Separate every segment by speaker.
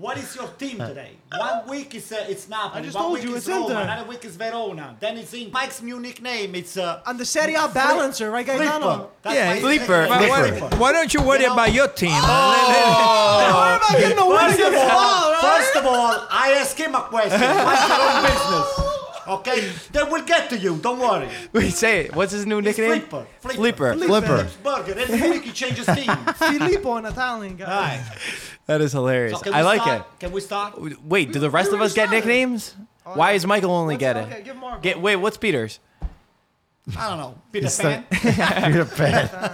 Speaker 1: What is your team today? One week is uh, it's Napoli,
Speaker 2: I just
Speaker 1: one
Speaker 2: told
Speaker 1: week
Speaker 2: you,
Speaker 1: is
Speaker 2: it's
Speaker 1: Roma,
Speaker 2: Inter.
Speaker 1: another week is Verona. Then it's in Mike's new nickname. It's uh,
Speaker 2: I'm the Serie A balancer, right, Gaetano?
Speaker 1: Flipper. That's
Speaker 3: Yeah,
Speaker 1: my
Speaker 4: Flipper.
Speaker 1: nickname,
Speaker 3: But
Speaker 4: Why,
Speaker 3: Flipper.
Speaker 1: Flipper.
Speaker 4: why don't you worry
Speaker 1: You know- Oh.
Speaker 4: about your team?
Speaker 2: What about getting a win
Speaker 1: First of,
Speaker 2: against
Speaker 1: all,
Speaker 2: Ball, right?
Speaker 1: first of all, I ask him a question. Mind your own business. Okay, they will get to you. Don't worry.
Speaker 4: Wait, say it. What's his new nickname?
Speaker 1: Flipper.
Speaker 4: Flipper.
Speaker 3: Flipper.
Speaker 1: Burger. Every week he changes team.
Speaker 2: Filippo, an Italian guy.
Speaker 1: Right.
Speaker 4: That is hilarious.
Speaker 1: So can
Speaker 4: I
Speaker 1: we
Speaker 4: like
Speaker 1: start? Can we start?
Speaker 4: it. Wait, do the rest
Speaker 2: we
Speaker 4: of us get
Speaker 2: already started.
Speaker 4: nicknames? Why is Michael only
Speaker 2: What's-
Speaker 4: get it?
Speaker 2: okay, give Marco.
Speaker 4: Get wait, what's Peter's?
Speaker 1: I don't know. Peter
Speaker 3: It's
Speaker 1: Pan.
Speaker 3: Peter Pan.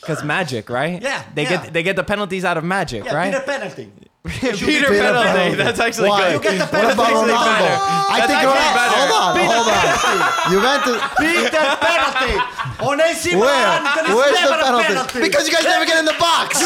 Speaker 4: Because magic, right?
Speaker 1: Yeah,
Speaker 4: They
Speaker 1: yeah.
Speaker 4: get they get the penalties out of magic,
Speaker 1: Yeah,
Speaker 4: right?
Speaker 1: Peter Penalty.
Speaker 4: Peter,
Speaker 3: Peter
Speaker 4: penalty.
Speaker 3: Penalty.
Speaker 4: That's actually
Speaker 3: Why?
Speaker 4: good.
Speaker 1: You get the penalty.
Speaker 4: That's
Speaker 3: about
Speaker 4: actually
Speaker 3: Ronaldo?
Speaker 4: better.
Speaker 3: I
Speaker 4: That's
Speaker 3: think
Speaker 4: actually
Speaker 3: Ronaldo-
Speaker 4: better.
Speaker 3: Hold on, hold on. You went to
Speaker 1: Peter Penalty. On AC
Speaker 3: where?
Speaker 1: Milan, there is
Speaker 3: Where's
Speaker 1: never a
Speaker 3: the penalty?
Speaker 1: penalty.
Speaker 3: Because you guys never get in the box.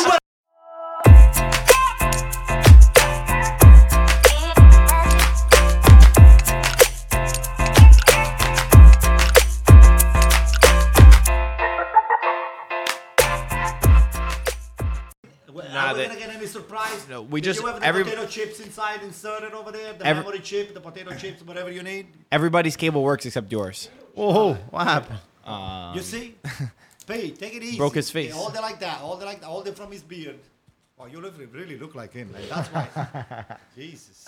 Speaker 1: Are we
Speaker 4: they-
Speaker 1: gonna get any surprise?
Speaker 4: No, we
Speaker 1: Did
Speaker 4: just-
Speaker 1: you have the
Speaker 4: every-
Speaker 1: potato chips inside inserted over there, the
Speaker 4: Every-
Speaker 1: memory chip, the potato chips, whatever you need.
Speaker 4: Everybody's cable works except yours.
Speaker 3: Whoa, what happened?
Speaker 1: you see, Pete, take it easy.
Speaker 4: Um, Broke his
Speaker 1: Okay,
Speaker 4: face.
Speaker 1: Hold it like that. Hold it like that. Hold it from his beard. Wow, you look, really look like him. Like, that's why. Jesus.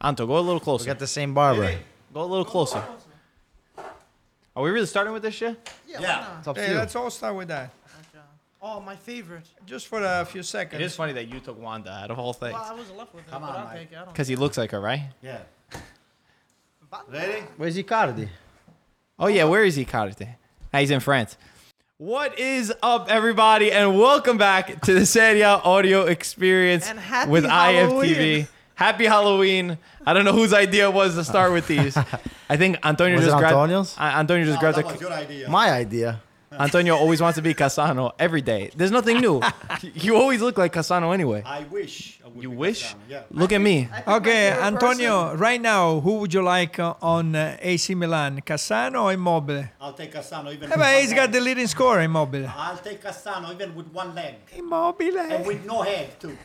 Speaker 4: Anto, go a little
Speaker 3: We
Speaker 4: closer.
Speaker 3: got the same barber.
Speaker 4: Go a little closer. Are we really starting with this shit?
Speaker 2: Yeah.
Speaker 1: Yeah.
Speaker 2: why
Speaker 3: It's
Speaker 2: not?
Speaker 3: up to
Speaker 5: Hey,
Speaker 3: you.
Speaker 5: let's all start with that.
Speaker 2: Oh, my favorite.
Speaker 5: Just for a few
Speaker 4: It is
Speaker 5: seconds.
Speaker 4: funny that you took Wanda out of all things.
Speaker 2: Well, I wasn't left with it.
Speaker 1: Come
Speaker 2: but
Speaker 1: on,
Speaker 2: I'll
Speaker 1: Mike.
Speaker 2: take it. I don't
Speaker 4: Because he looks like her, right?
Speaker 1: Yeah.
Speaker 2: But-
Speaker 1: Ready?
Speaker 3: Where's Icardi?
Speaker 4: Oh, yeah, where is he, Carter? Ah, he's in France. What is up, everybody, and welcome back to the Seria Audio Experience
Speaker 2: And happy
Speaker 4: with
Speaker 2: Halloween.
Speaker 4: IFTV. Happy Halloween. I don't know whose idea it was to start with these. I think Antonio
Speaker 3: Was it
Speaker 4: just grabbed
Speaker 3: Antonio's?
Speaker 4: Uh, Antonio just
Speaker 1: Oh,
Speaker 4: grabbed
Speaker 1: that
Speaker 4: a-
Speaker 1: was your idea.
Speaker 3: My idea.
Speaker 4: Antonio always wants to be Casano every day. There's nothing new. you always look like Casano anyway.
Speaker 1: I wish. I would
Speaker 4: You
Speaker 1: be
Speaker 4: wish?
Speaker 1: Cassano, Yeah.
Speaker 4: Look at me.
Speaker 2: I think my
Speaker 5: Okay,
Speaker 2: favorite
Speaker 5: Antonio, right now, who would you like uh, on uh, AC Milan, Cassano or Immobile?
Speaker 1: I'll take Cassano even. with
Speaker 5: Eh,
Speaker 1: one
Speaker 5: but he's got the
Speaker 1: leg.
Speaker 5: leading scorer, Immobile.
Speaker 1: I'll take Cassano even with one leg and
Speaker 5: Immobile.
Speaker 1: with no head too.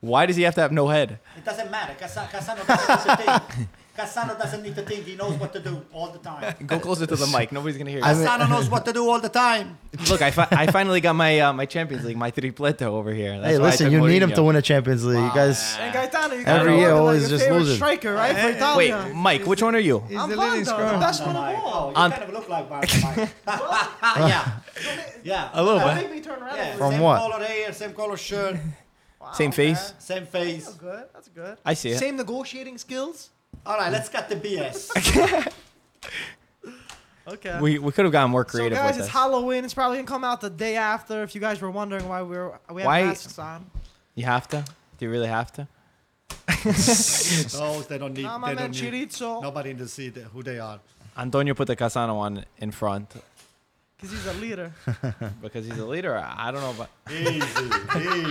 Speaker 4: Why does he have to have no head?
Speaker 1: It doesn't matter. Cassa- Cassano doesn't need to think. Cassano doesn't need to think. He knows what to do all the time.
Speaker 4: Go closer to the mic. Nobody's gonna hear
Speaker 3: I
Speaker 4: you.
Speaker 3: mean-
Speaker 1: Cassano knows what to do all the time.
Speaker 4: Look, I, fi- I finally got my uh, my Champions League, my triplete over here. That's
Speaker 3: hey,
Speaker 4: why I
Speaker 3: listen,
Speaker 4: took
Speaker 3: you need him
Speaker 4: Mourinho.
Speaker 3: to win a Champions League. You guys,
Speaker 2: And Gaetano,
Speaker 3: Every
Speaker 2: you gotta
Speaker 3: year
Speaker 2: order,
Speaker 3: always
Speaker 2: your
Speaker 3: just
Speaker 2: favorite
Speaker 3: losing.
Speaker 2: Striker, right? For
Speaker 4: Wait,
Speaker 2: Italia.
Speaker 4: Mike, which one are you?
Speaker 5: He's
Speaker 2: I'm
Speaker 5: the leading
Speaker 2: Vanda, the
Speaker 5: scorer.
Speaker 2: best one of
Speaker 1: Oh,
Speaker 2: all.
Speaker 1: you
Speaker 4: Ant-
Speaker 1: kind of look like Barca, Mike. yeah. Yeah.
Speaker 4: A little
Speaker 2: That
Speaker 4: bit.
Speaker 2: made me turn around.
Speaker 1: Yeah.
Speaker 2: Yeah.
Speaker 3: From
Speaker 1: same
Speaker 3: what?
Speaker 1: color hair, same color shirt,
Speaker 4: Same face.
Speaker 1: same
Speaker 2: That's
Speaker 1: face.
Speaker 2: good. That's good.
Speaker 4: I see it.
Speaker 2: Same negotiating skills.
Speaker 1: All right, let's cut the BS.
Speaker 2: Okay.
Speaker 4: We, we could have gotten more creative
Speaker 2: so guys,
Speaker 4: with
Speaker 2: it's
Speaker 4: this.
Speaker 2: Halloween. It's probably gonna come out the day after. If you guys were wondering why we were we have
Speaker 4: Why-
Speaker 2: masks on.
Speaker 4: you have to? Do you really have to?
Speaker 1: No, they don't need.
Speaker 2: Nah, my
Speaker 1: they
Speaker 2: man
Speaker 1: don't need.
Speaker 2: Chirizo,
Speaker 1: Nobody in the see the- who they are.
Speaker 4: Antonio put the Casano one in front
Speaker 2: because he's a leader.
Speaker 4: because he's a leader. I don't know, but
Speaker 1: Easy,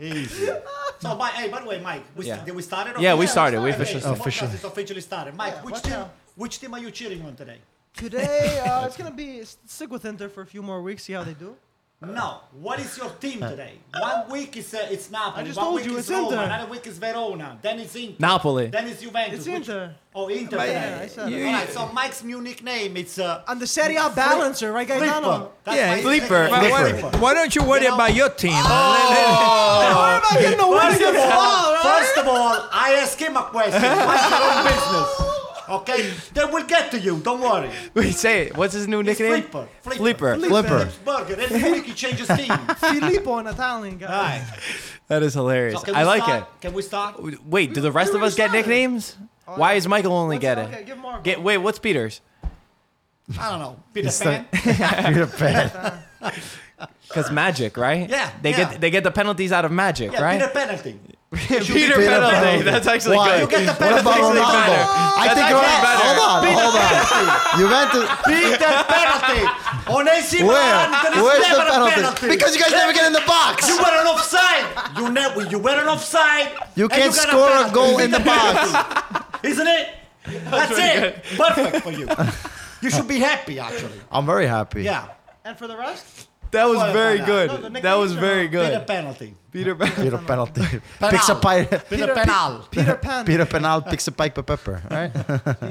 Speaker 1: easy, easy. So, by, hey, by the way, Mike, we,
Speaker 4: Yeah.
Speaker 1: did we started?
Speaker 4: Yeah, we
Speaker 1: officially?
Speaker 4: started. We
Speaker 1: Okay,
Speaker 4: officially
Speaker 1: so
Speaker 3: started. Officially.
Speaker 1: podcast is officially started. Mike,
Speaker 2: Yeah,
Speaker 1: which
Speaker 2: watch
Speaker 1: team?
Speaker 2: out.
Speaker 1: Which team are you cheering on today?
Speaker 2: Today, uh, it's gonna be s- stick with Inter for a few more weeks. See how they do.
Speaker 1: No, what is your team today? One week is uh, it's Napoli.
Speaker 2: I just
Speaker 1: one
Speaker 2: told
Speaker 1: week
Speaker 2: you,
Speaker 1: is
Speaker 2: it's
Speaker 1: Roma,
Speaker 2: Inter.
Speaker 1: Another week is Verona. Then it's Inter.
Speaker 4: Napoli.
Speaker 1: Then it's Juventus.
Speaker 2: It's
Speaker 1: which-
Speaker 2: Inter.
Speaker 1: Oh, Inter
Speaker 5: But
Speaker 1: today.
Speaker 2: yeah, I said
Speaker 5: that.
Speaker 1: All right. So Mike's new nickname it's uh,
Speaker 2: I'm the Serie A balancer, right,
Speaker 1: Flipper.
Speaker 2: Gaetano?
Speaker 1: That's
Speaker 5: Yeah,
Speaker 1: my
Speaker 4: Flipper.
Speaker 1: nickname.
Speaker 5: But why,
Speaker 1: Flipper.
Speaker 5: why don't you worry
Speaker 1: You know-
Speaker 5: about your team?
Speaker 2: Oh, What about getting a win
Speaker 1: First of,
Speaker 2: against Ball,
Speaker 1: all,
Speaker 2: right?
Speaker 1: first of all, I ask him a question. Mind your own business. Okay? They will get to you. Don't worry.
Speaker 4: wait, say it. What's his new
Speaker 1: It's
Speaker 4: nickname?
Speaker 1: Flipper.
Speaker 4: Flipper.
Speaker 3: Flipper.
Speaker 1: Burger. Every week he changes team. All
Speaker 2: Filippo, an Italian guy.
Speaker 1: right.
Speaker 4: That is hilarious.
Speaker 1: So can we
Speaker 4: I like
Speaker 1: start?
Speaker 4: it.
Speaker 1: Can we start?
Speaker 4: Wait, do the rest
Speaker 2: we
Speaker 4: of us get
Speaker 2: started.
Speaker 4: nicknames? Why is Michael only
Speaker 2: What's-
Speaker 4: get it?
Speaker 2: Okay, give Marco.
Speaker 4: Get wait, what's Peter's?
Speaker 1: I don't know. Peter
Speaker 3: It's
Speaker 1: Pan.
Speaker 3: Peter Pan.
Speaker 4: Because magic, right?
Speaker 1: Yeah,
Speaker 4: They
Speaker 1: yeah.
Speaker 4: get they get the penalties out of magic,
Speaker 1: Yeah,
Speaker 4: right?
Speaker 1: Peter Penalty.
Speaker 4: Peter,
Speaker 3: Peter
Speaker 4: penalty.
Speaker 3: Penalty.
Speaker 4: That's actually
Speaker 3: Why?
Speaker 4: good.
Speaker 1: You get the
Speaker 3: What
Speaker 1: penalty.
Speaker 3: about
Speaker 4: actually
Speaker 3: Ronaldo?
Speaker 4: better.
Speaker 3: I
Speaker 4: That's
Speaker 3: think
Speaker 4: actually
Speaker 3: Ronaldo.
Speaker 4: better.
Speaker 3: Hold on, hold on. You went to
Speaker 1: Peter Penalty. On AC
Speaker 3: where?
Speaker 1: Milan, there is
Speaker 3: Where's
Speaker 1: never
Speaker 3: the penalty?
Speaker 1: a penalty.
Speaker 3: Because you guys never get in the box.
Speaker 1: you were an offside. You never. You were an offside.
Speaker 3: You
Speaker 1: and
Speaker 3: can't
Speaker 1: got
Speaker 3: score a
Speaker 1: penalty.
Speaker 3: goal in the box.
Speaker 1: Isn't it? That's it.
Speaker 3: Ah,
Speaker 1: Perfect for you. You should be happy, actually.
Speaker 3: I'm very happy.
Speaker 1: Yeah.
Speaker 2: And for the rest,
Speaker 4: That was
Speaker 1: What a
Speaker 4: very
Speaker 1: penalty.
Speaker 4: good.
Speaker 2: No, the next
Speaker 4: that was
Speaker 2: picture,
Speaker 4: very
Speaker 2: no.
Speaker 1: Bit of
Speaker 4: good.
Speaker 1: penalty.
Speaker 4: Peter, Pan.
Speaker 3: Peter penalty. Picks a pie.
Speaker 1: Bit of penal.
Speaker 2: Peter Pan.
Speaker 3: Peter penal picks a pike with pepper. All right.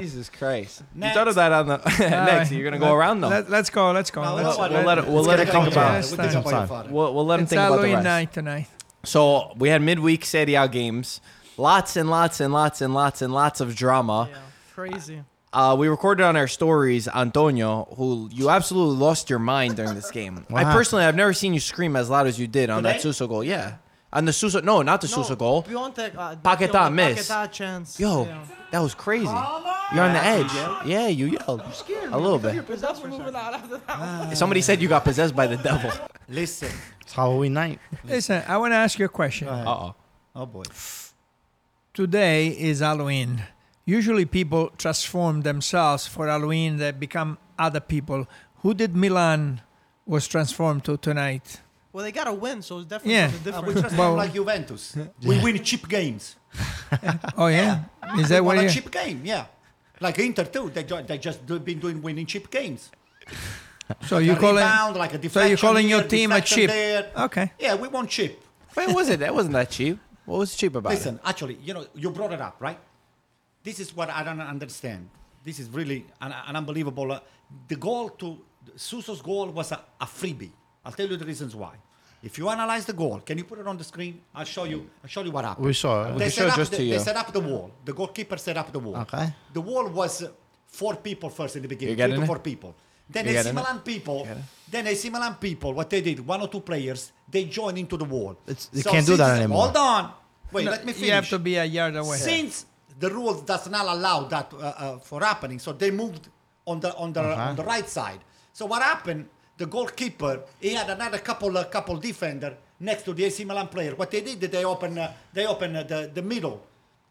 Speaker 4: Jesus Christ. You
Speaker 1: Next.
Speaker 4: thought of that on the next. You're gonna go around though.
Speaker 5: Let, us go. Let's go.
Speaker 1: No,
Speaker 5: let's,
Speaker 1: what-
Speaker 4: We'll let it. We'll
Speaker 3: It's
Speaker 4: let
Speaker 3: gonna
Speaker 4: it
Speaker 3: come
Speaker 4: think
Speaker 3: to
Speaker 4: about.
Speaker 3: us.
Speaker 4: it.
Speaker 1: We'll think
Speaker 3: time,
Speaker 1: about your
Speaker 3: time.
Speaker 1: father.
Speaker 4: We'll, we'll let him
Speaker 5: it's
Speaker 4: think about the
Speaker 5: Halloween
Speaker 4: rest.
Speaker 5: night tonight.
Speaker 4: So we had midweek Serie A games. Lots and lots and lots and lots and lots of drama.
Speaker 2: Yeah, crazy.
Speaker 4: Uh, we recorded on our stories Antonio, who you absolutely lost your mind during this game. I
Speaker 3: Wow.
Speaker 4: personally, I've never seen you scream as loud as you did on that
Speaker 1: Today?
Speaker 4: Suso goal. Yeah, on the Suso. No, not the Suso goal.
Speaker 2: Piontek, uh,
Speaker 4: Paquetá
Speaker 2: Piontek,
Speaker 4: miss.
Speaker 2: Paquetá chance.
Speaker 4: Yo,
Speaker 2: yeah.
Speaker 4: that was crazy. You're on the
Speaker 1: Yeah, you
Speaker 4: edge.
Speaker 1: yelled?
Speaker 4: Yeah, you yelled a little bit.
Speaker 2: But that's what we're not-
Speaker 4: Somebody said you got possessed by the devil.
Speaker 1: Listen.
Speaker 3: It's Halloween night.
Speaker 5: Listen, I want to ask you a question.
Speaker 1: Go ahead.
Speaker 4: Uh oh.
Speaker 1: Oh boy.
Speaker 5: Today is Halloween. Usually people transform themselves for Halloween. They become other people. Who did Milan was transformed to tonight?
Speaker 2: Well, they got to win, so it's definitely
Speaker 5: Yeah.
Speaker 2: something
Speaker 1: Uh,
Speaker 2: different.
Speaker 1: we just
Speaker 5: Well-
Speaker 1: like Juventus. We win cheap games.
Speaker 5: Oh yeah, is
Speaker 1: They
Speaker 5: that what
Speaker 1: won
Speaker 5: you?
Speaker 1: a cheap game, yeah. Like Inter too. They ju- they just do, been doing winning cheap games.
Speaker 5: So you
Speaker 1: a
Speaker 5: calling?
Speaker 1: rebound, like a
Speaker 5: so you
Speaker 1: deflection
Speaker 5: calling your
Speaker 1: here,
Speaker 5: team a Oh.
Speaker 1: deflection
Speaker 5: chip?
Speaker 1: there.
Speaker 5: Okay.
Speaker 1: Yeah, we won cheap.
Speaker 4: Wait, was it? That wasn't that cheap. What was cheap about it?
Speaker 1: Listen, actually, you know, you brought it up, right? This is what I don't understand. This is really an, an unbelievable. Uh, the goal to Suso's goal was a, a freebie. I'll tell you the reasons why. If you analyze the goal, can you put it on the screen? I'll show you. I'll show you what happened.
Speaker 3: We saw it.
Speaker 1: They
Speaker 4: We
Speaker 1: set
Speaker 4: showed
Speaker 1: up
Speaker 4: just uh,
Speaker 1: the,
Speaker 4: to
Speaker 1: They
Speaker 4: you.
Speaker 1: set up the wall. The goalkeeper set up the wall.
Speaker 3: Okay.
Speaker 1: The wall was uh, four people first in the beginning.
Speaker 4: You
Speaker 1: Three
Speaker 4: getting
Speaker 1: to
Speaker 4: it?
Speaker 1: four people. Then
Speaker 4: You
Speaker 1: AC
Speaker 4: getting it?
Speaker 1: Milan people. Then AC Milan people. What they did? One or two players. They joined into the wall.
Speaker 3: It's- you can't do
Speaker 1: since-
Speaker 3: that anymore.
Speaker 1: Hold on. Wait.
Speaker 5: No,
Speaker 1: let me finish.
Speaker 5: You have to be a yard away.
Speaker 1: Since the rules does not allow that uh, uh, for happening, so they moved on the on the on the right side. So what happened? The goalkeeper he had another couple uh, couple defender next to the AC Milan player. What they did? They open uh, they open uh, the the middle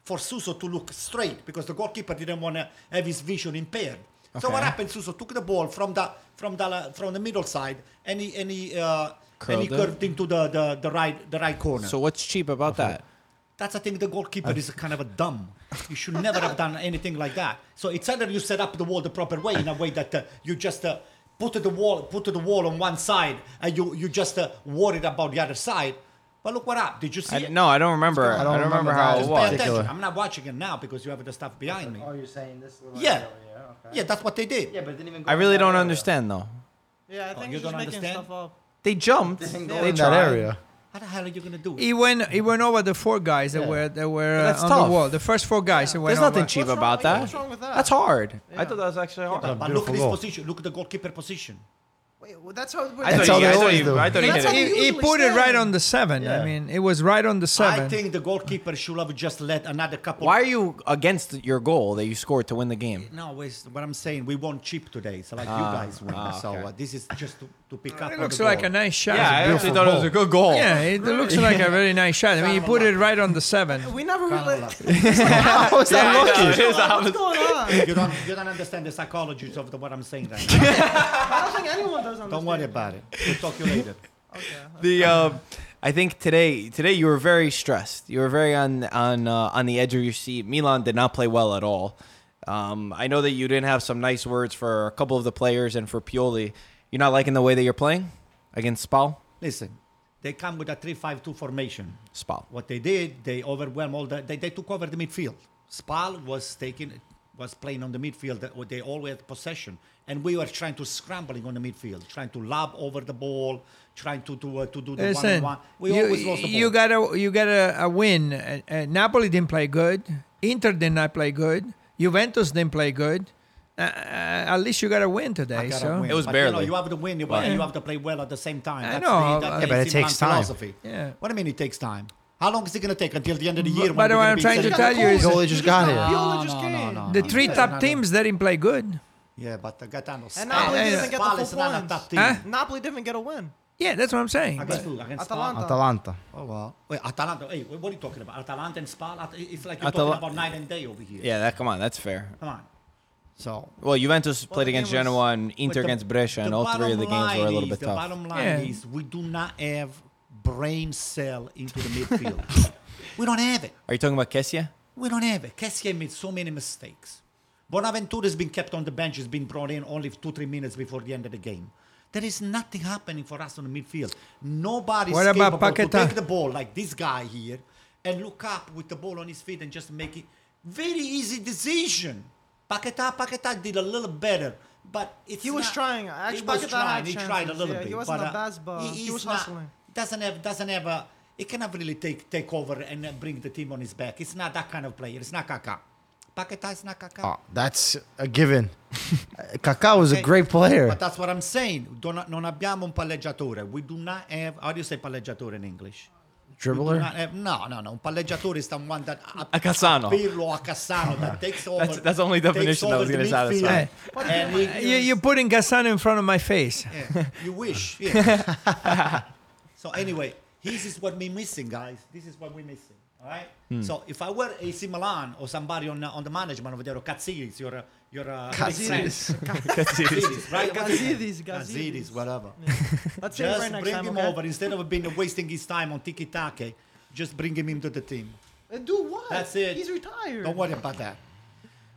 Speaker 1: for Suso to look straight because the goalkeeper didn't want to have his vision impaired. So what
Speaker 4: Okay.
Speaker 1: happened? Suso took the ball from the from the from the middle side and he and he, uh, and he
Speaker 4: Curled it.
Speaker 1: curved into the, the, the right the right corner.
Speaker 4: So what's cheap about that?
Speaker 1: That's the thing. The goalkeeper is kind of a dumb. You should never have done anything like that. So it's either you set up the wall the proper way in a way that uh, you just uh, put the wall put the wall on one side and you you just uh, worried about the other side. But look what up. Did you see
Speaker 4: I,
Speaker 1: it?
Speaker 4: no, I don't remember. I
Speaker 3: I
Speaker 4: don't,
Speaker 3: don't
Speaker 4: remember,
Speaker 3: remember
Speaker 4: how
Speaker 3: that.
Speaker 4: it
Speaker 1: Just
Speaker 3: Wow.
Speaker 1: pay
Speaker 4: was.
Speaker 1: attention.
Speaker 3: Particular.
Speaker 1: I'm not watching it now because you have the stuff behind me.
Speaker 3: you're saying this little
Speaker 1: Yeah. Yeah, that's what they did.
Speaker 3: but it didn't even
Speaker 4: I really don't understand though.
Speaker 2: Yeah, I think
Speaker 1: you
Speaker 2: he's
Speaker 1: don't
Speaker 2: making
Speaker 1: understand?
Speaker 2: stuff up.
Speaker 4: They jumped.
Speaker 2: go
Speaker 4: They
Speaker 3: in that
Speaker 4: tried.
Speaker 3: area.
Speaker 1: How the hell are you gonna do it?
Speaker 5: He went. He went over the four guys that
Speaker 3: Yeah.
Speaker 5: were that were uh,
Speaker 4: That's
Speaker 5: on
Speaker 4: tough.
Speaker 5: the wall. The first four guys. that went
Speaker 4: There's nothing
Speaker 5: over.
Speaker 4: cheap
Speaker 2: What's wrong
Speaker 4: about
Speaker 2: with-
Speaker 4: that.
Speaker 2: what's wrong with that?
Speaker 4: That's hard. I
Speaker 2: Yeah.
Speaker 4: thought that was actually hard.
Speaker 1: But, but look
Speaker 3: beautiful
Speaker 1: at this
Speaker 3: goal.
Speaker 1: position. Look at the goalkeeper position.
Speaker 2: Wait, well, that's how.
Speaker 4: I
Speaker 3: That's
Speaker 4: thought
Speaker 3: how
Speaker 4: you-
Speaker 3: they
Speaker 4: I thought
Speaker 3: always
Speaker 4: you-
Speaker 3: do.
Speaker 4: I thought you
Speaker 2: That's
Speaker 4: hit
Speaker 2: how
Speaker 4: it.
Speaker 2: they-
Speaker 5: He, he
Speaker 2: usually
Speaker 5: put it right
Speaker 2: stand.
Speaker 5: on the seven. I
Speaker 3: Yeah.
Speaker 5: mean, it was right on the seven.
Speaker 1: I think the goalkeeper should have just let another couple.
Speaker 4: Why are you against your goal that you scored to win the game?
Speaker 1: No, it's what I'm saying. We won cheap today, so like you guys won.
Speaker 4: ah,
Speaker 1: So
Speaker 4: okay.
Speaker 1: uh, this is just to, to pick up.
Speaker 5: It
Speaker 1: on
Speaker 5: looks
Speaker 1: the
Speaker 5: like
Speaker 1: goal.
Speaker 5: a nice shot.
Speaker 4: actually thought it was a good goal.
Speaker 5: Yeah, it looks like a very nice shot. I mean, you put it right on the seven.
Speaker 2: We never really.
Speaker 3: How is that
Speaker 4: I know,
Speaker 3: lucky?
Speaker 4: it is
Speaker 2: What's
Speaker 4: opposite.
Speaker 2: going on? I
Speaker 1: You don't you don't understand the psychology of the, what I'm saying right now.
Speaker 2: don't think anyone does understand.
Speaker 1: Don't worry about it. We'll talk you later.
Speaker 2: Okay.
Speaker 4: The um, I think today today you were very stressed. You were very on on uh, on the edge of your seat. Milan did not play well at all. Um, I know that you didn't have some nice words for a couple of the players and for Pioli. You're not liking the way that you're playing against Spal.
Speaker 1: Listen, they come with a three-five-two formation.
Speaker 4: Spal.
Speaker 1: What they did, they overwhelmed all the. They, they took over the midfield. Spal was taking, was playing on the midfield. uh, They always had possession, and we were trying to scrambling on the midfield, trying to lob over the ball, trying to do uh, to do the
Speaker 5: Listen,
Speaker 1: one-on-one. We
Speaker 5: you,
Speaker 1: always lost the ball.
Speaker 5: you got a you got a, a win. Uh, uh, Napoli didn't play good. Inter did not play good. Juventus didn't play good. Uh, uh, at least you got a win to
Speaker 1: I
Speaker 5: today.
Speaker 1: gotta
Speaker 5: So
Speaker 1: win.
Speaker 4: It was
Speaker 1: but, You, know,
Speaker 4: barely.
Speaker 1: you have to win, but you have to play well at the same time.
Speaker 5: I
Speaker 1: That's
Speaker 5: know,
Speaker 1: the,
Speaker 5: but-
Speaker 1: that
Speaker 5: Yeah,
Speaker 1: is
Speaker 3: but it takes
Speaker 1: Zidane
Speaker 3: time.
Speaker 1: Philosophy.
Speaker 5: Yeah.
Speaker 1: What do you mean it takes time? How long is it going to take until the end of the year?
Speaker 5: But-
Speaker 1: when
Speaker 5: but
Speaker 1: we're gonna
Speaker 5: what I'm
Speaker 1: be
Speaker 5: trying to
Speaker 1: second?
Speaker 5: tell you is-
Speaker 3: Goalie just got here.
Speaker 2: Viola just came.
Speaker 5: the three
Speaker 1: Yeah,
Speaker 5: top
Speaker 1: no, no.
Speaker 5: teams they didn't play good.
Speaker 1: Yeah, but the Gatano.
Speaker 2: And Napoli
Speaker 5: Yeah, yeah.
Speaker 2: didn't get the
Speaker 1: Spal
Speaker 2: full
Speaker 1: is not a
Speaker 2: points.
Speaker 1: top team.
Speaker 5: Huh?
Speaker 2: Napoli didn't get a win.
Speaker 5: Yeah, that's what I'm saying.
Speaker 1: Against who? Against Spal?
Speaker 2: Atalanta.
Speaker 3: Atalanta.
Speaker 1: Oh, wow. Wait, Atalanta. Hey, what are you talking about? Atalanta and Spal? At- It's like you're
Speaker 4: Atala-
Speaker 1: talking about night and day over here.
Speaker 4: Yeah, that come on, that's fair.
Speaker 1: Come on. So.
Speaker 4: Well, Juventus played
Speaker 2: the
Speaker 4: against
Speaker 2: game was-
Speaker 4: Genoa and Inter
Speaker 1: But the-
Speaker 4: against Brescia, and
Speaker 1: the
Speaker 4: all three of the
Speaker 1: bottom
Speaker 4: games were a
Speaker 1: line
Speaker 4: little
Speaker 1: is-
Speaker 4: bit
Speaker 1: the
Speaker 4: tough.
Speaker 1: bottom line
Speaker 5: Yeah.
Speaker 1: is we do not have brain cell into the midfield. we don't have it.
Speaker 4: Are you talking about Kessia?
Speaker 1: We don't have it. Kessie made so many mistakes. Bonaventura has been kept on the bench, has been brought in only two, three minutes before the end of the game. There is nothing happening for us on the midfield. Nobody's
Speaker 5: What about
Speaker 1: capable to
Speaker 5: Paquetá?
Speaker 1: take the ball like this guy here and look up with the ball on his feet and just make it very easy decision. Paquetá, Paquetá did a little better, but it's
Speaker 2: He was
Speaker 1: not-
Speaker 2: trying. Actually,
Speaker 1: he was
Speaker 2: Paquetá
Speaker 1: trying.
Speaker 2: had
Speaker 1: He tried a
Speaker 2: chances.
Speaker 1: little
Speaker 2: Yeah,
Speaker 1: bit.
Speaker 2: he wasn't
Speaker 1: but,
Speaker 2: the
Speaker 1: uh,
Speaker 2: best, but he
Speaker 1: he's
Speaker 2: was
Speaker 1: not-
Speaker 2: hustling.
Speaker 1: Doesn't have doesn't have a. He cannot really take take over and uh, bring the team on his back. It's not that kind of player. It's not Kaká. Paquetá is not Kaká.
Speaker 4: Ah.
Speaker 3: Oh, that's a given. Kaká was a
Speaker 1: Okay.
Speaker 3: great player.
Speaker 1: But that's what I'm saying. Don't- non abbiamo un palleggiatore. We do not have. How do you say palleggiatore in English? We do
Speaker 3: Dribbler.
Speaker 1: not have- no, no, no. Un palleggiatore is someone that a,
Speaker 4: A Cassano.
Speaker 1: Pirlo, a Cassano that takes over.
Speaker 4: that's the only
Speaker 1: takes
Speaker 4: definition I
Speaker 1: over
Speaker 4: was
Speaker 1: the
Speaker 4: gonna satisfy.
Speaker 1: midfield.
Speaker 2: Hey.
Speaker 1: And he-
Speaker 5: You, you're putting Gassano in front of my face.
Speaker 1: yeah, you wish. Yeah. so anyway, this is what we're missing, guys. This is what we're missing. All right. So if I were AC Milan or somebody on uh, on the management over there, or Katsiris, your uh, your uh,
Speaker 3: Katsiris.
Speaker 1: Katsiris, right? Katsiris,
Speaker 2: Gazidis, Gazidis.
Speaker 1: whatever.
Speaker 2: Let's say it
Speaker 1: Just
Speaker 2: right next
Speaker 1: bring
Speaker 2: time,
Speaker 1: him
Speaker 2: okay?
Speaker 1: over instead of being wasting his time on tiki taka. Just bring him into the team.
Speaker 2: Uh, Do what?
Speaker 1: That's it.
Speaker 2: He's retired.
Speaker 1: Don't worry about that.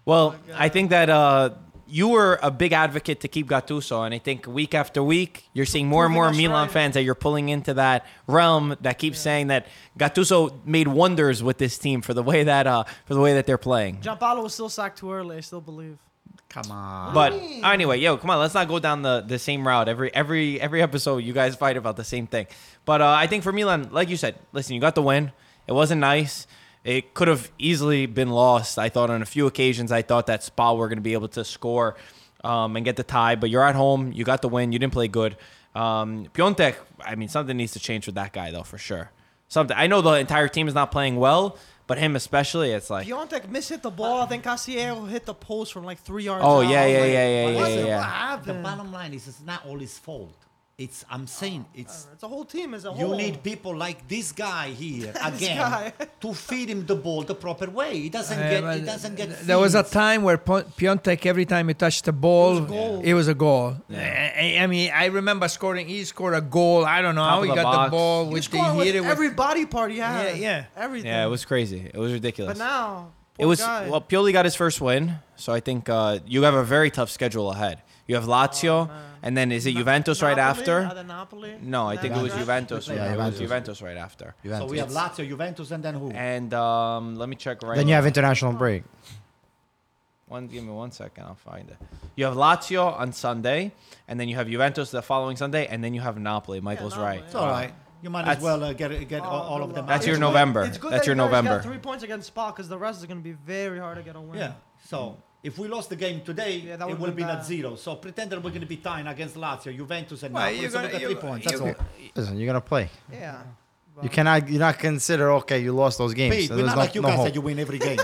Speaker 4: Well, I think that uh, you were a big advocate to keep Gattuso, and I think week after week, you're seeing more and more
Speaker 2: Proving us
Speaker 4: Milan
Speaker 2: right.
Speaker 4: fans that you're pulling into that realm that keeps saying that Gattuso made wonders with this team for the way that uh, for the way that they're playing.
Speaker 2: Giampaolo was still sacked too early. I still believe.
Speaker 1: Come on.
Speaker 4: But
Speaker 2: Ah.
Speaker 4: anyway, yo, come on, let's not go down the, the same route. Every every every episode, you guys fight about the same thing. But uh, I think for Milan, like you said, listen, you got the win. It wasn't nice. It could have easily been lost. I thought on a few occasions, I thought that Spa were going to be able to score um, and get the tie. But you're at home. You got the win. You didn't play good. Um, Piontek, I mean, something needs to change with that guy though, for sure. Something. I know the entire team is not playing well, but him especially, it's like,
Speaker 2: Piontek mishit the ball. I think Casiero hit the post from like three yards
Speaker 4: oh
Speaker 2: out.
Speaker 4: yeah, yeah, yeah,
Speaker 2: Like,
Speaker 4: yeah,
Speaker 1: But
Speaker 4: yeah,
Speaker 1: listen,
Speaker 4: yeah.
Speaker 1: what
Speaker 4: yeah.
Speaker 1: happened- The bottom line is it's not all his fault. It's I'm saying it's
Speaker 2: It's a whole team as a
Speaker 1: You
Speaker 2: whole.
Speaker 1: need people like this guy here again
Speaker 2: Oh. guy.
Speaker 1: to feed him the ball the proper way. He doesn't
Speaker 5: Uh,
Speaker 1: get.
Speaker 5: but
Speaker 1: He doesn't get.
Speaker 5: There was a
Speaker 1: feeds.
Speaker 5: time where Pon- Piontek, every time he touched the ball, it was a
Speaker 2: goal.
Speaker 5: goal. Eh, I, I mean, I remember scoring. He scored a goal. I don't know how
Speaker 4: of
Speaker 5: he
Speaker 4: the
Speaker 5: got
Speaker 4: box.
Speaker 5: the ball.
Speaker 4: He
Speaker 2: You
Speaker 5: With the,
Speaker 2: score
Speaker 5: he
Speaker 2: with
Speaker 5: hit it with-
Speaker 2: every body part you have.
Speaker 5: Yeah, yeah.
Speaker 2: Everything.
Speaker 4: Yeah, it was crazy. It was ridiculous.
Speaker 2: But now,
Speaker 4: it
Speaker 2: poor
Speaker 4: was
Speaker 2: guy.
Speaker 4: well. Pioli got his first win, so I think uh, you have a very tough schedule ahead. You have Lazio, and then is it Juventus right
Speaker 2: Oh, Napoli?
Speaker 4: after?
Speaker 2: Either Napoli?
Speaker 4: No, I think it was
Speaker 2: Napoli, right?
Speaker 4: Juventus.
Speaker 3: Yeah,
Speaker 4: right- it was
Speaker 3: Juventus.
Speaker 4: Juventus right after.
Speaker 1: So we have Lazio, Juventus, and then who?
Speaker 4: And um, let me check right.
Speaker 3: Then you have international break.
Speaker 4: One, give me one second. I'll find it. You have Lazio on Sunday, and then you have Juventus the following Sunday, and then you have Napoli. Michael's
Speaker 2: Napoli,
Speaker 4: right.
Speaker 1: it's all right. You might as
Speaker 4: That's-
Speaker 1: well uh, get get all, all of them.
Speaker 4: That's
Speaker 1: out.
Speaker 4: your
Speaker 2: It's
Speaker 4: November.
Speaker 2: good- It's good
Speaker 4: That's
Speaker 2: that
Speaker 4: your
Speaker 2: you guys got
Speaker 4: November.
Speaker 2: three points against Spa because the rest is going to be very hard to get a win.
Speaker 1: Yeah. So if we lost the game today,
Speaker 2: Yeah, that
Speaker 1: it
Speaker 2: would've
Speaker 1: will
Speaker 2: been
Speaker 1: be at
Speaker 2: bad.
Speaker 1: zero. So pretend that we're going to be tying against Lazio, Juventus, and
Speaker 5: Well,
Speaker 1: Napoli.
Speaker 5: you're
Speaker 1: so we
Speaker 5: gonna-
Speaker 1: get three
Speaker 5: you're-
Speaker 1: points. That's all.
Speaker 5: you're-
Speaker 3: Listen, you're gonna play.
Speaker 2: Yeah.
Speaker 3: You cannot. You're not consider. Okay, you lost those games.
Speaker 1: Pete,
Speaker 3: so
Speaker 1: we're
Speaker 3: there's
Speaker 1: not
Speaker 3: no-
Speaker 1: like you
Speaker 3: no
Speaker 1: guys
Speaker 3: hope.
Speaker 1: that you win every game.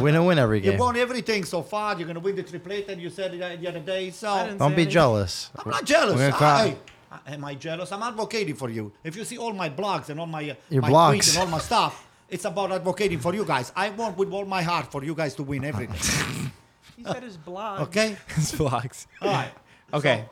Speaker 3: Win and win every
Speaker 1: you
Speaker 3: game.
Speaker 1: won everything so far. You're going to win the triplete, and you said it uh, the other day. So
Speaker 2: didn't
Speaker 3: Don't be
Speaker 2: Insanity.
Speaker 3: jealous.
Speaker 1: I'm not jealous.
Speaker 3: We're
Speaker 1: I,
Speaker 3: gonna cry.
Speaker 1: I- am I jealous? I'm advocating for you. If you see all my blogs and all my, uh,
Speaker 3: Your
Speaker 1: my
Speaker 3: blogs.
Speaker 1: tweets and all my stuff, it's about advocating for you guys. I want with all my heart for you guys to win everything.
Speaker 2: He said his blog.
Speaker 1: Okay?
Speaker 4: It's blocks.
Speaker 1: All right.
Speaker 4: Okay,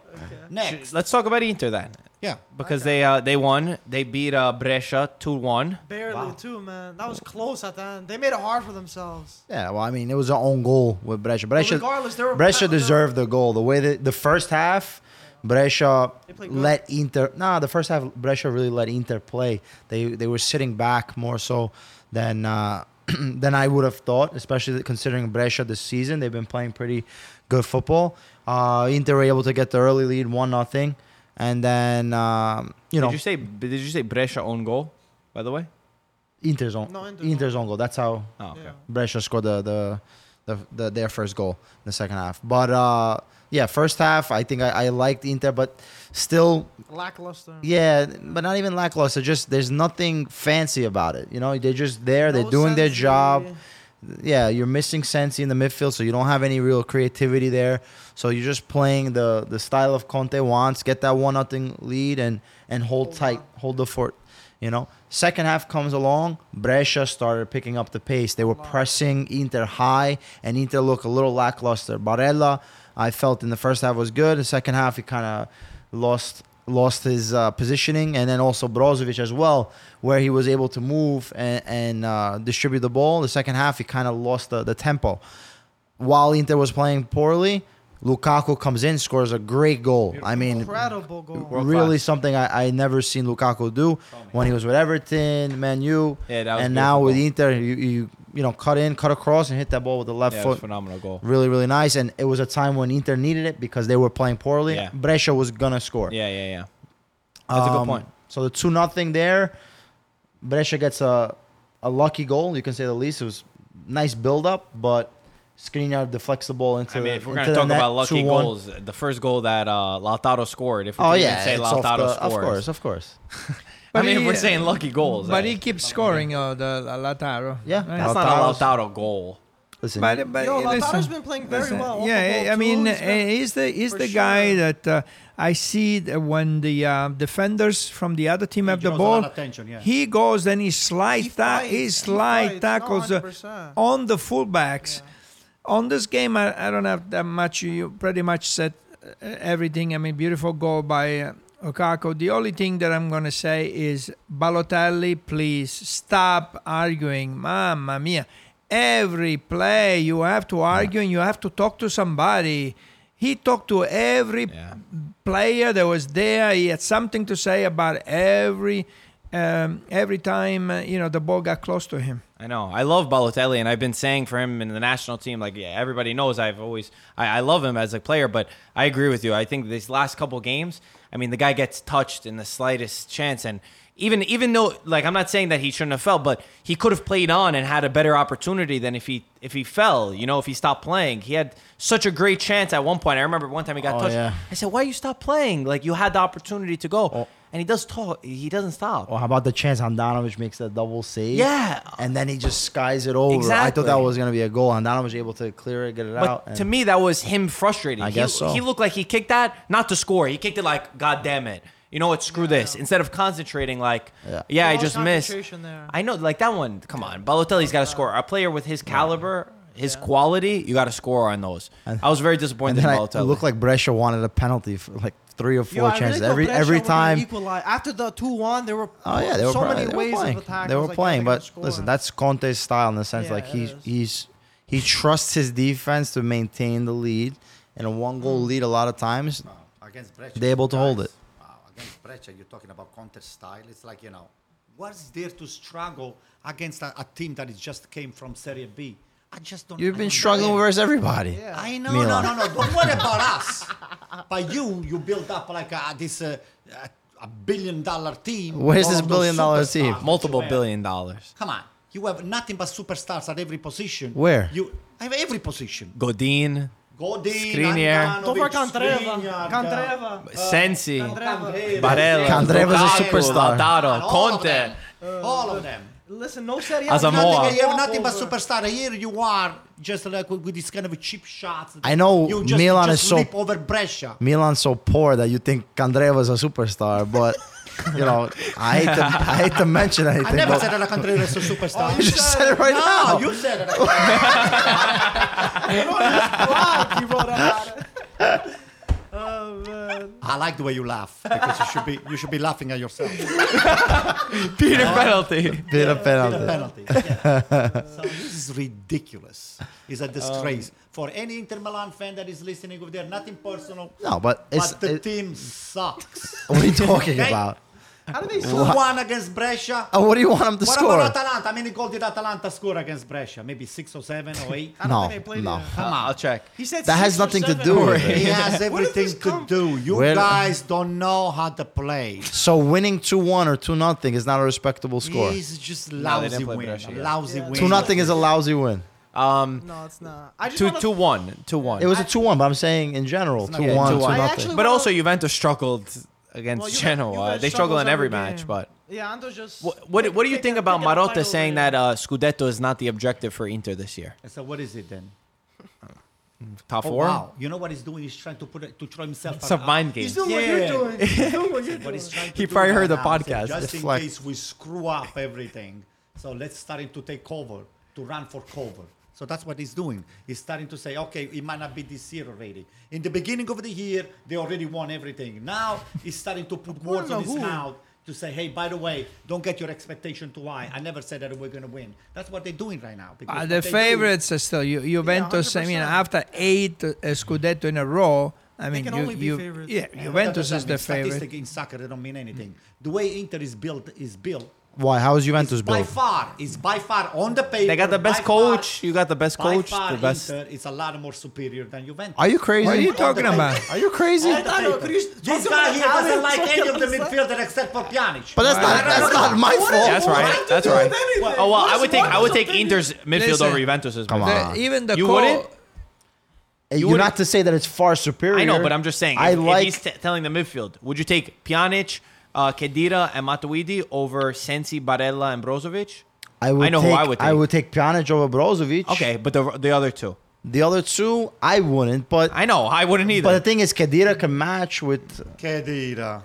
Speaker 1: Next.
Speaker 4: let's talk about Inter then,
Speaker 1: Yeah.
Speaker 4: because they uh, they won. They beat uh, Brescia two one.
Speaker 2: Barely,
Speaker 1: Wow.
Speaker 2: too, man. That was close at the end. They made it hard for themselves.
Speaker 3: Yeah, well, I mean, it was their own goal with Brescia. Brescia,
Speaker 2: regardless, they were-
Speaker 3: Brescia deserved the goal. The way that the first half, Brescia
Speaker 2: They played good.
Speaker 3: let Inter. Nah, the first half, Brescia really let Inter play. They they were sitting back more so than uh, than I would have thought, especially considering Brescia this season. They've been playing pretty good football. Uh, Inter were able to get the early lead, one nothing, and then um, you know
Speaker 4: Did you say did you say Brescia own goal? By the way.
Speaker 3: Inter's own
Speaker 2: No, Inter's
Speaker 3: Inter's own goal. That's how
Speaker 4: Oh, okay.
Speaker 2: Yeah.
Speaker 3: Brescia scored the, the the the their first goal in the second half. But uh, yeah, first half I think I, I liked Inter, but still
Speaker 2: Lackluster.
Speaker 3: yeah, but not even lackluster. Just there's nothing fancy about it. You know, they're just there.
Speaker 2: No
Speaker 3: they're doing their
Speaker 2: sense
Speaker 3: job.
Speaker 2: really.
Speaker 3: Yeah, you're missing Sensi in the midfield, so you don't have any real creativity there. So you're just playing the the style of Conte wants. Get that one nothing lead and and hold tight, hold the fort. You know, second half comes along. Brescia started picking up the pace. They were pressing Inter high, and Inter looked a little lackluster. Barella, I felt in the first half was good. The second half, he kind of lost lost his uh, positioning, and then also Brozovic as well, where he was able to move and, and uh, distribute the ball. The second half, he kind of lost the, the tempo. While Inter was playing poorly, Lukaku comes in, scores a great goal. I mean,
Speaker 2: Incredible goal.
Speaker 4: World
Speaker 3: really
Speaker 4: class.
Speaker 3: something I, I never seen Lukaku do when he was with Everton, Man U,
Speaker 4: Yeah, that was
Speaker 3: and now
Speaker 4: beautiful
Speaker 3: with Inter. You, you you know cut in, cut across, and hit that ball with the left
Speaker 4: Yeah, it was
Speaker 3: foot.
Speaker 4: a phenomenal goal.
Speaker 3: Really, really nice. And it was a time when Inter needed it because they were playing poorly.
Speaker 4: Yeah.
Speaker 3: Brescia was gonna score.
Speaker 4: Yeah, yeah, yeah. That's a good
Speaker 3: Um,
Speaker 4: point.
Speaker 3: So the two nothing there, Brescia gets a a lucky goal. You can say the least. It was nice build up, but Skriniar deflects the ball into.
Speaker 4: I mean,
Speaker 3: the-
Speaker 4: if we're going to
Speaker 3: into the
Speaker 4: talk
Speaker 3: net,
Speaker 4: about lucky
Speaker 3: 2-1.
Speaker 4: goals, the first goal that uh, Lautaro scored, if we
Speaker 3: Oh
Speaker 4: can
Speaker 3: yeah,
Speaker 4: even say
Speaker 3: it's off
Speaker 4: Lautaro
Speaker 3: the- of
Speaker 4: scores.
Speaker 3: course, of course.
Speaker 4: I
Speaker 5: But
Speaker 4: mean, if
Speaker 5: he-
Speaker 4: we're saying lucky goals. eh.
Speaker 5: But
Speaker 4: I-
Speaker 5: he keeps scoring, uh, the the Lautaro.
Speaker 3: Yeah.
Speaker 5: Right?
Speaker 4: that's
Speaker 3: Lautaro's-
Speaker 4: not a Lautaro goal.
Speaker 3: Listen,
Speaker 5: But, but
Speaker 2: Yo, Lautaro's
Speaker 5: listen,
Speaker 2: been playing very
Speaker 5: listen,
Speaker 2: well.
Speaker 5: Yeah, I- I mean, uh, he's the he's
Speaker 2: for
Speaker 5: the guy
Speaker 2: sure.
Speaker 5: that uh, I see that when the um, defenders from the other team have the
Speaker 1: draws a lot
Speaker 5: ball.
Speaker 1: of attention, yeah.
Speaker 5: He goes then he slides,
Speaker 2: He
Speaker 5: ta- he
Speaker 2: fights, he
Speaker 5: slide
Speaker 2: fights, no,
Speaker 5: tackles uh,
Speaker 2: 100%.
Speaker 5: on the fullbacks. On this game, I, I don't have that much. You pretty much said uh, everything. I mean, beautiful goal by uh, Okako. The only thing that I'm going to say is Balotelli, please stop arguing. Mamma mia. Every play, you have to argue and you have to talk to somebody. He talked to every
Speaker 4: Yeah.
Speaker 5: player that was there. He had something to say about every um, every time uh, you know the ball got close to him.
Speaker 4: I know. I love Balotelli, and I've been saying for him in the national team, like yeah, everybody knows, I've always I, I love him as a player. But I agree with you. I think these last couple games, I mean, the guy gets touched in the slightest chance, and even even though like I'm not saying that he shouldn't have fell, but he could have played on and had a better opportunity than if he if he fell. You know, if he stopped playing, he had such a great chance at one point. I remember one time he got
Speaker 3: Oh,
Speaker 4: touched.
Speaker 3: yeah.
Speaker 4: I said, "Why you stop playing? Like you had the opportunity to go."
Speaker 3: Oh.
Speaker 4: And he does talk. He doesn't stop.
Speaker 3: Or Oh, how about the chance Handanovic makes that double save?
Speaker 4: Yeah.
Speaker 3: And then he just skies it over. I thought that
Speaker 4: Exactly.
Speaker 3: was going to be a goal. Handanovic was able to clear it, get it out.
Speaker 4: But
Speaker 3: and-
Speaker 4: to me, that was him frustrated.
Speaker 3: I
Speaker 4: he,
Speaker 3: guess so.
Speaker 4: He looked like he kicked that not to score. He kicked it like, God damn it. You know what? Screw this. Instead of concentrating, like,
Speaker 3: Yeah.
Speaker 4: yeah, I
Speaker 2: Lost
Speaker 4: just missed.
Speaker 2: concentration uh, there.
Speaker 4: I know, like that one. Come on, Balotelli's got to score. A player with his caliber, his quality, you got to score on those. I was very
Speaker 3: and
Speaker 4: disappointed in
Speaker 3: then I, it
Speaker 4: Balotelli.
Speaker 3: looked like Brescia wanted a penalty for like three or
Speaker 2: Yo,
Speaker 3: four
Speaker 2: I
Speaker 3: chances.
Speaker 2: really thought
Speaker 3: every
Speaker 2: Brescia
Speaker 3: every
Speaker 2: were gonna
Speaker 3: time.
Speaker 2: equalize. after the two one, there were
Speaker 3: Oh yeah, they were
Speaker 2: so
Speaker 3: probably-
Speaker 2: many
Speaker 3: they were
Speaker 2: ways
Speaker 3: playing.
Speaker 2: of attack.
Speaker 3: They
Speaker 2: I
Speaker 3: were
Speaker 2: was like,
Speaker 3: playing,
Speaker 2: they're gonna
Speaker 3: but
Speaker 2: score.
Speaker 3: listen, that's Conte's style in the sense
Speaker 2: Yeah,
Speaker 3: like
Speaker 2: it
Speaker 3: he's
Speaker 2: is.
Speaker 3: he's he trusts his defense to maintain the lead and a one goal
Speaker 2: Hmm.
Speaker 3: lead a lot of times.
Speaker 1: Wow, against Breccia.
Speaker 3: They're able to hold
Speaker 1: guys,
Speaker 3: it.
Speaker 1: Wow, against Breccia, you're talking about counter style. It's like, you know, what's there to struggle against a, a team that is just came from Serie B? I just don't
Speaker 3: You've been
Speaker 1: understand.
Speaker 3: struggling versus everybody.
Speaker 2: Yeah.
Speaker 1: I know,
Speaker 3: Milan.
Speaker 1: no, no, no. Don't worry about us. But you, you build up like a, this uh, a, a billion dollar team.
Speaker 3: Where's
Speaker 1: All
Speaker 3: this
Speaker 1: of those
Speaker 3: billion dollar
Speaker 1: superstars
Speaker 3: team?
Speaker 1: that you
Speaker 4: Multiple
Speaker 1: have.
Speaker 4: billion dollars.
Speaker 1: Come on, you have nothing but superstars at every position.
Speaker 3: Where?
Speaker 1: you I have every position.
Speaker 4: Godin,
Speaker 1: Godin,
Speaker 4: Skriniar.
Speaker 2: Don't forget
Speaker 1: Andanovic,
Speaker 2: Candreva.
Speaker 1: Skriniar,
Speaker 2: Candreva.
Speaker 4: Uh, Sensi,
Speaker 2: Candreva.
Speaker 4: Barella,
Speaker 3: Candreva's a
Speaker 4: Lukaku,
Speaker 3: superstar.
Speaker 1: And
Speaker 4: Lautaro,
Speaker 1: all of
Speaker 4: Conte.
Speaker 1: them. All of them.
Speaker 2: Listen, no Serie
Speaker 4: As a
Speaker 1: Nothing-
Speaker 4: Moa.
Speaker 1: You have nothing but superstar. Here you are, just like with, with these kind of cheap shots.
Speaker 3: I know
Speaker 1: you just,
Speaker 3: Milan
Speaker 1: just
Speaker 3: is so-
Speaker 1: leap over Brescia.
Speaker 3: Milan's so poor that you think Candreva's a superstar, but you know, I hate to, I hate to mention anything.
Speaker 1: I never
Speaker 3: but
Speaker 1: said that Candreva is a superstar.
Speaker 3: you just said it right
Speaker 1: no,
Speaker 3: now.
Speaker 1: you said it.
Speaker 2: Wow, you wrote about it. Oh man.
Speaker 1: I like the way you laugh because you should be you should be laughing at yourself.
Speaker 4: Peter penalty.
Speaker 3: Bit of penalty.
Speaker 1: penalty. yeah. so this is ridiculous. It's a disgrace for any Inter Milan fan that is listening over there. Nothing personal.
Speaker 3: No, but it's
Speaker 1: but the
Speaker 3: it-
Speaker 1: team sucks.
Speaker 3: what are you talking
Speaker 1: Okay.
Speaker 3: about?
Speaker 2: How do they
Speaker 1: Two one against Brescia.
Speaker 3: Oh, what do you want him to
Speaker 1: what
Speaker 3: score?
Speaker 1: about Atalanta? How many goals did Atalanta score against Brescia? Maybe six or seven or eight.
Speaker 2: I don't
Speaker 3: No,
Speaker 2: think they played
Speaker 3: no.
Speaker 2: it.
Speaker 4: Come on, I'll check.
Speaker 2: He said
Speaker 3: That has
Speaker 2: six or
Speaker 3: nothing to
Speaker 2: seven.
Speaker 3: do with it.
Speaker 1: He has
Speaker 2: Where did
Speaker 1: everything
Speaker 2: this
Speaker 1: to
Speaker 2: come
Speaker 1: do. You
Speaker 3: Well-
Speaker 1: guys don't know how to play.
Speaker 3: So winning two one or two nothing is not a respectable score.
Speaker 1: He's just
Speaker 4: No, they
Speaker 1: lousy
Speaker 4: didn't play
Speaker 1: win.
Speaker 4: Brescia, yeah.
Speaker 1: Lousy win.
Speaker 3: Two nothing is a lousy win.
Speaker 4: Um,
Speaker 2: No, it's not. I just
Speaker 4: two,
Speaker 2: wanna-
Speaker 4: two, one, two, one.
Speaker 3: It was a two one, but I'm saying in general,
Speaker 1: not
Speaker 3: two
Speaker 1: good.
Speaker 3: one, two
Speaker 4: Yeah, 2-1. I
Speaker 3: nothing.
Speaker 2: actually-
Speaker 4: But
Speaker 2: Well-
Speaker 4: also, Juventus struggled against
Speaker 2: Well, Juve-
Speaker 4: Genoa.
Speaker 2: Juve
Speaker 4: they struggle in
Speaker 2: struggles
Speaker 4: every
Speaker 2: every
Speaker 4: match,
Speaker 2: game.
Speaker 4: but
Speaker 2: Yeah, Ando's just.
Speaker 4: what what, what do you
Speaker 2: Taking-
Speaker 4: think about
Speaker 2: taking the
Speaker 4: Marotta
Speaker 2: final
Speaker 4: saying
Speaker 2: there.
Speaker 4: that uh, Scudetto is not the objective for Inter this year?
Speaker 1: So what is it then?
Speaker 4: Top
Speaker 1: Oh,
Speaker 4: four.
Speaker 1: wow. uh, You know what he's doing? He's trying to put it, to throw himself.
Speaker 4: It's a mind game.
Speaker 2: He's doing what
Speaker 1: Yeah.
Speaker 2: you're doing. He's doing what you're
Speaker 1: What
Speaker 2: doing.
Speaker 1: he's trying to
Speaker 4: He
Speaker 1: do
Speaker 4: probably
Speaker 1: right
Speaker 4: heard the
Speaker 1: now. So
Speaker 4: podcast.
Speaker 1: just in
Speaker 3: Deflect.
Speaker 1: case we screw up everything, so let's start him to take cover, to run for cover. So that's what he's doing. He's starting to say, okay, it might not be this year already. In the beginning of the year, they already won everything. Now he's starting to put words
Speaker 2: know
Speaker 1: on his
Speaker 2: who.
Speaker 1: mouth to say, hey, by the way, don't get your expectation too high. I never said that we're going to win. That's what they're doing right now. because
Speaker 5: Uh,
Speaker 1: what
Speaker 5: the
Speaker 1: they do-
Speaker 5: favorites are still Ju- Juventus. I mean,
Speaker 2: 100%.
Speaker 5: after eight uh, Scudetto in a row, I mean,
Speaker 2: can
Speaker 5: you,
Speaker 2: only be
Speaker 5: you-
Speaker 2: favorites.
Speaker 5: yeah,
Speaker 1: Yeah, but
Speaker 5: Juventus
Speaker 1: that
Speaker 5: is the
Speaker 1: doesn't mean statistic
Speaker 5: favorite.
Speaker 1: in soccer, they don't mean anything. The way Inter is built is built.
Speaker 3: Why? How is
Speaker 1: It's
Speaker 3: Juventus
Speaker 1: by
Speaker 3: built?
Speaker 1: far, it's by far on the paper.
Speaker 4: They got the best
Speaker 1: by far-
Speaker 4: coach. You got the best
Speaker 1: by
Speaker 4: coach.
Speaker 1: far
Speaker 4: The best.
Speaker 1: Inter is a lot more superior than Juventus.
Speaker 3: Are you crazy?
Speaker 5: What are you talking
Speaker 1: paper.
Speaker 5: about?
Speaker 3: Are you crazy?
Speaker 1: On the
Speaker 2: Dano,
Speaker 1: paper.
Speaker 2: could you talk
Speaker 1: this
Speaker 2: about
Speaker 1: guy here doesn't
Speaker 2: Italian?
Speaker 1: like any of the
Speaker 2: Fucking
Speaker 1: midfielder except for Pjanic.
Speaker 3: But that's not that's not my fault.
Speaker 4: That's right. That's right. Oh well, I would take I would take Inter's midfield
Speaker 5: Listen.
Speaker 4: over Juventus's.
Speaker 3: Come
Speaker 5: The-
Speaker 4: midfield.
Speaker 3: on.
Speaker 5: even the
Speaker 4: Ah. You
Speaker 5: co-
Speaker 4: wouldn't?
Speaker 3: You're
Speaker 4: wouldn't-
Speaker 3: not to say that it's far superior.
Speaker 4: I know, but I'm just saying. If,
Speaker 3: I
Speaker 4: if
Speaker 3: like
Speaker 4: he's t- telling the midfield, would you take Pjanic, uh, Kedira, and Matuidi over Sensi, Barella, and Brozovic?
Speaker 3: I would
Speaker 4: I know
Speaker 3: take,
Speaker 4: who I would
Speaker 3: I
Speaker 4: take.
Speaker 3: would take Pjanic over Brozovic.
Speaker 4: Okay, but the the other two,
Speaker 3: The other two, I wouldn't. But
Speaker 4: I know I wouldn't either.
Speaker 3: but the thing is, Kadira can match with.
Speaker 1: Kedira.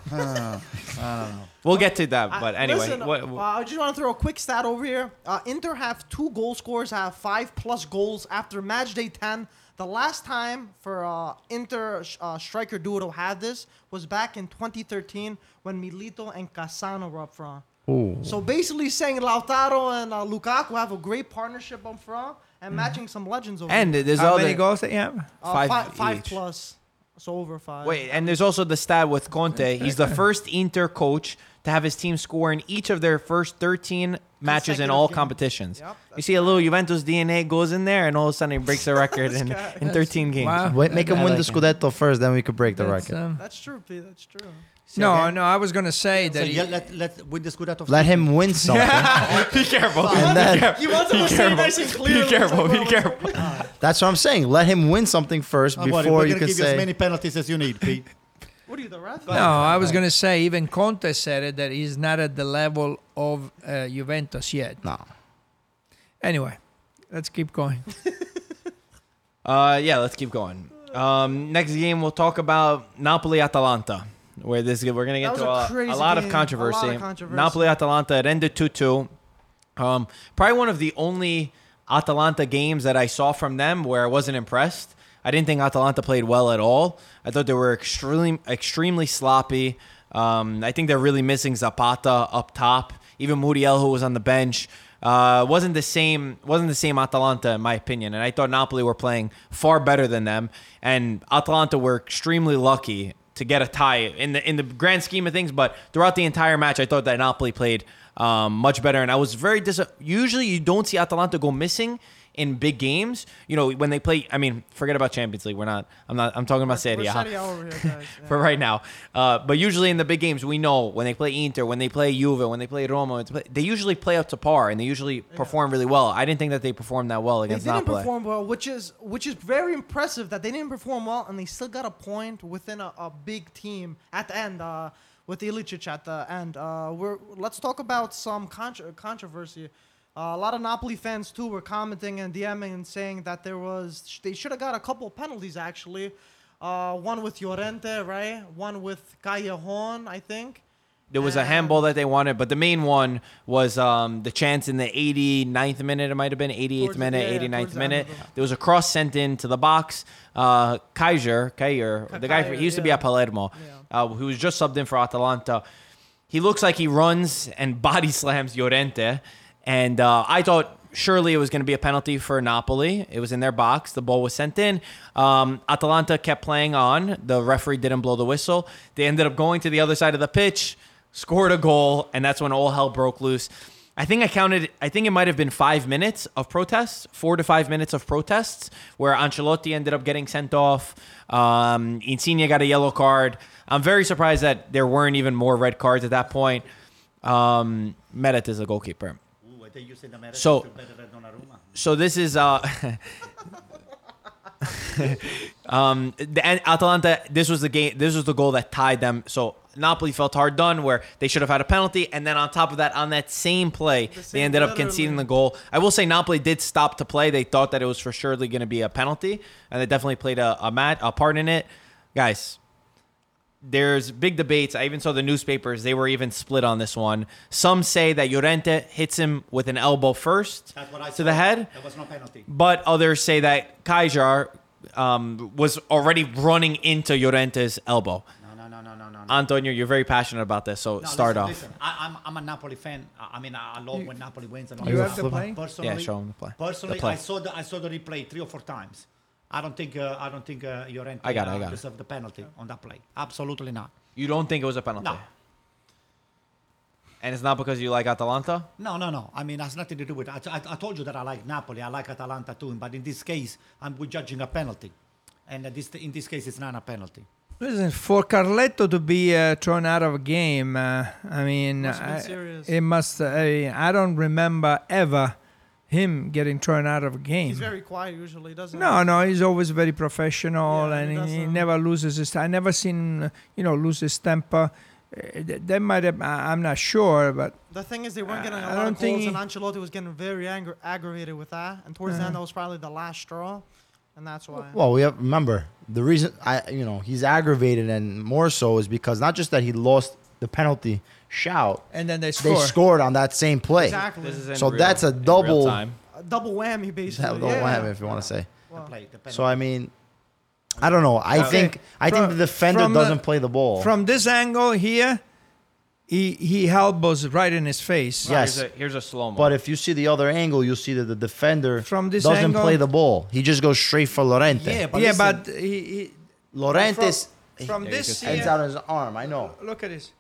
Speaker 4: we'll get to that.
Speaker 2: I-
Speaker 4: But anyway,
Speaker 2: listen,
Speaker 4: what,
Speaker 2: uh, I just want to throw a quick stat over here. Uh, Inter have two goal scorers, have five plus goals after match day 10. The last time for uh, Inter sh- uh, striker duo had this was back in 2013 when Milito and Casano were up front. So basically saying Lautaro and uh, Lukaku have a great partnership up front and matching some legends over
Speaker 4: Mm-hmm. and
Speaker 2: there.
Speaker 4: there's
Speaker 5: how
Speaker 4: all
Speaker 5: many
Speaker 4: the
Speaker 5: goals they have?
Speaker 2: Uh,
Speaker 4: five
Speaker 2: five, five,
Speaker 4: each.
Speaker 2: plus. So over five.
Speaker 4: wait, and there's also the stat with Conte. He's the first Inter coach to have his team score in each of their first 13 matches in
Speaker 2: Consecutive
Speaker 4: all
Speaker 2: games.
Speaker 4: competitions.
Speaker 2: Yep,
Speaker 4: you
Speaker 2: that's
Speaker 4: see a little Juventus DNA goes in there, and all of a sudden he breaks a record in, in 13 games.
Speaker 5: Wow.
Speaker 3: Wait, make him
Speaker 4: Uh, I
Speaker 3: win the
Speaker 4: like
Speaker 3: Scudetto first, then we could break the
Speaker 5: That's,
Speaker 3: record.
Speaker 5: um,
Speaker 2: That's true, P. That's true.
Speaker 5: no, no, I was gonna say
Speaker 1: so
Speaker 5: that.
Speaker 1: yeah, let, let, with the Scudetto.
Speaker 3: Let him win something.
Speaker 4: Be careful.
Speaker 3: And then,
Speaker 2: You want to say nice and clear.
Speaker 4: Be careful. Be careful.
Speaker 3: that's what I'm saying. Let him win something first
Speaker 1: Don't worry,
Speaker 3: before
Speaker 1: we're
Speaker 3: you
Speaker 1: gonna
Speaker 3: can
Speaker 1: give you as many
Speaker 3: say.
Speaker 1: penalties as you need, Pete.
Speaker 2: What are you, the ref?
Speaker 5: no, I was gonna say even Conte said it that he's not at the level of uh, Juventus yet.
Speaker 3: No.
Speaker 5: Anyway, let's keep going.
Speaker 4: Uh, yeah, let's keep going. Um, next game we'll talk about Napoli Atalanta, where this we're gonna
Speaker 2: That
Speaker 4: get
Speaker 2: was
Speaker 4: to
Speaker 2: a
Speaker 4: a,
Speaker 2: crazy
Speaker 4: a lot of
Speaker 2: game, a lot of
Speaker 4: controversy.
Speaker 2: controversy.
Speaker 4: Napoli Atalanta it ended two two. Um, probably one of the only Atalanta games that I saw from them where I wasn't impressed. I didn't think Atalanta played well at all. I thought they were extremely extremely sloppy. Um, I think they're really missing Zapata up top. Even Muriel, who was on the bench, uh, wasn't the same. Wasn't the same Atalanta in my opinion. And I thought Napoli were playing far better than them. And Atalanta were extremely lucky to get a tie in the in the grand scheme of things. But throughout the entire match, I thought that Napoli played um, much better, and I was very dis. Usually, you don't see Atalanta go missing in big games. You know when they play. I mean, forget about Champions League. We're not. I'm not. I'm talking about Serie A
Speaker 2: Serie A over here, guys. Yeah.
Speaker 4: for right now. Uh, but usually in the big games, we know when they play Inter, when they play Juve, when they play Roma, when they play- they usually play up to par, and they usually perform really well. I didn't think that they performed that well
Speaker 2: They
Speaker 4: against
Speaker 2: didn't
Speaker 4: Napoli.
Speaker 2: perform well, which is which is very impressive that they didn't perform well and they still got a point within a, a big team at the end. Uh, with Ilicic at the end, uh, we're let's talk about some contro controversy. Uh, a lot of Napoli fans too were commenting and DMing and saying that there was they should have got a couple penalties actually. Uh, one with Llorente, right? One with Callejon, I think.
Speaker 4: There was a
Speaker 2: And-
Speaker 4: handball that they wanted, but the main one was um, the chance in the 89th minute. It might have been 88th
Speaker 2: Towards the-
Speaker 4: minute,
Speaker 2: yeah, yeah,
Speaker 4: 89th
Speaker 2: towards the end
Speaker 4: minute.
Speaker 2: of the-
Speaker 4: There was a cross sent into the box. Uh, Kaiser, Kaiser, the guy
Speaker 2: Kaiser,
Speaker 4: he used to be
Speaker 2: yeah.
Speaker 4: at Palermo, uh, who was just subbed in for Atalanta. He looks like he runs and body slams Llorente, and uh, I thought surely it was going to be a penalty for Napoli. It was in their box. The ball was sent in. Um, Atalanta kept playing on. The referee didn't blow the whistle. They ended up going to the other side of the pitch, scored a goal, and that's when all hell broke loose. I think I counted. I think it might have been five minutes of protests, four to five minutes of protests, where Ancelotti ended up getting sent off. Um, Insigne got a yellow card. I'm very surprised that there weren't even more red cards at that point. Um, Medit is the goalkeeper.
Speaker 1: Ooh, I think you said the Americans
Speaker 4: So-
Speaker 1: are better than Donnarumma.
Speaker 4: So this is uh, um, the and Atalanta. This was the game. This was the goal that tied them. So Napoli felt hard done, where they should have had a penalty, and then on top of that, on that same play, they
Speaker 2: same-
Speaker 4: ended up conceding the goal. I will say Napoli did stop to play. They thought that it was for surely going to be a penalty, and they definitely played a, a mat a part in it, guys there's big debates. I even saw the newspapers; they were even split on this one. Some say that Llorente hits him with an elbow first
Speaker 1: That's what I
Speaker 4: to the
Speaker 1: saw.
Speaker 4: head,
Speaker 1: There was no penalty.
Speaker 4: but others say that Kaiser um, was already running into Llorente's elbow.
Speaker 1: No, no, no, no, no, no, no. no.
Speaker 4: Antonio, you're very passionate about this, so
Speaker 1: No,
Speaker 4: start
Speaker 1: listen,
Speaker 4: off.
Speaker 1: Listen, I, I'm I'm a Napoli fan. I, I mean, I, I love when Napoli wins. And all
Speaker 5: You
Speaker 1: that
Speaker 5: have
Speaker 1: stuff.
Speaker 5: the play?
Speaker 1: Personally,
Speaker 4: Yeah, show 'em the play. The
Speaker 1: Personally,
Speaker 4: play.
Speaker 1: I saw the I saw the replay three or four times. I don't think uh, I don't think uh, Llorente
Speaker 4: I got it,
Speaker 1: uh,
Speaker 4: I got it.
Speaker 1: deserved the penalty on that play. Absolutely not.
Speaker 4: You don't think it was a penalty?
Speaker 1: No,
Speaker 4: And it's not because you like Atalanta?
Speaker 1: no, no, no. I mean, that's nothing to do with. I, t- I, I told you that I like Napoli. I like Atalanta too. But in this case, I'm we're judging a penalty, and uh, this in this case, it's not a penalty.
Speaker 5: Listen, for Carletto to be uh, thrown out of a game, uh, I mean,
Speaker 2: Must have been
Speaker 5: I-
Speaker 2: serious.
Speaker 5: it must. uh, I, I don't remember ever him getting thrown out of a game.
Speaker 2: He's very quiet usually, doesn't
Speaker 5: no, no, he's always very professional,
Speaker 2: Yeah, uh,
Speaker 5: and
Speaker 2: that's
Speaker 5: he, he
Speaker 2: a-
Speaker 5: never loses his. I never seen uh, you know lose his temper. Uh, th- That might have. I- I'm not sure, but
Speaker 2: The thing is, they weren't getting a
Speaker 5: I
Speaker 2: lot
Speaker 5: don't
Speaker 2: of
Speaker 5: think
Speaker 2: goals,
Speaker 5: he-
Speaker 2: and Ancelotti was getting very angry, aggravated with that. And towards the end,
Speaker 5: Uh-huh.
Speaker 2: that was probably the last straw, and that's why.
Speaker 3: Well, we have remember the reason I you know he's aggravated and more so is because not just that he lost the penalty shout,
Speaker 5: and then they
Speaker 3: they
Speaker 5: score.
Speaker 3: scored on that same play.
Speaker 2: exactly.
Speaker 4: This is in
Speaker 3: So
Speaker 4: real-
Speaker 3: that's a
Speaker 4: in real
Speaker 3: double-
Speaker 4: time.
Speaker 2: A double whammy, basically.
Speaker 3: That-
Speaker 2: yeah.
Speaker 3: don't have it if you want to say.
Speaker 1: The play, the penalty.
Speaker 3: So I mean, I don't know. I think I think
Speaker 5: From-
Speaker 3: the defender
Speaker 5: from, uh,
Speaker 3: doesn't play the ball.
Speaker 5: From this angle here, he he elbows right in his face.
Speaker 3: Yeah. Yes.
Speaker 4: Here's a, here's a slow-mo.
Speaker 3: but if you see the other angle, you'll see that the defender
Speaker 5: From this
Speaker 3: doesn't
Speaker 5: angle-
Speaker 3: play the ball. He just goes straight for Lorente.
Speaker 1: yeah, but
Speaker 5: yeah,
Speaker 1: listen,
Speaker 5: but he, he
Speaker 3: Lorente
Speaker 5: from, from
Speaker 4: Yeah, you
Speaker 5: this
Speaker 4: could
Speaker 5: here,
Speaker 3: ends out on his arm. I know.
Speaker 5: Look at this.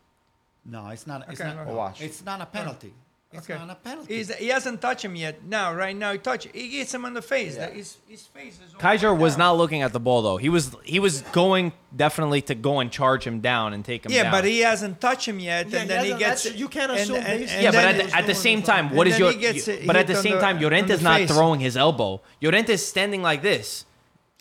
Speaker 1: no, it's not. It's
Speaker 5: Okay,
Speaker 1: not.
Speaker 5: no, Oh,
Speaker 3: no. Watch.
Speaker 1: It's not a penalty. It's
Speaker 5: Okay.
Speaker 1: not a penalty.
Speaker 5: He's, he hasn't touched him yet. Now, right now, he touch. He gets him on the face. That His, his face is. all
Speaker 4: Kaiser
Speaker 5: the way
Speaker 4: was
Speaker 5: down.
Speaker 4: not looking at the ball though. He was he was going definitely to go and charge him down and take him
Speaker 5: Yeah,
Speaker 4: down.
Speaker 5: but he hasn't touched him yet,
Speaker 2: Yeah,
Speaker 5: and
Speaker 2: he
Speaker 5: then he
Speaker 2: hasn't-
Speaker 5: gets.
Speaker 2: that's- you can't assume based on
Speaker 4: yeah, but
Speaker 5: then
Speaker 4: at
Speaker 5: he-
Speaker 4: the, at the same time,
Speaker 5: And
Speaker 4: what is
Speaker 5: then
Speaker 4: your?
Speaker 5: he gets
Speaker 4: you-
Speaker 5: hit
Speaker 4: but at the
Speaker 5: on
Speaker 4: same
Speaker 5: the-
Speaker 4: time,
Speaker 5: on
Speaker 4: Llorente is
Speaker 5: the
Speaker 4: not
Speaker 5: face.
Speaker 4: throwing his elbow. Llorente is standing like this.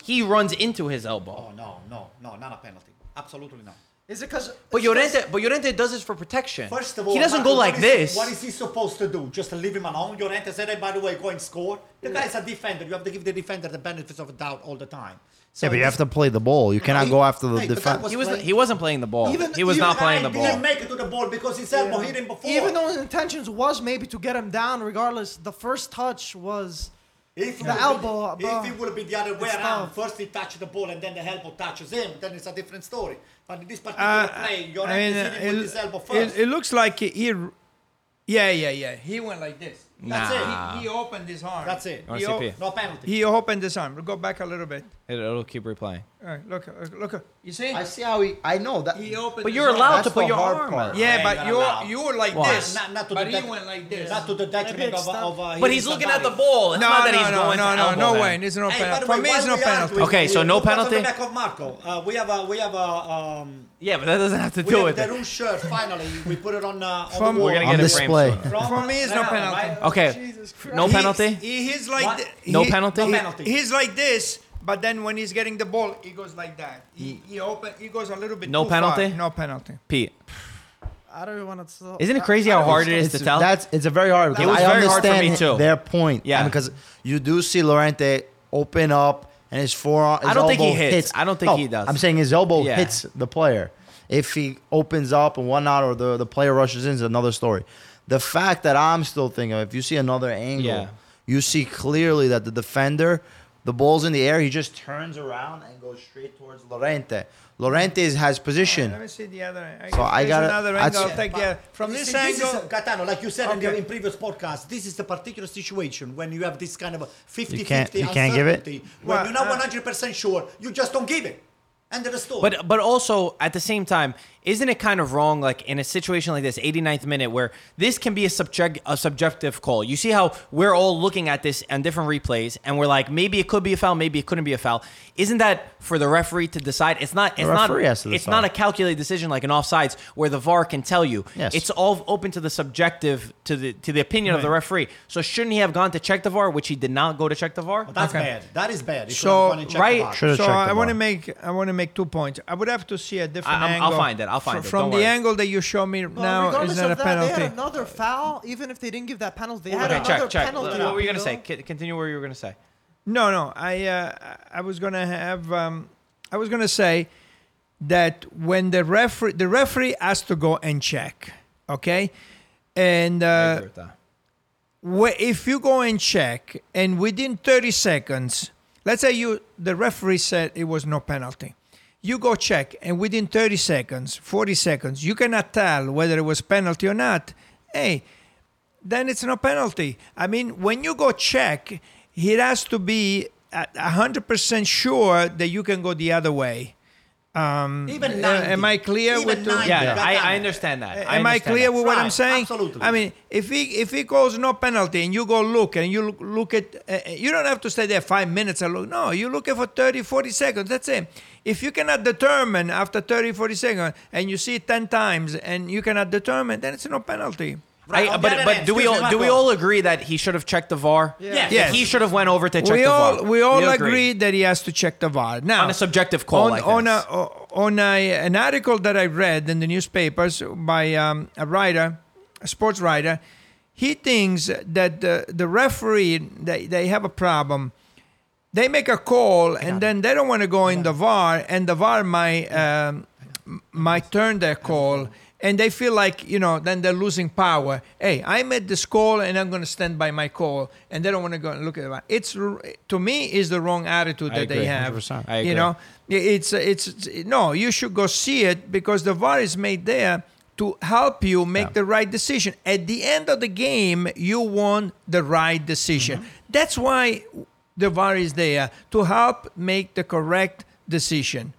Speaker 4: He runs into his elbow.
Speaker 1: oh no, no, no, not a penalty. Absolutely not.
Speaker 2: Is it because?
Speaker 4: But Llorente, but Llorente does this for protection.
Speaker 1: First of all,
Speaker 4: he doesn't
Speaker 1: Marco,
Speaker 4: go like
Speaker 1: what is-
Speaker 4: this.
Speaker 1: What is he supposed to do? Just leave him alone? Llorente said, hey, by the way, go and score. The guy's a defender. You have to give the defender the benefits of the doubt all the time. So
Speaker 3: Yeah, but you
Speaker 1: this-
Speaker 3: have to play the ball. You cannot
Speaker 1: he-
Speaker 3: go after the
Speaker 1: hey, but that
Speaker 3: defender.
Speaker 1: was
Speaker 4: he was
Speaker 1: playing-
Speaker 4: he wasn't playing the ball.
Speaker 2: Even-
Speaker 4: he was
Speaker 2: even
Speaker 4: not playing
Speaker 1: guy
Speaker 4: the
Speaker 1: Didn't
Speaker 4: ball.
Speaker 1: make it to the ball because his elbow hit him before.
Speaker 2: Even though his intentions was maybe to get him down, regardless, the first touch was.
Speaker 1: if it
Speaker 2: the
Speaker 1: would
Speaker 2: elbow,
Speaker 1: be,
Speaker 2: bro,
Speaker 1: if it would be the other way
Speaker 2: it's
Speaker 1: around,
Speaker 2: tough.
Speaker 1: first he touched the ball and then the elbow touches him, then it's a different story. But in this particular
Speaker 5: Uh,
Speaker 1: play,
Speaker 5: I
Speaker 1: Llorente
Speaker 5: mean,
Speaker 4: uh,
Speaker 1: hit him with his elbow
Speaker 5: it,
Speaker 1: first.
Speaker 5: it, it looks like he, he. Yeah, yeah, yeah. He went like this.
Speaker 1: That's it.
Speaker 4: Nah.
Speaker 5: He, he opened his arm.
Speaker 1: That's it.
Speaker 4: wanna
Speaker 5: He,
Speaker 4: see
Speaker 5: o-
Speaker 4: P?
Speaker 1: no penalty.
Speaker 5: he opened his arm. Go back a little bit.
Speaker 4: It, will keep replaying.
Speaker 5: All right, look, uh, look. uh, You see?
Speaker 3: I see how he. I know that.
Speaker 5: He opened.
Speaker 4: But
Speaker 5: his
Speaker 4: you're
Speaker 5: arm.
Speaker 4: allowed
Speaker 3: That's
Speaker 4: to put
Speaker 3: the
Speaker 4: your
Speaker 3: hard
Speaker 4: arm.
Speaker 3: part.
Speaker 4: out.
Speaker 5: Yeah,
Speaker 1: I
Speaker 5: but
Speaker 1: ain't
Speaker 5: you
Speaker 1: allowed.
Speaker 5: you were like
Speaker 4: Why?
Speaker 5: this.
Speaker 1: Not- not to
Speaker 5: but
Speaker 1: the
Speaker 5: he
Speaker 1: back-
Speaker 5: went like this.
Speaker 1: Not to the detriment of,
Speaker 2: stop.
Speaker 1: of uh,
Speaker 4: But
Speaker 1: hitting
Speaker 4: he's looking at
Speaker 1: somebody.
Speaker 4: the ball.
Speaker 5: no,
Speaker 4: It's not that
Speaker 5: no,
Speaker 4: he's
Speaker 5: no,
Speaker 4: going
Speaker 5: no,
Speaker 4: to
Speaker 5: no,
Speaker 4: elbow
Speaker 5: no
Speaker 4: him.
Speaker 5: way. It's no
Speaker 1: Hey,
Speaker 5: penalty.
Speaker 1: by the
Speaker 5: For
Speaker 1: way,
Speaker 5: me,
Speaker 1: while
Speaker 5: it's no
Speaker 1: we are
Speaker 5: penalty.
Speaker 1: doing-
Speaker 4: Okay, so
Speaker 1: we-
Speaker 4: no
Speaker 1: we talk on
Speaker 4: penalty?
Speaker 1: The back of Marco. Uh, we have a we have a um,
Speaker 4: Yeah, but that doesn't have to
Speaker 1: we
Speaker 4: do
Speaker 1: have
Speaker 4: with
Speaker 1: the
Speaker 4: it.
Speaker 1: Rouge shirt. Finally, we put it on uh, on
Speaker 5: From-
Speaker 1: the wall.
Speaker 4: We're gonna
Speaker 3: on
Speaker 4: get it framed
Speaker 3: display.
Speaker 4: soon.
Speaker 1: From-
Speaker 5: For me, it's no
Speaker 1: Right,
Speaker 5: penalty.
Speaker 1: right?
Speaker 4: Okay,
Speaker 2: Jesus Christ.
Speaker 4: no
Speaker 5: He-
Speaker 4: penalty.
Speaker 5: He, he's like
Speaker 1: What?
Speaker 5: th-
Speaker 4: No
Speaker 5: he-
Speaker 4: penalty? No
Speaker 5: he-
Speaker 1: penalty.
Speaker 5: He's like this, but then when he's getting the ball, he goes like that. He, he open. He goes a little bit.
Speaker 4: Mm. No
Speaker 5: too far.
Speaker 4: penalty?
Speaker 5: No penalty.
Speaker 4: Pete,
Speaker 2: I don't even want to.
Speaker 4: isn't it crazy how hard it is
Speaker 3: It's,
Speaker 4: to tell?
Speaker 3: That's it's a very hard.
Speaker 4: It was
Speaker 3: I
Speaker 4: very hard for me,
Speaker 3: understand
Speaker 4: too.
Speaker 3: Their point.
Speaker 4: Yeah.
Speaker 3: because you do see Lorente open up and his forearm. His
Speaker 4: I don't think he
Speaker 3: elbow
Speaker 4: hits. I don't think
Speaker 3: No,
Speaker 4: he does.
Speaker 3: I'm saying his elbow
Speaker 4: Yeah.
Speaker 3: hits the player. If he opens up and whatnot, or the the player rushes in, is another story. The fact that I'm still thinking, if you see another angle,
Speaker 4: Yeah.
Speaker 3: you see clearly that the defender, the ball's in the air, he just turns around and goes straight towards Lorente. Lorente is- has position.
Speaker 5: Let me see the other. I
Speaker 3: So I
Speaker 5: there's
Speaker 3: gotta-
Speaker 5: another
Speaker 3: I'd
Speaker 5: angle.
Speaker 3: say-
Speaker 5: I'll take the, from
Speaker 1: You
Speaker 5: this
Speaker 1: see,
Speaker 5: angle.
Speaker 1: is, Gaetano, like you said in, the,
Speaker 5: Okay.
Speaker 1: in previous podcast, this is the particular situation when you have this kind of a 50
Speaker 3: You can't-
Speaker 1: 50
Speaker 3: you can't give it?
Speaker 1: uncertainty. When
Speaker 5: Well,
Speaker 1: you're not
Speaker 5: uh,
Speaker 1: 100% sure, you just don't give it. End of the story.
Speaker 4: But but also at the same time, isn't it kind of wrong? Like in a situation like this, 89th minute, where this can be a subject a subjective call. You see how we're all looking at this and different replays, and we're like, maybe it could be a foul, maybe it couldn't be a foul. Isn't that for the referee to decide? It's not. It's not.
Speaker 3: referee has to
Speaker 4: It's
Speaker 3: decide.
Speaker 4: not a calculated decision like an offsides where the VAR can tell you.
Speaker 3: Yes.
Speaker 4: It's all open to the subjective to the to the opinion of the referee. So shouldn't he have gone to check the VAR, which he did not go to check the VAR?
Speaker 1: That's
Speaker 5: Okay.
Speaker 1: bad. That is bad. If
Speaker 5: So,
Speaker 1: you're not gonna check the
Speaker 4: right-
Speaker 1: box.
Speaker 3: Should have
Speaker 5: so
Speaker 3: checked
Speaker 5: I
Speaker 3: the
Speaker 5: want to
Speaker 3: ball.
Speaker 5: make I want to make two points. I would have to see a different
Speaker 4: I'm- I'll
Speaker 5: angle.
Speaker 4: find it, I'll find
Speaker 5: Fr-
Speaker 4: it,
Speaker 5: From
Speaker 4: don't
Speaker 5: the
Speaker 4: worry.
Speaker 5: angle that you show me
Speaker 2: But
Speaker 5: now
Speaker 2: regardless
Speaker 5: is not a
Speaker 2: of that, they had
Speaker 5: penalty.
Speaker 2: another foul. Even if they didn't give that penalty, they had
Speaker 4: Okay,
Speaker 2: another
Speaker 4: check, check.
Speaker 2: penalty.
Speaker 4: What were you gonna
Speaker 2: Pio.
Speaker 4: say? Con- Continue what you were gonna say.
Speaker 5: No, no. I uh, I was gonna have um, I was gonna say that when the referee the referee has to go and check, okay, and
Speaker 4: I
Speaker 5: uh,
Speaker 4: agree with that.
Speaker 5: wh- if you go and check and within 30 seconds let's say you the referee said it was no penalty you go check, and within 30 seconds, 40 seconds, you cannot tell whether it was penalty or not. Hey, then it's no penalty. I mean, when you go check, it has to be a- a 100% sure that you can go the other way.
Speaker 1: Even 90.
Speaker 5: uh, am I clear
Speaker 1: Even
Speaker 5: with the-
Speaker 1: 90,
Speaker 4: Yeah,
Speaker 1: Beckham.
Speaker 4: I, I understand that.
Speaker 5: Am I
Speaker 4: understand
Speaker 5: clear
Speaker 4: that.
Speaker 5: with what I'm
Speaker 1: Right,
Speaker 5: saying?
Speaker 1: absolutely.
Speaker 5: I mean, if he if he calls no penalty and you go look and you look, look at, uh, you don't have to stay there five minutes and look. No, you look at for 30, 40 seconds. That's it. If you cannot determine after 30, 40 seconds and you see it 10 times and you cannot determine, then it's no penalty.
Speaker 1: Right,
Speaker 4: I-
Speaker 1: on the
Speaker 4: but
Speaker 1: other
Speaker 4: but
Speaker 1: end,
Speaker 4: do we
Speaker 1: excuse
Speaker 4: all
Speaker 1: me,
Speaker 4: do we
Speaker 1: Marco.
Speaker 4: all agree that he should have checked the VAR?
Speaker 1: Yeah.
Speaker 5: Yes.
Speaker 4: He should have went over to check
Speaker 5: we
Speaker 4: the
Speaker 5: all
Speaker 4: VAR.
Speaker 5: we all agree. that he has to check the VAR now
Speaker 4: On a subjective call
Speaker 5: on,
Speaker 4: like
Speaker 5: on
Speaker 4: this.
Speaker 5: a on a, an article that I read in the newspapers by um, a writer, a sports writer. He thinks that the, the referee they, they have a problem. They make a call and then they don't want to go in the VAR, and the VAR might um, might turn their call. And they feel like, you know, then they're losing power. Hey, I made this call and I'm going to stand by my call. And they don't want to go and look at it. It's, r- to me, is the wrong attitude
Speaker 4: I
Speaker 5: that they
Speaker 4: agree,
Speaker 5: have.
Speaker 4: 100%. I
Speaker 5: You
Speaker 4: agree.
Speaker 5: know, it's, it's, it's- no, you should go see it because the VAR is made there to help you make the right decision. At the end of the game, you want the right decision. That's why the VAR is there to help make the correct decision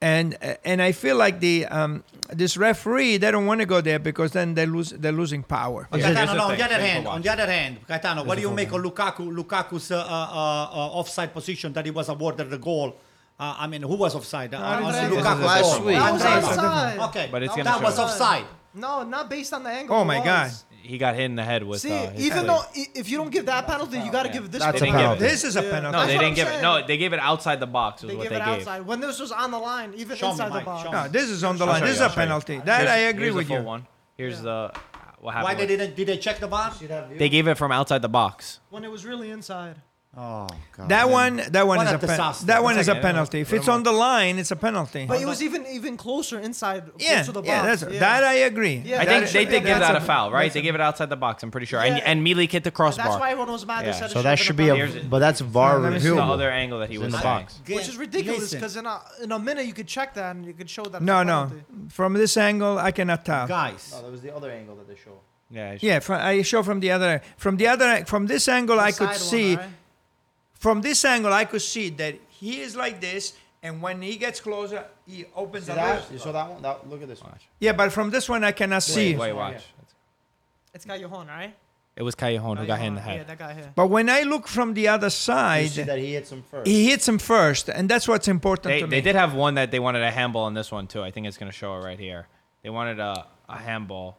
Speaker 5: and and I feel like the um, this referee they don't want to go there because then they lose they're losing power.
Speaker 1: But
Speaker 4: Yeah, here's
Speaker 1: Gaetano,
Speaker 4: the
Speaker 1: no, on
Speaker 4: thing.
Speaker 1: the other
Speaker 4: Thank you
Speaker 1: hand,
Speaker 4: for
Speaker 1: on the other hand, Gaetano, what do you make of Lukaku, Lukaku's uh, uh, uh, offside position that he was awarded the goal? Uh, I mean, who was offside? Uh, on
Speaker 2: Andrea.
Speaker 1: Lukaku's
Speaker 2: This is a
Speaker 1: goal.
Speaker 3: different one.
Speaker 2: That was
Speaker 1: Andrea.
Speaker 2: offside.
Speaker 1: Okay,
Speaker 4: But it's gonna
Speaker 1: that
Speaker 4: show
Speaker 1: was
Speaker 4: it.
Speaker 1: offside.
Speaker 2: No, not based on the angle.
Speaker 5: Oh
Speaker 2: it
Speaker 5: my
Speaker 2: was.
Speaker 5: God.
Speaker 4: He got hit in the head with.
Speaker 2: See,
Speaker 4: uh, his leg.
Speaker 2: even though i- if you don't give that penalty, you got to give this.
Speaker 3: That's
Speaker 4: They
Speaker 3: a
Speaker 4: didn't give
Speaker 3: penalty.
Speaker 4: it.
Speaker 5: This is a
Speaker 2: Yeah.
Speaker 5: penalty.
Speaker 4: no,
Speaker 2: That's
Speaker 4: they
Speaker 2: what
Speaker 4: didn't
Speaker 2: I'm
Speaker 4: give it.
Speaker 2: saying.
Speaker 4: No, they gave it outside the box. Was
Speaker 2: They
Speaker 4: what
Speaker 2: gave
Speaker 4: they
Speaker 2: it
Speaker 4: gave.
Speaker 2: outside when this was on the line, even
Speaker 1: Show me,
Speaker 2: inside the
Speaker 1: Mike,
Speaker 2: box.
Speaker 1: show me.
Speaker 5: No, this is on the
Speaker 4: I'll
Speaker 5: line.
Speaker 4: show
Speaker 5: This is
Speaker 4: you,
Speaker 5: a
Speaker 4: I'll show you.
Speaker 5: penalty. That
Speaker 4: Here's-
Speaker 5: I agree
Speaker 4: here's the
Speaker 5: with
Speaker 4: full
Speaker 5: you.
Speaker 4: One. Here's the what happened.
Speaker 1: Why they
Speaker 4: with-
Speaker 1: didn't? Did they check the bar?
Speaker 4: They gave it from outside the box.
Speaker 2: When it was really inside.
Speaker 1: Oh, God.
Speaker 5: That one, that one
Speaker 1: What
Speaker 5: is
Speaker 1: a
Speaker 5: a penalty.
Speaker 1: disaster.
Speaker 5: That one is a
Speaker 4: Okay.
Speaker 5: penalty. If it's on the line, it's a penalty.
Speaker 2: But it was even even closer inside,
Speaker 5: yeah,
Speaker 2: closer to the box.
Speaker 5: yeah, that's, that I agree.
Speaker 2: Yeah,
Speaker 4: I
Speaker 2: that
Speaker 4: think
Speaker 2: is-
Speaker 4: they did give
Speaker 5: that's
Speaker 4: that a foul, right? They gave it outside the box. I'm pretty sure. And
Speaker 2: Yeah.
Speaker 4: and Mealy hit the crossbar.
Speaker 2: That's why everyone was mad. They
Speaker 4: Yeah.
Speaker 2: said
Speaker 3: So
Speaker 2: it should've
Speaker 3: that
Speaker 2: been
Speaker 3: should
Speaker 2: a
Speaker 3: be a,
Speaker 4: Here's it.
Speaker 3: but that's VAR
Speaker 4: This is the other
Speaker 3: reviewable.
Speaker 4: which he was
Speaker 3: in the
Speaker 4: saying.
Speaker 3: box.
Speaker 2: penalty, which is ridiculous
Speaker 1: Listen,
Speaker 2: because in a in a minute you could check that and you could show that. it's
Speaker 5: No,
Speaker 2: a
Speaker 5: no.
Speaker 2: penalty.
Speaker 5: From this angle, I cannot tell.
Speaker 1: guys,
Speaker 3: Oh, that was the other angle that they show.
Speaker 4: Yeah, he-
Speaker 5: Yeah, from, I show from the other, from the other, from this angle, I could
Speaker 2: Side one,
Speaker 5: see.
Speaker 2: right?
Speaker 5: from this angle, I could see that he is like this, and when he gets closer, he opens the lips.
Speaker 3: You saw that one? That, look at this one.
Speaker 5: Yeah, but from this one, I cannot see.
Speaker 4: Wait, wait, watch.
Speaker 2: It's Callejon, right?
Speaker 4: It was Callejon who got hit in the
Speaker 2: Yeah,
Speaker 4: head.
Speaker 2: that guy here.
Speaker 5: But when I look from the other
Speaker 3: You see
Speaker 5: side,
Speaker 3: that he hits him first.
Speaker 5: he hits him first, and that's what's important
Speaker 4: They,
Speaker 5: to
Speaker 4: they
Speaker 5: me.
Speaker 4: did have one that they wanted a handball on this one too. I think it's gonna show it right here. They wanted a, a handball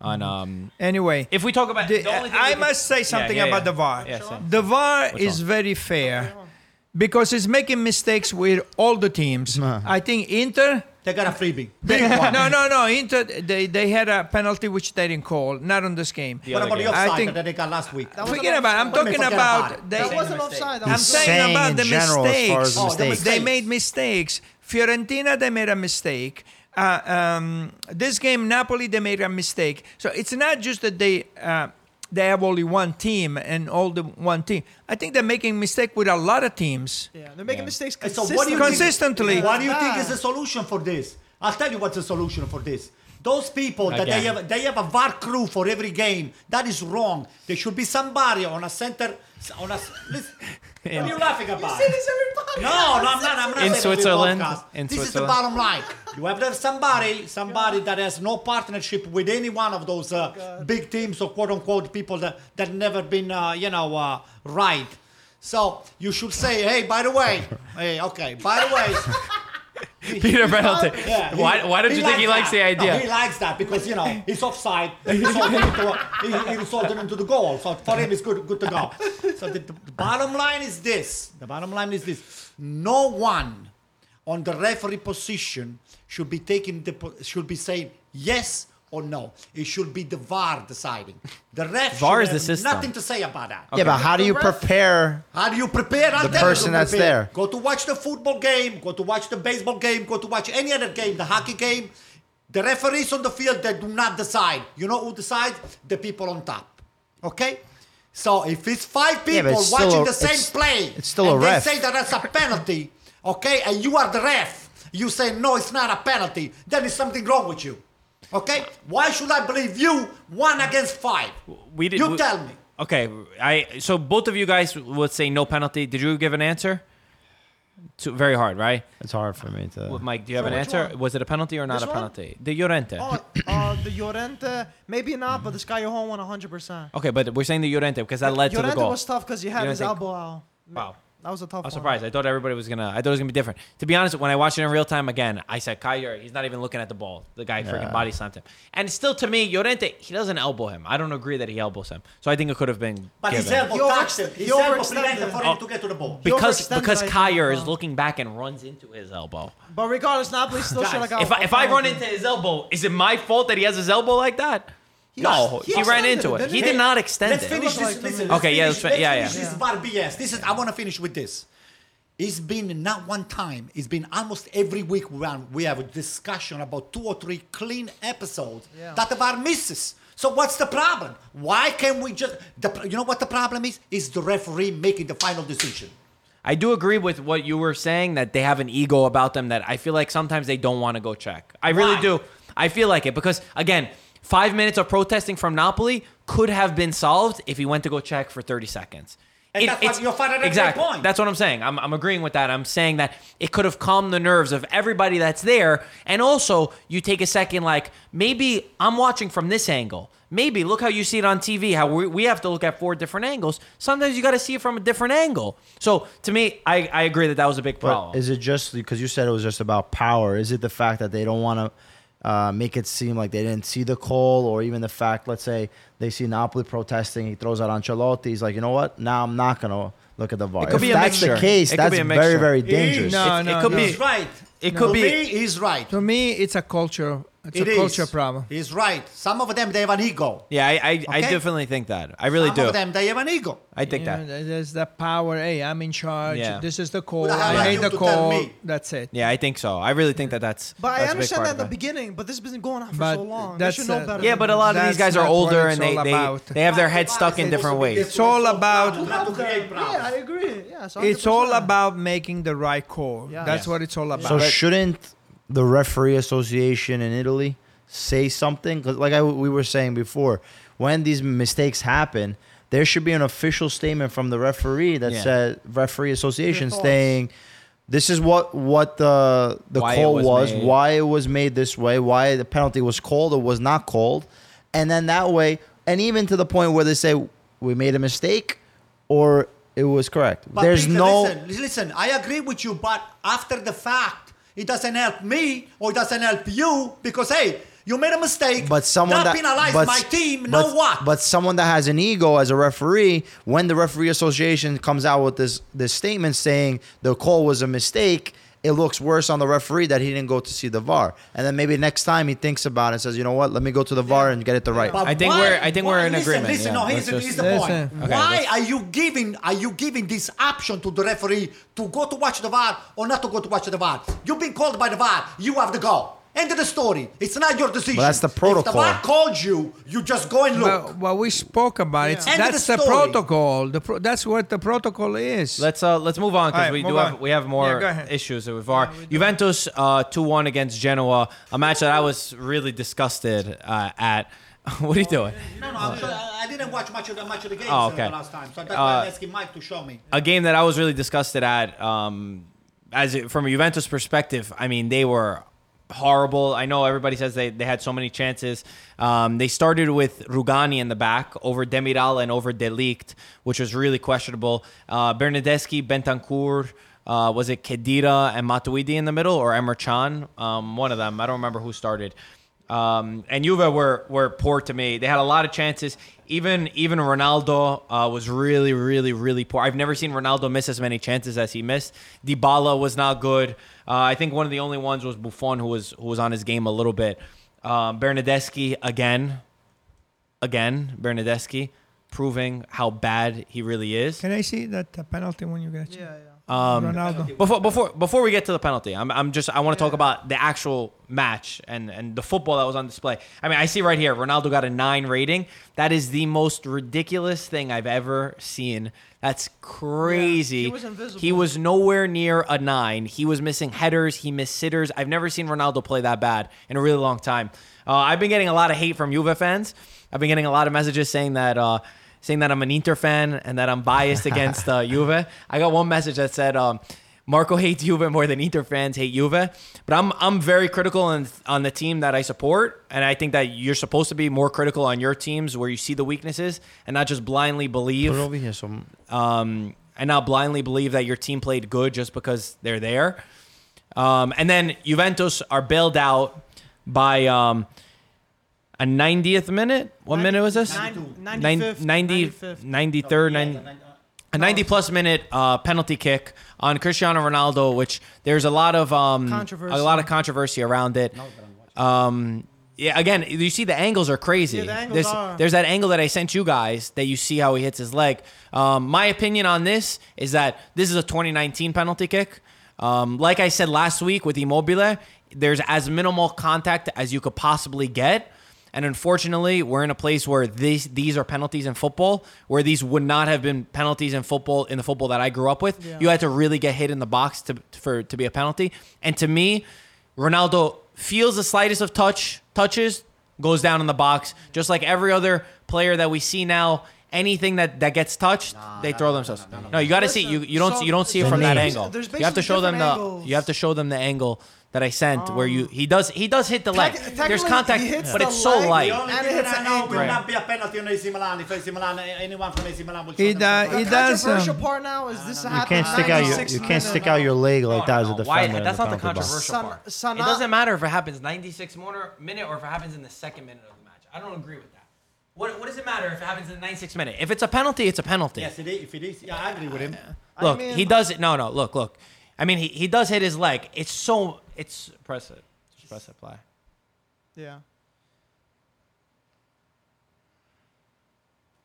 Speaker 4: on um.
Speaker 5: Anyway,
Speaker 4: If we talk about
Speaker 5: the-
Speaker 4: the only thing we
Speaker 5: I
Speaker 4: can-
Speaker 5: must say something
Speaker 4: yeah, yeah.
Speaker 5: about the VAR.
Speaker 4: Yeah, same.
Speaker 5: the VAR
Speaker 4: Which
Speaker 5: is
Speaker 4: one?
Speaker 5: very fair because it's making mistakes with all the teams. I think Inter.
Speaker 1: they got a freebie.
Speaker 5: They, no, no, no. Inter. They, they had a penalty which they didn't call. Not on this game.
Speaker 4: The
Speaker 1: what
Speaker 4: other
Speaker 1: about the
Speaker 4: game.
Speaker 5: I
Speaker 1: offside
Speaker 5: think-
Speaker 1: that they got last week?
Speaker 2: That was
Speaker 5: Forget
Speaker 2: an
Speaker 5: about. I'm
Speaker 2: offside.
Speaker 5: talking
Speaker 1: Forget
Speaker 5: about.
Speaker 1: about it.
Speaker 5: they,
Speaker 2: That
Speaker 3: Saying
Speaker 2: wasn't
Speaker 3: the mistake.
Speaker 2: offside. that
Speaker 5: I'm
Speaker 2: was-
Speaker 3: He's
Speaker 5: saying
Speaker 3: saying
Speaker 5: about the
Speaker 3: in general as
Speaker 5: mistakes.
Speaker 3: far as the
Speaker 1: Oh, the mistakes.
Speaker 5: They made mistakes. Fiorentina, they made a mistake. Uh, um, this game, Napoli, they made a mistake. So it's not just that they uh, they have only one team and all the one team. I think they're making mistake with a lot of teams.
Speaker 2: Yeah, they're making mistakes
Speaker 1: And so what do
Speaker 2: consistently.
Speaker 1: you think-
Speaker 5: Consistently.
Speaker 1: what do you think
Speaker 2: Yeah.
Speaker 1: is the solution for this? I'll tell you what's the solution for this. Those people that they
Speaker 4: Again.
Speaker 1: have, they have a VAR crew for every game. That is wrong. There should be somebody on a center. On a listen, what are you laughing
Speaker 2: You
Speaker 1: about?
Speaker 2: say this every podcast.
Speaker 1: No, no, I'm not. I'm not
Speaker 4: In
Speaker 1: saying that we
Speaker 4: Switzerland?
Speaker 1: broadcast.
Speaker 4: In
Speaker 1: this
Speaker 4: Switzerland?
Speaker 1: is the bottom line. You have there somebody, somebody that has no partnership with any one of those uh, big teams or quote unquote people that that never been, uh, you know, uh, right. So you should say, hey, by the way, hey, okay, by the way.
Speaker 4: Peter Benelton.
Speaker 1: Yeah, he-
Speaker 4: why, why don't
Speaker 1: he
Speaker 4: you think he likes the
Speaker 1: that.
Speaker 4: idea?
Speaker 1: No, he likes that because you know he's offside. He resulted into, he, he resulted into the goal, so for him it's good, good to go. So the, the bottom line is this: the bottom line is this. No one on the referee position should be taking the po- should be saying yes or no. It should be the VAR deciding. The ref
Speaker 4: VAR
Speaker 1: should
Speaker 4: is the
Speaker 1: have
Speaker 4: system.
Speaker 1: Nothing to say about that.
Speaker 3: Yeah, but how do
Speaker 2: The
Speaker 3: you
Speaker 2: ref-
Speaker 3: prepare?
Speaker 1: How do you prepare? I'll
Speaker 3: The
Speaker 1: tell you to
Speaker 3: person that's
Speaker 1: prepare.
Speaker 3: there.
Speaker 1: Go to watch the football game. Go to watch the baseball game. Go to watch any other game, the hockey game. The referees on the field they do not decide. You know who decides? The people on top. Okay. So if it's five people
Speaker 3: Yeah, but it's still
Speaker 1: watching
Speaker 3: a-
Speaker 1: the same
Speaker 3: it's-
Speaker 1: play,
Speaker 3: it's still a
Speaker 1: and
Speaker 3: ref.
Speaker 1: they say that that's a penalty, okay, and you are the ref. you say no, it's not a penalty, then there's something wrong with you. Okay? Why should I believe you one against five?
Speaker 4: We did.
Speaker 1: You
Speaker 4: we-
Speaker 1: tell me.
Speaker 4: Okay, I. So both of you guys would say no penalty. Did you give an answer? Too, very hard, right?
Speaker 3: It's hard for me to.
Speaker 4: Well, Mike, do you have
Speaker 2: So
Speaker 4: an
Speaker 2: which
Speaker 4: answer?
Speaker 2: one?
Speaker 4: Was it a penalty or not
Speaker 2: This
Speaker 4: a
Speaker 2: one?
Speaker 4: penalty? The Llorente.
Speaker 2: Oh, uh, the Llorente, maybe not, but this guy Yohan won 100%.
Speaker 4: Okay, but we're saying the Llorente because that led to the
Speaker 2: Llorente
Speaker 4: goal.
Speaker 2: was tough because he had his
Speaker 4: Llorente-
Speaker 2: elbow out.
Speaker 4: wow.
Speaker 2: That was a tough
Speaker 4: I
Speaker 2: one.
Speaker 4: was surprised. I thought everybody was gonna. I thought it was gonna be different. To be honest, when I watched it in real time again, I said, "Kai, Yor- he's not even looking at the ball. The guy freaking body slammed him." And still, to me, Llorente, he doesn't elbow him. I don't agree that he elbows him. So I think it could have been.
Speaker 1: But his
Speaker 4: given.
Speaker 1: elbow
Speaker 2: You
Speaker 1: touched him.
Speaker 2: overextend-
Speaker 1: His
Speaker 2: you
Speaker 1: elbow
Speaker 2: overextended
Speaker 1: prevented
Speaker 2: it.
Speaker 1: for
Speaker 4: Oh.
Speaker 1: him to get to the ball.
Speaker 2: Be-
Speaker 4: because
Speaker 2: overextended,
Speaker 4: because
Speaker 2: I think,
Speaker 4: Kyer
Speaker 2: uh,
Speaker 4: is looking back and runs into his elbow.
Speaker 2: But regardless, Napoli still should have got
Speaker 4: if I,
Speaker 2: a
Speaker 4: if I run
Speaker 2: penalty.
Speaker 4: into his elbow, is it my fault that he has his elbow like that?
Speaker 2: He-
Speaker 4: no,
Speaker 2: he
Speaker 4: he, ran
Speaker 2: extended
Speaker 4: into
Speaker 2: it,
Speaker 4: it.
Speaker 2: didn't
Speaker 4: He
Speaker 2: he?
Speaker 4: did not extend
Speaker 1: Let's
Speaker 4: it.
Speaker 1: finish
Speaker 2: It looked
Speaker 1: this.
Speaker 2: like to
Speaker 1: Listen,
Speaker 2: me.
Speaker 1: let's
Speaker 4: Okay, yeah,
Speaker 1: finish-
Speaker 4: let's fin- yeah,
Speaker 1: let's
Speaker 4: yeah.
Speaker 1: finish This bar BS. This is. I want to finish with this. It's been not one time. It's been almost every week we run- we have a discussion about two or three clean episodes
Speaker 2: Yeah.
Speaker 1: that the VAR misses. So what's the problem? Why can't we just? The, pr- you know what the problem is? Is the referee making the final decision?
Speaker 4: I do agree with what you were saying that they have an ego about them that I feel like sometimes they don't want to go check. I really
Speaker 1: Why?
Speaker 4: do. I feel like it because again, five minutes of protesting from Napoli could have been solved if he went to go check for thirty seconds.
Speaker 1: And that's what- you're fighting a great
Speaker 4: exactly.
Speaker 1: point.
Speaker 4: That's what I'm saying. I'm, I'm agreeing with that. I'm saying that it could have calmed the nerves of everybody that's there. And also, you take a second, like, maybe I'm watching from this angle. Maybe look how you see it on TV, how we, we have to look at four different angles. Sometimes you got to see it from a different angle. So to me, I, I agree that that was a big problem.
Speaker 3: But is it just because you said it was just about power? Is it the fact that they don't want to uh, make it seem like they didn't see the call, or even the fact, let's say they see Napoli protesting, he throws out Ancelotti, he's like, you know what? Now I'm not gonna look at the VAR.
Speaker 4: It could
Speaker 3: if
Speaker 4: be a
Speaker 3: that's the
Speaker 4: mixture.
Speaker 3: case,
Speaker 4: It could
Speaker 3: that's
Speaker 4: be a
Speaker 3: very
Speaker 4: mixture.
Speaker 3: very
Speaker 1: is.
Speaker 3: dangerous.
Speaker 5: No.
Speaker 4: It's- it could
Speaker 5: no.
Speaker 4: be.
Speaker 1: He's right.
Speaker 4: It
Speaker 1: To
Speaker 4: could be-
Speaker 1: Me, he's right.
Speaker 5: To me, it's a culture. It's
Speaker 1: It
Speaker 5: a
Speaker 1: is.
Speaker 5: culture problem.
Speaker 1: He's right. Some of them they have an ego.
Speaker 4: Yeah, I, I, I
Speaker 1: Okay.
Speaker 4: definitely think that. I really
Speaker 1: Some
Speaker 4: do.
Speaker 1: of them they have an ego.
Speaker 4: I think
Speaker 5: You know,
Speaker 4: that.
Speaker 5: there- there's the power. Hey, I'm in charge.
Speaker 4: Yeah.
Speaker 5: This is the call.
Speaker 1: the hell
Speaker 5: I
Speaker 1: are
Speaker 5: made
Speaker 1: you
Speaker 5: the
Speaker 1: to tell
Speaker 5: call.
Speaker 1: me?
Speaker 5: That's it.
Speaker 4: Yeah, I think so. I really think that that's.
Speaker 2: But
Speaker 4: that's
Speaker 2: I
Speaker 4: a big
Speaker 2: understand
Speaker 4: part
Speaker 2: that
Speaker 4: of
Speaker 2: in the
Speaker 4: it.
Speaker 2: beginning, but this has been going on for
Speaker 5: But
Speaker 2: so long. They
Speaker 5: that's,
Speaker 2: should know
Speaker 5: uh,
Speaker 2: better.
Speaker 4: Yeah,
Speaker 2: than
Speaker 4: but a
Speaker 2: that.
Speaker 4: lot of these
Speaker 5: That's
Speaker 4: guys are
Speaker 5: not what
Speaker 4: older
Speaker 5: it's
Speaker 4: and they,
Speaker 5: all
Speaker 4: they,
Speaker 5: about.
Speaker 4: they have their head stuck in different ways.
Speaker 5: It's all about-
Speaker 1: Not to create problems.
Speaker 2: Yeah, I agree. Yeah, so
Speaker 5: It's all
Speaker 2: 100%.
Speaker 5: about making the right call.
Speaker 2: Yeah.
Speaker 5: That's
Speaker 2: Yes.
Speaker 5: what it's all about.
Speaker 3: So shouldn't the referee association in Italy say something? 'Cause like I, we were saying before, when these mistakes happen, there should be an official statement from the referee that
Speaker 4: Yeah.
Speaker 3: said referee association
Speaker 2: Your thoughts.
Speaker 3: saying this is what what the the
Speaker 4: Why it
Speaker 3: call
Speaker 4: was
Speaker 3: was,
Speaker 4: made."
Speaker 3: why it was made this way, why the penalty was called or was not called, and then that way, and even to the point where they say we made a mistake or it was correct.
Speaker 1: But
Speaker 3: There's
Speaker 1: Peter,
Speaker 3: no
Speaker 1: listen, listen, I agree with you, but after the fact, it doesn't help me or it doesn't help you because hey, you made a mistake.
Speaker 3: But someone
Speaker 1: that
Speaker 3: that
Speaker 1: penalized
Speaker 3: but,
Speaker 1: my team.
Speaker 3: but,
Speaker 1: now what?
Speaker 3: But someone that has an ego as a referee, when the referee association comes out with this this statement saying the call was a mistake, it looks worse on the referee that he didn't go to see the VAR. And then maybe next time he thinks about it and says, you know what, let me go to the VAR and get it the right.
Speaker 1: But
Speaker 4: I think
Speaker 1: why-
Speaker 4: we're- I think we're
Speaker 1: why-
Speaker 4: in
Speaker 1: listen,
Speaker 4: agreement,
Speaker 1: Listen,
Speaker 4: yeah.
Speaker 1: no, here's,
Speaker 4: Let's
Speaker 1: the-
Speaker 4: just-
Speaker 1: here's the
Speaker 5: Listen.
Speaker 1: point.
Speaker 4: Okay,
Speaker 1: Why
Speaker 4: let's-
Speaker 1: are you giving are you giving this option to the referee to go to watch the VAR or not to go to watch the VAR? You've been called by the VAR. You have to go. End of the story. It's not your decision.
Speaker 3: that's the
Speaker 1: If the
Speaker 3: protocol.
Speaker 1: VAR called you, you just go and look.
Speaker 5: But what we spoke about, it's,
Speaker 1: End of
Speaker 5: that's
Speaker 1: the
Speaker 5: the,
Speaker 1: story.
Speaker 5: protocol. The pro- that's what the protocol is.
Speaker 4: Let's uh let's move on
Speaker 5: All
Speaker 4: because
Speaker 5: right,
Speaker 4: we
Speaker 5: move
Speaker 4: do
Speaker 5: on.
Speaker 4: have we have
Speaker 5: Yeah,
Speaker 4: more
Speaker 5: go ahead.
Speaker 4: issues with VAR. Juventus uh two one against Genoa, a match that I was really disgusted uh, at. what are you doing?
Speaker 1: No, no, I'm sorry. I I didn't watch much of the, much of the games
Speaker 4: Oh,
Speaker 1: uh,
Speaker 4: okay.
Speaker 1: the last time, so that's why I'm
Speaker 4: Uh,
Speaker 1: asking Mike to show me.
Speaker 4: A game that I was really disgusted at. Um, as it, from a Juventus perspective, I mean they were horrible. I know everybody says they, they had so many chances. Um, they started with Rugani in the back over Demiral and over Delict, which was really questionable. Uh, Bernadeschi, Bentancur. Uh, was it Kedira and Matuidi in the middle, or Emerchan? Um, one of them. I don't remember who started. Um, and Juve were were poor to me. They had a lot of chances. Even even Ronaldo uh, was really really really poor. I've never seen Ronaldo miss as many chances as he missed. Dybala was not good. Uh, I think one of the only ones was Buffon, who was who was on his game a little bit. Um, Bernadeschi again, again Bernadeschi, proving how bad he really is.
Speaker 5: Can I see that uh, penalty when you get?
Speaker 2: Yeah, yeah.
Speaker 5: Um, Ronaldo.
Speaker 4: Before before before we get to the penalty, I'm, I'm just I want to talk about the actual match and and the football that was on display. I mean, I see right here Ronaldo got a nine rating. That is the most ridiculous thing I've ever seen. That's crazy.
Speaker 2: he was invisible.
Speaker 4: He was nowhere near a nine. He was missing headers. He missed sitters. I've never seen Ronaldo play that bad in a really long time. Uh, I've been getting a lot of hate from Juve fans. I've been getting a lot of messages saying that. Uh, saying that I'm an Inter fan and that I'm biased against uh, Juve. I got one message that said, um, "Marco hates Juve more than Inter fans hate Juve." But I'm I'm very critical on on the team that I support, and I think that you're supposed to be more critical on your teams where you see the weaknesses and not just blindly believe
Speaker 3: Put it over here. So
Speaker 4: um, and not blindly believe that your team played good just because they're there. Um, and then Juventus are bailed out by um, a 90th minute. What minute was this?
Speaker 2: Nine- Oh,
Speaker 4: Nin-
Speaker 2: 95th,
Speaker 4: 90
Speaker 2: 95th.
Speaker 4: 93rd, nin- a 90 plus minute uh, penalty kick on Cristiano Ronaldo, which there's a lot of um,
Speaker 2: Controversy.
Speaker 4: a lot of controversy around it. Um, yeah, again, you see the angles are crazy.
Speaker 2: Yeah, the angles
Speaker 4: there's,
Speaker 2: are.
Speaker 4: there's that angle that I sent you guys that you see how he hits his leg. Um, my opinion on this is that this is a 2019 penalty kick. Um, like I said last week with Immobile, there's as minimal contact as you could possibly get. And unfortunately, we're in a place where these these are penalties in football, where these would not have been penalties in football in the football that I grew up with.
Speaker 2: Yeah.
Speaker 4: You had to really get hit in the box to for to be a penalty. And to me, Ronaldo feels the slightest of touch touches, goes down in the box, just like every other player that we see now. Anything that, that gets touched, they throw themselves. No, you got to see you, you don't
Speaker 2: so-
Speaker 4: see you don't see it
Speaker 2: so
Speaker 4: from that
Speaker 2: there's-
Speaker 4: angle.
Speaker 2: there's
Speaker 4: You have to
Speaker 2: basically
Speaker 4: show them the
Speaker 2: different angles. Um,
Speaker 4: you have to show them the angle that I sent where you he does he does hit the leg.
Speaker 2: Tec-
Speaker 4: There's
Speaker 2: technically,
Speaker 4: contact,
Speaker 2: he hits
Speaker 4: but
Speaker 2: the
Speaker 4: it's so
Speaker 2: leg.
Speaker 1: The
Speaker 4: light.
Speaker 1: only
Speaker 2: And
Speaker 1: thing
Speaker 2: it hits
Speaker 1: that I
Speaker 2: an
Speaker 1: know will
Speaker 2: angle.
Speaker 1: not be a penalty on AC Milan. If AC Milan, anyone from AC Milan will show
Speaker 5: He
Speaker 1: themselves
Speaker 5: di-
Speaker 2: The
Speaker 5: It
Speaker 1: out.
Speaker 5: does,
Speaker 2: controversial
Speaker 5: um,
Speaker 2: part now is this
Speaker 3: you
Speaker 2: happened
Speaker 3: can't stick out your
Speaker 2: 96th
Speaker 3: you can't
Speaker 2: minute.
Speaker 3: stick out your leg like that as a
Speaker 4: Oh, No, no,
Speaker 3: defender.
Speaker 4: why-
Speaker 3: in
Speaker 4: that's
Speaker 3: the
Speaker 4: not the
Speaker 3: penalty box.
Speaker 4: controversial
Speaker 2: Son-
Speaker 4: part.
Speaker 2: Son-
Speaker 4: it doesn't matter if it happens 96 motor, minute or if it happens in the second minute of the match. I don't agree with that. What, what does it matter if it happens in the 96 minute? If it's a penalty, it's a penalty.
Speaker 1: Yes, it is. If it is, yeah, I agree with him.
Speaker 4: Look,
Speaker 2: mean-
Speaker 4: he does it. No, no. Look, look. I mean, he, he does hit his leg. It's so it's press it. Just press it. Play.
Speaker 2: Yeah.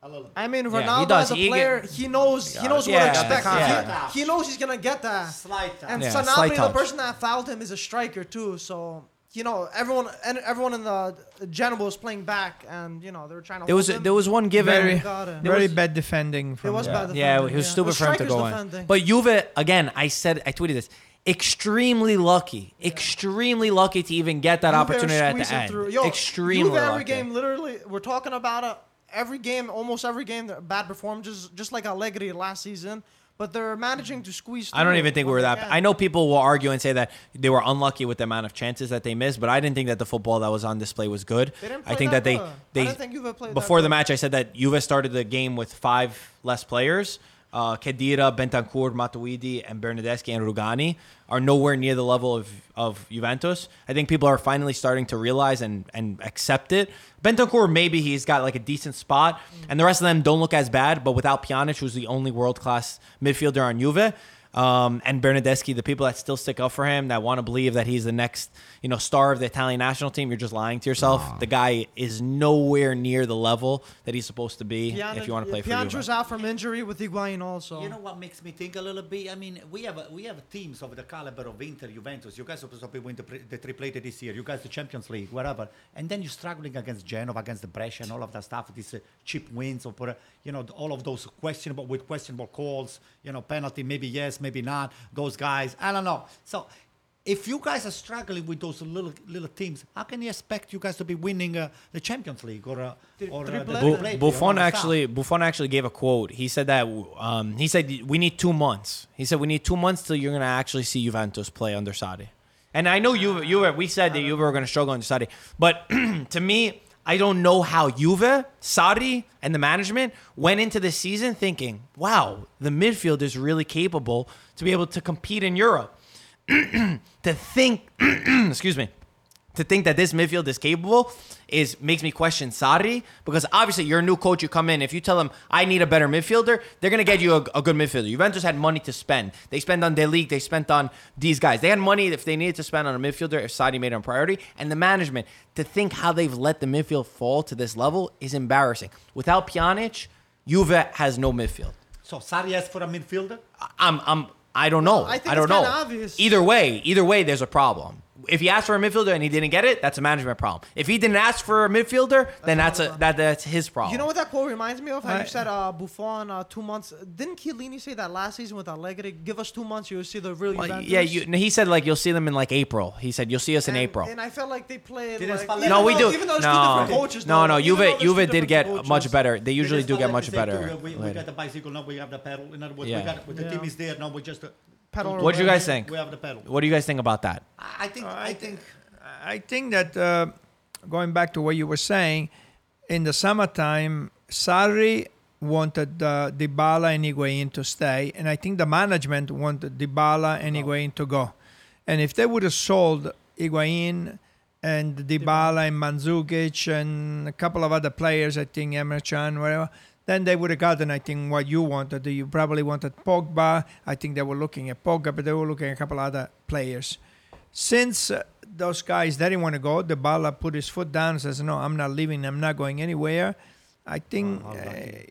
Speaker 1: A little bit.
Speaker 2: I mean,
Speaker 4: he
Speaker 2: Ronaldo
Speaker 4: does.
Speaker 2: as a
Speaker 4: He
Speaker 2: player,
Speaker 4: get-
Speaker 2: he knows he knows
Speaker 4: Yeah,
Speaker 2: what to
Speaker 4: got the
Speaker 2: expect.
Speaker 1: contact.
Speaker 2: He, he knows he's gonna get that.
Speaker 1: Slight touch.
Speaker 2: And
Speaker 4: Yeah,
Speaker 2: Sanabria,
Speaker 4: slight
Speaker 2: the
Speaker 4: touch.
Speaker 2: person that fouled him, is a striker too. So you know, everyone and everyone in the Genoa was playing back, and you know they were trying to.
Speaker 4: There was a,
Speaker 2: hold him.
Speaker 4: there was one given.
Speaker 5: Very-
Speaker 2: Got it.
Speaker 5: Very bad defending.
Speaker 2: It
Speaker 5: From
Speaker 2: was bad.
Speaker 4: Yeah,
Speaker 2: defending,
Speaker 4: it was
Speaker 2: yeah.
Speaker 4: stupid
Speaker 2: It
Speaker 4: for him to
Speaker 2: strikers
Speaker 4: go in.
Speaker 2: defending.
Speaker 4: But Juve, again, I said, I tweeted this. Extremely lucky, extremely lucky to even get that
Speaker 2: Juve are
Speaker 4: opportunity at the
Speaker 2: squeezing
Speaker 4: end.
Speaker 2: through. Yo,
Speaker 4: extremely
Speaker 2: Juve every
Speaker 4: lucky.
Speaker 2: game, literally, we're talking about it. Every game, almost every game, they're bad performances, just like Allegri last season. But they're managing to squeeze.
Speaker 4: I don't
Speaker 2: through
Speaker 4: even think we were
Speaker 2: when they
Speaker 4: that.
Speaker 2: can.
Speaker 4: I know people will argue and say that they were unlucky with the amount of chances that they missed, but I didn't think that the football that was on display was good.
Speaker 2: They didn't
Speaker 4: I
Speaker 2: play
Speaker 4: think that,
Speaker 2: that
Speaker 4: they
Speaker 2: good. I
Speaker 4: they
Speaker 2: didn't think Juve played that
Speaker 4: before the
Speaker 2: good.
Speaker 4: match I said that Juve started the game with five less players. Uh, Kedira, Bentancur, Matuidi, and Bernadeschi and Rugani are nowhere near the level of, of Juventus. I think people are finally starting to realize and, and accept it. Bentancur, maybe he's got like a decent spot, and the rest of them don't look as bad. But without Pjanic, who's the only world class midfielder on Juve, um, and Bernadeschi, the people that still stick up for him, that want to believe that he's the next, you know, star of the Italian national team, you're just lying to yourself. The guy is nowhere near the level that he's supposed to be
Speaker 2: Pjanic-
Speaker 4: if you want to play for
Speaker 2: Pjanic's
Speaker 4: Juve.
Speaker 2: out from injury with Higuain also.
Speaker 1: You know what makes me think a little bit? I mean, we have we have teams of the caliber of Inter, Juventus. You guys are supposed to be winning the, pre- the triplete this year. You guys the Champions League, whatever. And then you're struggling against Genova, against the Brescia, and all of that stuff. These uh, cheap wins, or uh, you know, all of those questionable with questionable calls. You know, penalty, maybe yes, maybe not. Those guys, I don't know. So. If you guys are struggling with those little little teams, how can you expect you guys to be winning uh, the Champions League or uh, or uh, the
Speaker 2: triplete.
Speaker 1: triplete or all
Speaker 4: Bu-
Speaker 2: Buffon
Speaker 4: Buffon
Speaker 1: that stuff?
Speaker 4: actually Buffon actually gave a quote. He said that um, he said we need two months. He said we need two months till you're gonna actually see Juventus play under Sadi. And I know you Juve. We said that Juve were gonna struggle under Sadi, but to me, I don't know how Juve, Sadi, and the management went into the season thinking, "Wow, the midfield is really capable to be able to compete in Europe." to think, excuse me, to think that this midfield is capable is makes me question Sarri because obviously you're a new coach. You come in, if you tell them I need a better midfielder, they're gonna get you a, a good midfielder. Juventus had money to spend. They spent on their league. They spent on these guys. They had money if they needed to spend on a midfielder if Sarri made it a priority. And the management to think how they've let the midfield fall to this level is embarrassing. Without Pjanic, Juve has no midfield.
Speaker 1: So Sarri asked for a midfielder.
Speaker 4: I'm I'm I don't know.
Speaker 2: Well, I
Speaker 4: I,
Speaker 2: think
Speaker 4: don't
Speaker 2: it's
Speaker 4: know.
Speaker 2: kinda obvious.
Speaker 4: Either way, either way, there's a problem. If he asked for a midfielder and he didn't get it, that's a management problem. If he didn't ask for a midfielder, then that's a that that's his problem.
Speaker 2: You know what that quote reminds me of? How
Speaker 5: I-
Speaker 2: you said uh, Buffon uh, two months. Didn't Chiellini say that last season with Allegri? Give us two months, you'll see the real
Speaker 4: Well,
Speaker 2: Juventus.
Speaker 4: yeah, you, he said like you'll see them in like April. He said you'll see us in
Speaker 2: And-
Speaker 4: April.
Speaker 2: And I felt like they played.
Speaker 1: Didn't
Speaker 2: like,
Speaker 1: Spalletti-
Speaker 2: even
Speaker 4: no, we
Speaker 2: though-
Speaker 4: do.
Speaker 2: Even though it's two
Speaker 4: no,
Speaker 2: different coaches,
Speaker 4: no,
Speaker 2: though,
Speaker 4: no.
Speaker 2: even though
Speaker 4: Juve,
Speaker 2: there's two
Speaker 4: Juve did
Speaker 2: different
Speaker 4: get
Speaker 2: coaches.
Speaker 4: much better. They usually
Speaker 1: It's
Speaker 4: do
Speaker 1: not
Speaker 4: get
Speaker 1: like
Speaker 4: much
Speaker 1: they do,
Speaker 4: better.
Speaker 1: We, we
Speaker 4: later.
Speaker 1: got the bicycle, now we have the pedal. In other words, we
Speaker 4: Yeah.
Speaker 1: got the
Speaker 2: Yeah.
Speaker 1: team is there, now we just.
Speaker 2: Pedal
Speaker 4: What do you
Speaker 2: away.
Speaker 4: guys think?
Speaker 1: We have the pedal.
Speaker 4: What do you guys think about that?
Speaker 1: I I think. I think.
Speaker 5: I think that uh, going back to what you were saying, in the summertime, Sarri wanted uh, Dybala and Higuain to stay, and I think the management wanted Dybala and Higuain to go. And if they would have sold Higuain and Dybala and Mandzukic and a couple of other players, I think Emre Can, whatever, then they would have gotten, I think, what you wanted. You probably wanted Pogba. I think they were looking at Pogba, but they were looking at a couple other players since uh, those guys they didn't want to go, the Bala put his foot down and says, "No, I'm not leaving. I'm not going anywhere." I think uh,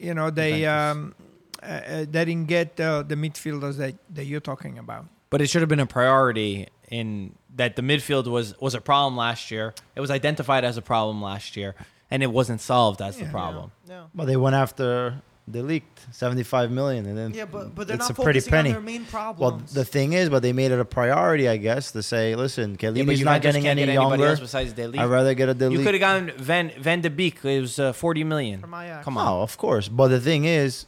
Speaker 5: you know they um, uh, uh, they didn't get uh, the midfielders that, that you're talking about.
Speaker 4: But it should have been a priority in that the midfield was was a problem last year. It was identified as a problem last year, and it wasn't solved as the problem.
Speaker 2: Yeah.
Speaker 3: But they went after they leaked 75 million and then
Speaker 2: Yeah, but, but they're
Speaker 3: it's
Speaker 2: not
Speaker 3: a pretty
Speaker 2: focusing
Speaker 3: penny.
Speaker 2: on their main
Speaker 3: well,
Speaker 2: problems.
Speaker 3: the thing is, but they made it a priority, I guess, to say, listen, Chiellini's not getting any younger.
Speaker 4: besides Deli.
Speaker 3: I'd rather get a
Speaker 4: You
Speaker 3: delete.
Speaker 4: could have gotten Van Van de Beek. It was uh, forty million.
Speaker 2: From Ajax.
Speaker 4: Come on.
Speaker 3: No, Oh, of course. But the thing is,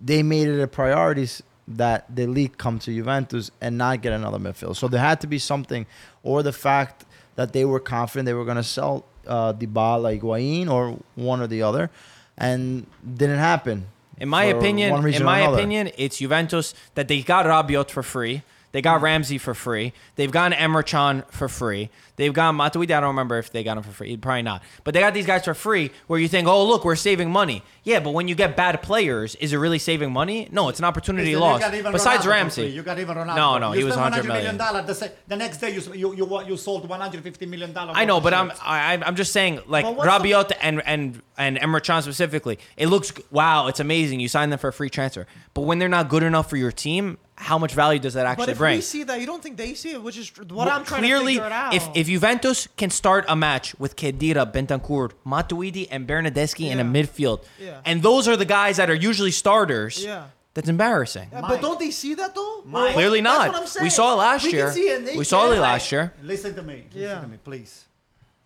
Speaker 3: they made it a priority s- that the league come to Juventus and not get another midfield. So there had to be something, or the fact that they were confident they were going to sell uh, Dybala, Higuain, or one or the other, and didn't happen.
Speaker 4: In my
Speaker 3: for one
Speaker 4: opinion, in
Speaker 3: reason or
Speaker 4: my
Speaker 3: another.
Speaker 4: opinion, it's Juventus that they got Rabiot for free. They
Speaker 1: Mm.
Speaker 4: got Ramsey for free. They've gotten Emerchan for free. They've got Matuidi. I don't remember if they got him for free. Probably not. But they got these guys for free where you think, oh, look, we're saving money. Yeah, but when you get bad players, is it really saving money? No, it's an opportunity
Speaker 1: You
Speaker 4: lost.
Speaker 1: got even
Speaker 4: Besides
Speaker 1: Ronaldo for
Speaker 4: Ramsey.
Speaker 1: free, you got even Ronaldo.
Speaker 4: No, no,
Speaker 1: you
Speaker 4: he was
Speaker 1: spent
Speaker 4: 100 million.
Speaker 1: dollars. The, se- the next day, you s- you you, you sold 150 million dollars.
Speaker 4: I know, but I'm I, I'm- I'm just saying like
Speaker 2: But what's the-
Speaker 4: Rabiot and and and Emre Can specifically. It looks wow, it's amazing. You sign them for a free transfer, but when they're not good enough for your team, how much value does that
Speaker 2: but
Speaker 4: actually
Speaker 2: if
Speaker 4: bring?
Speaker 2: we see that, you don't think they see it, which is tr- what
Speaker 4: Well,
Speaker 2: I'm trying
Speaker 4: clearly,
Speaker 2: to figure out.
Speaker 4: if if Juventus can start a match with Kedira, Bentancur, Matuidi, and Bernadeschi in a
Speaker 2: Yeah.
Speaker 4: midfield,
Speaker 2: Yeah.
Speaker 4: and those are the guys that are usually starters,
Speaker 2: Yeah.
Speaker 4: that's embarrassing.
Speaker 2: Yeah,
Speaker 1: Mike.
Speaker 2: but don't they see that though?
Speaker 1: Mike.
Speaker 4: Clearly
Speaker 2: That's
Speaker 4: not.
Speaker 2: what I'm saying.
Speaker 4: we saw it last
Speaker 2: We can
Speaker 4: year.
Speaker 2: see it and they
Speaker 4: we saw it
Speaker 2: can't.
Speaker 4: last year.
Speaker 1: Listen to me. Listen
Speaker 2: Yeah.
Speaker 1: to me, please.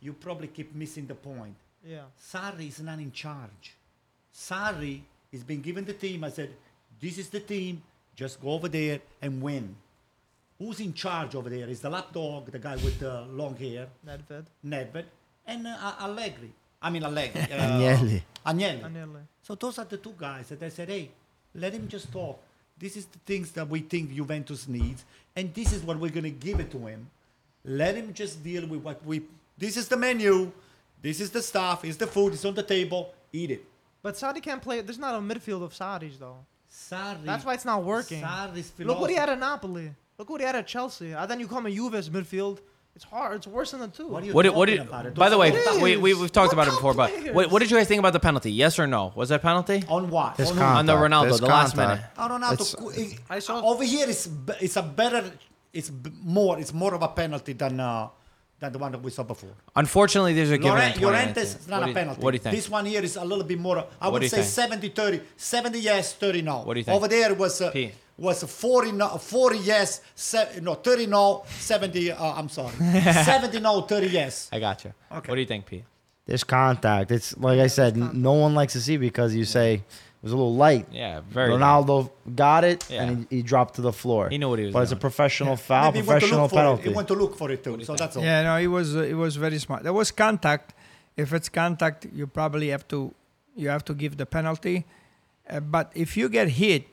Speaker 1: You probably keep missing the point.
Speaker 2: Yeah.
Speaker 1: Sarri is not in charge. Sarri is being given the team. I said, this is the team. Just go over there and win. Who's in charge over there? Is the lapdog, the guy with the long hair,
Speaker 2: Nedved.
Speaker 1: Nedved, and uh, Allegri. I mean Allegri. Uh,
Speaker 3: Agnelli.
Speaker 1: Agnelli.
Speaker 2: Agnelli.
Speaker 1: So those are the two guys that I said, hey, let him just talk. This is the things that we think Juventus needs, and this is what we're going to give it to him. Let him just deal with what we. This is the menu. This is the stuff. Is the food. It's on the table. Eat it.
Speaker 2: But Saudi can't play. There's not a midfield of Saudis though.
Speaker 1: Sarri.
Speaker 2: That's why it's not working.
Speaker 1: Sarri's philosophy.
Speaker 2: Look what he had at Napoli. Look what he had at Chelsea. And then you come in Juve's midfield. It's hard. It's worse than the two.
Speaker 1: What are you
Speaker 4: What did,
Speaker 1: talking
Speaker 4: what did,
Speaker 1: about? It
Speaker 4: by the way,
Speaker 1: doesn't-
Speaker 2: players.
Speaker 4: we, we, we've talked about
Speaker 2: What
Speaker 4: it
Speaker 2: about
Speaker 4: before, but what, what did you guys think about the penalty? Yes or no? Was that penalty?
Speaker 1: on what?
Speaker 3: This
Speaker 1: on
Speaker 3: con-
Speaker 1: who?
Speaker 4: On the
Speaker 3: Contact.
Speaker 4: Ronaldo,
Speaker 3: There's
Speaker 4: the last
Speaker 3: contact.
Speaker 4: minute.
Speaker 1: I don't know. how
Speaker 3: It's-
Speaker 1: to, qu- it-
Speaker 2: I saw-
Speaker 1: over here. It's b- it's a better. It's b- more. It's more of a penalty than uh, than the one that we saw before.
Speaker 4: Unfortunately, there's a given. in
Speaker 1: Llorente, Llorente
Speaker 4: 2019.
Speaker 1: is not
Speaker 4: What do
Speaker 1: a
Speaker 4: you-
Speaker 1: penalty.
Speaker 4: What do you think?
Speaker 1: This one here is a little bit more. I
Speaker 4: What do
Speaker 1: would
Speaker 4: you
Speaker 1: say
Speaker 4: think?
Speaker 1: 70 30. 70 yes, 30 no.
Speaker 4: What do you think?
Speaker 1: Over there was uh,
Speaker 4: P.
Speaker 1: was 40 no, 40 yes, se- no 30 no, 70. Uh, I'm sorry, 70 no, 30 yes.
Speaker 4: I got you.
Speaker 1: Okay.
Speaker 4: What do you think, Pete?
Speaker 3: There's contact. It's like I said, n- no one likes to see because you say it was a little light.
Speaker 4: Yeah, very.
Speaker 3: Ronaldo got it
Speaker 4: Yeah.
Speaker 3: and he, he dropped to the floor.
Speaker 4: He knew what he was
Speaker 3: But it's a
Speaker 4: doing.
Speaker 3: professional foul,
Speaker 1: Maybe he went to
Speaker 3: professional
Speaker 1: look for it.
Speaker 3: penalty.
Speaker 1: He went to look for it too. So that's all.
Speaker 5: Yeah, no, it was uh, it was very smart. There was contact. If it's contact, you probably have to you have to give the penalty. Uh, but if you get hit,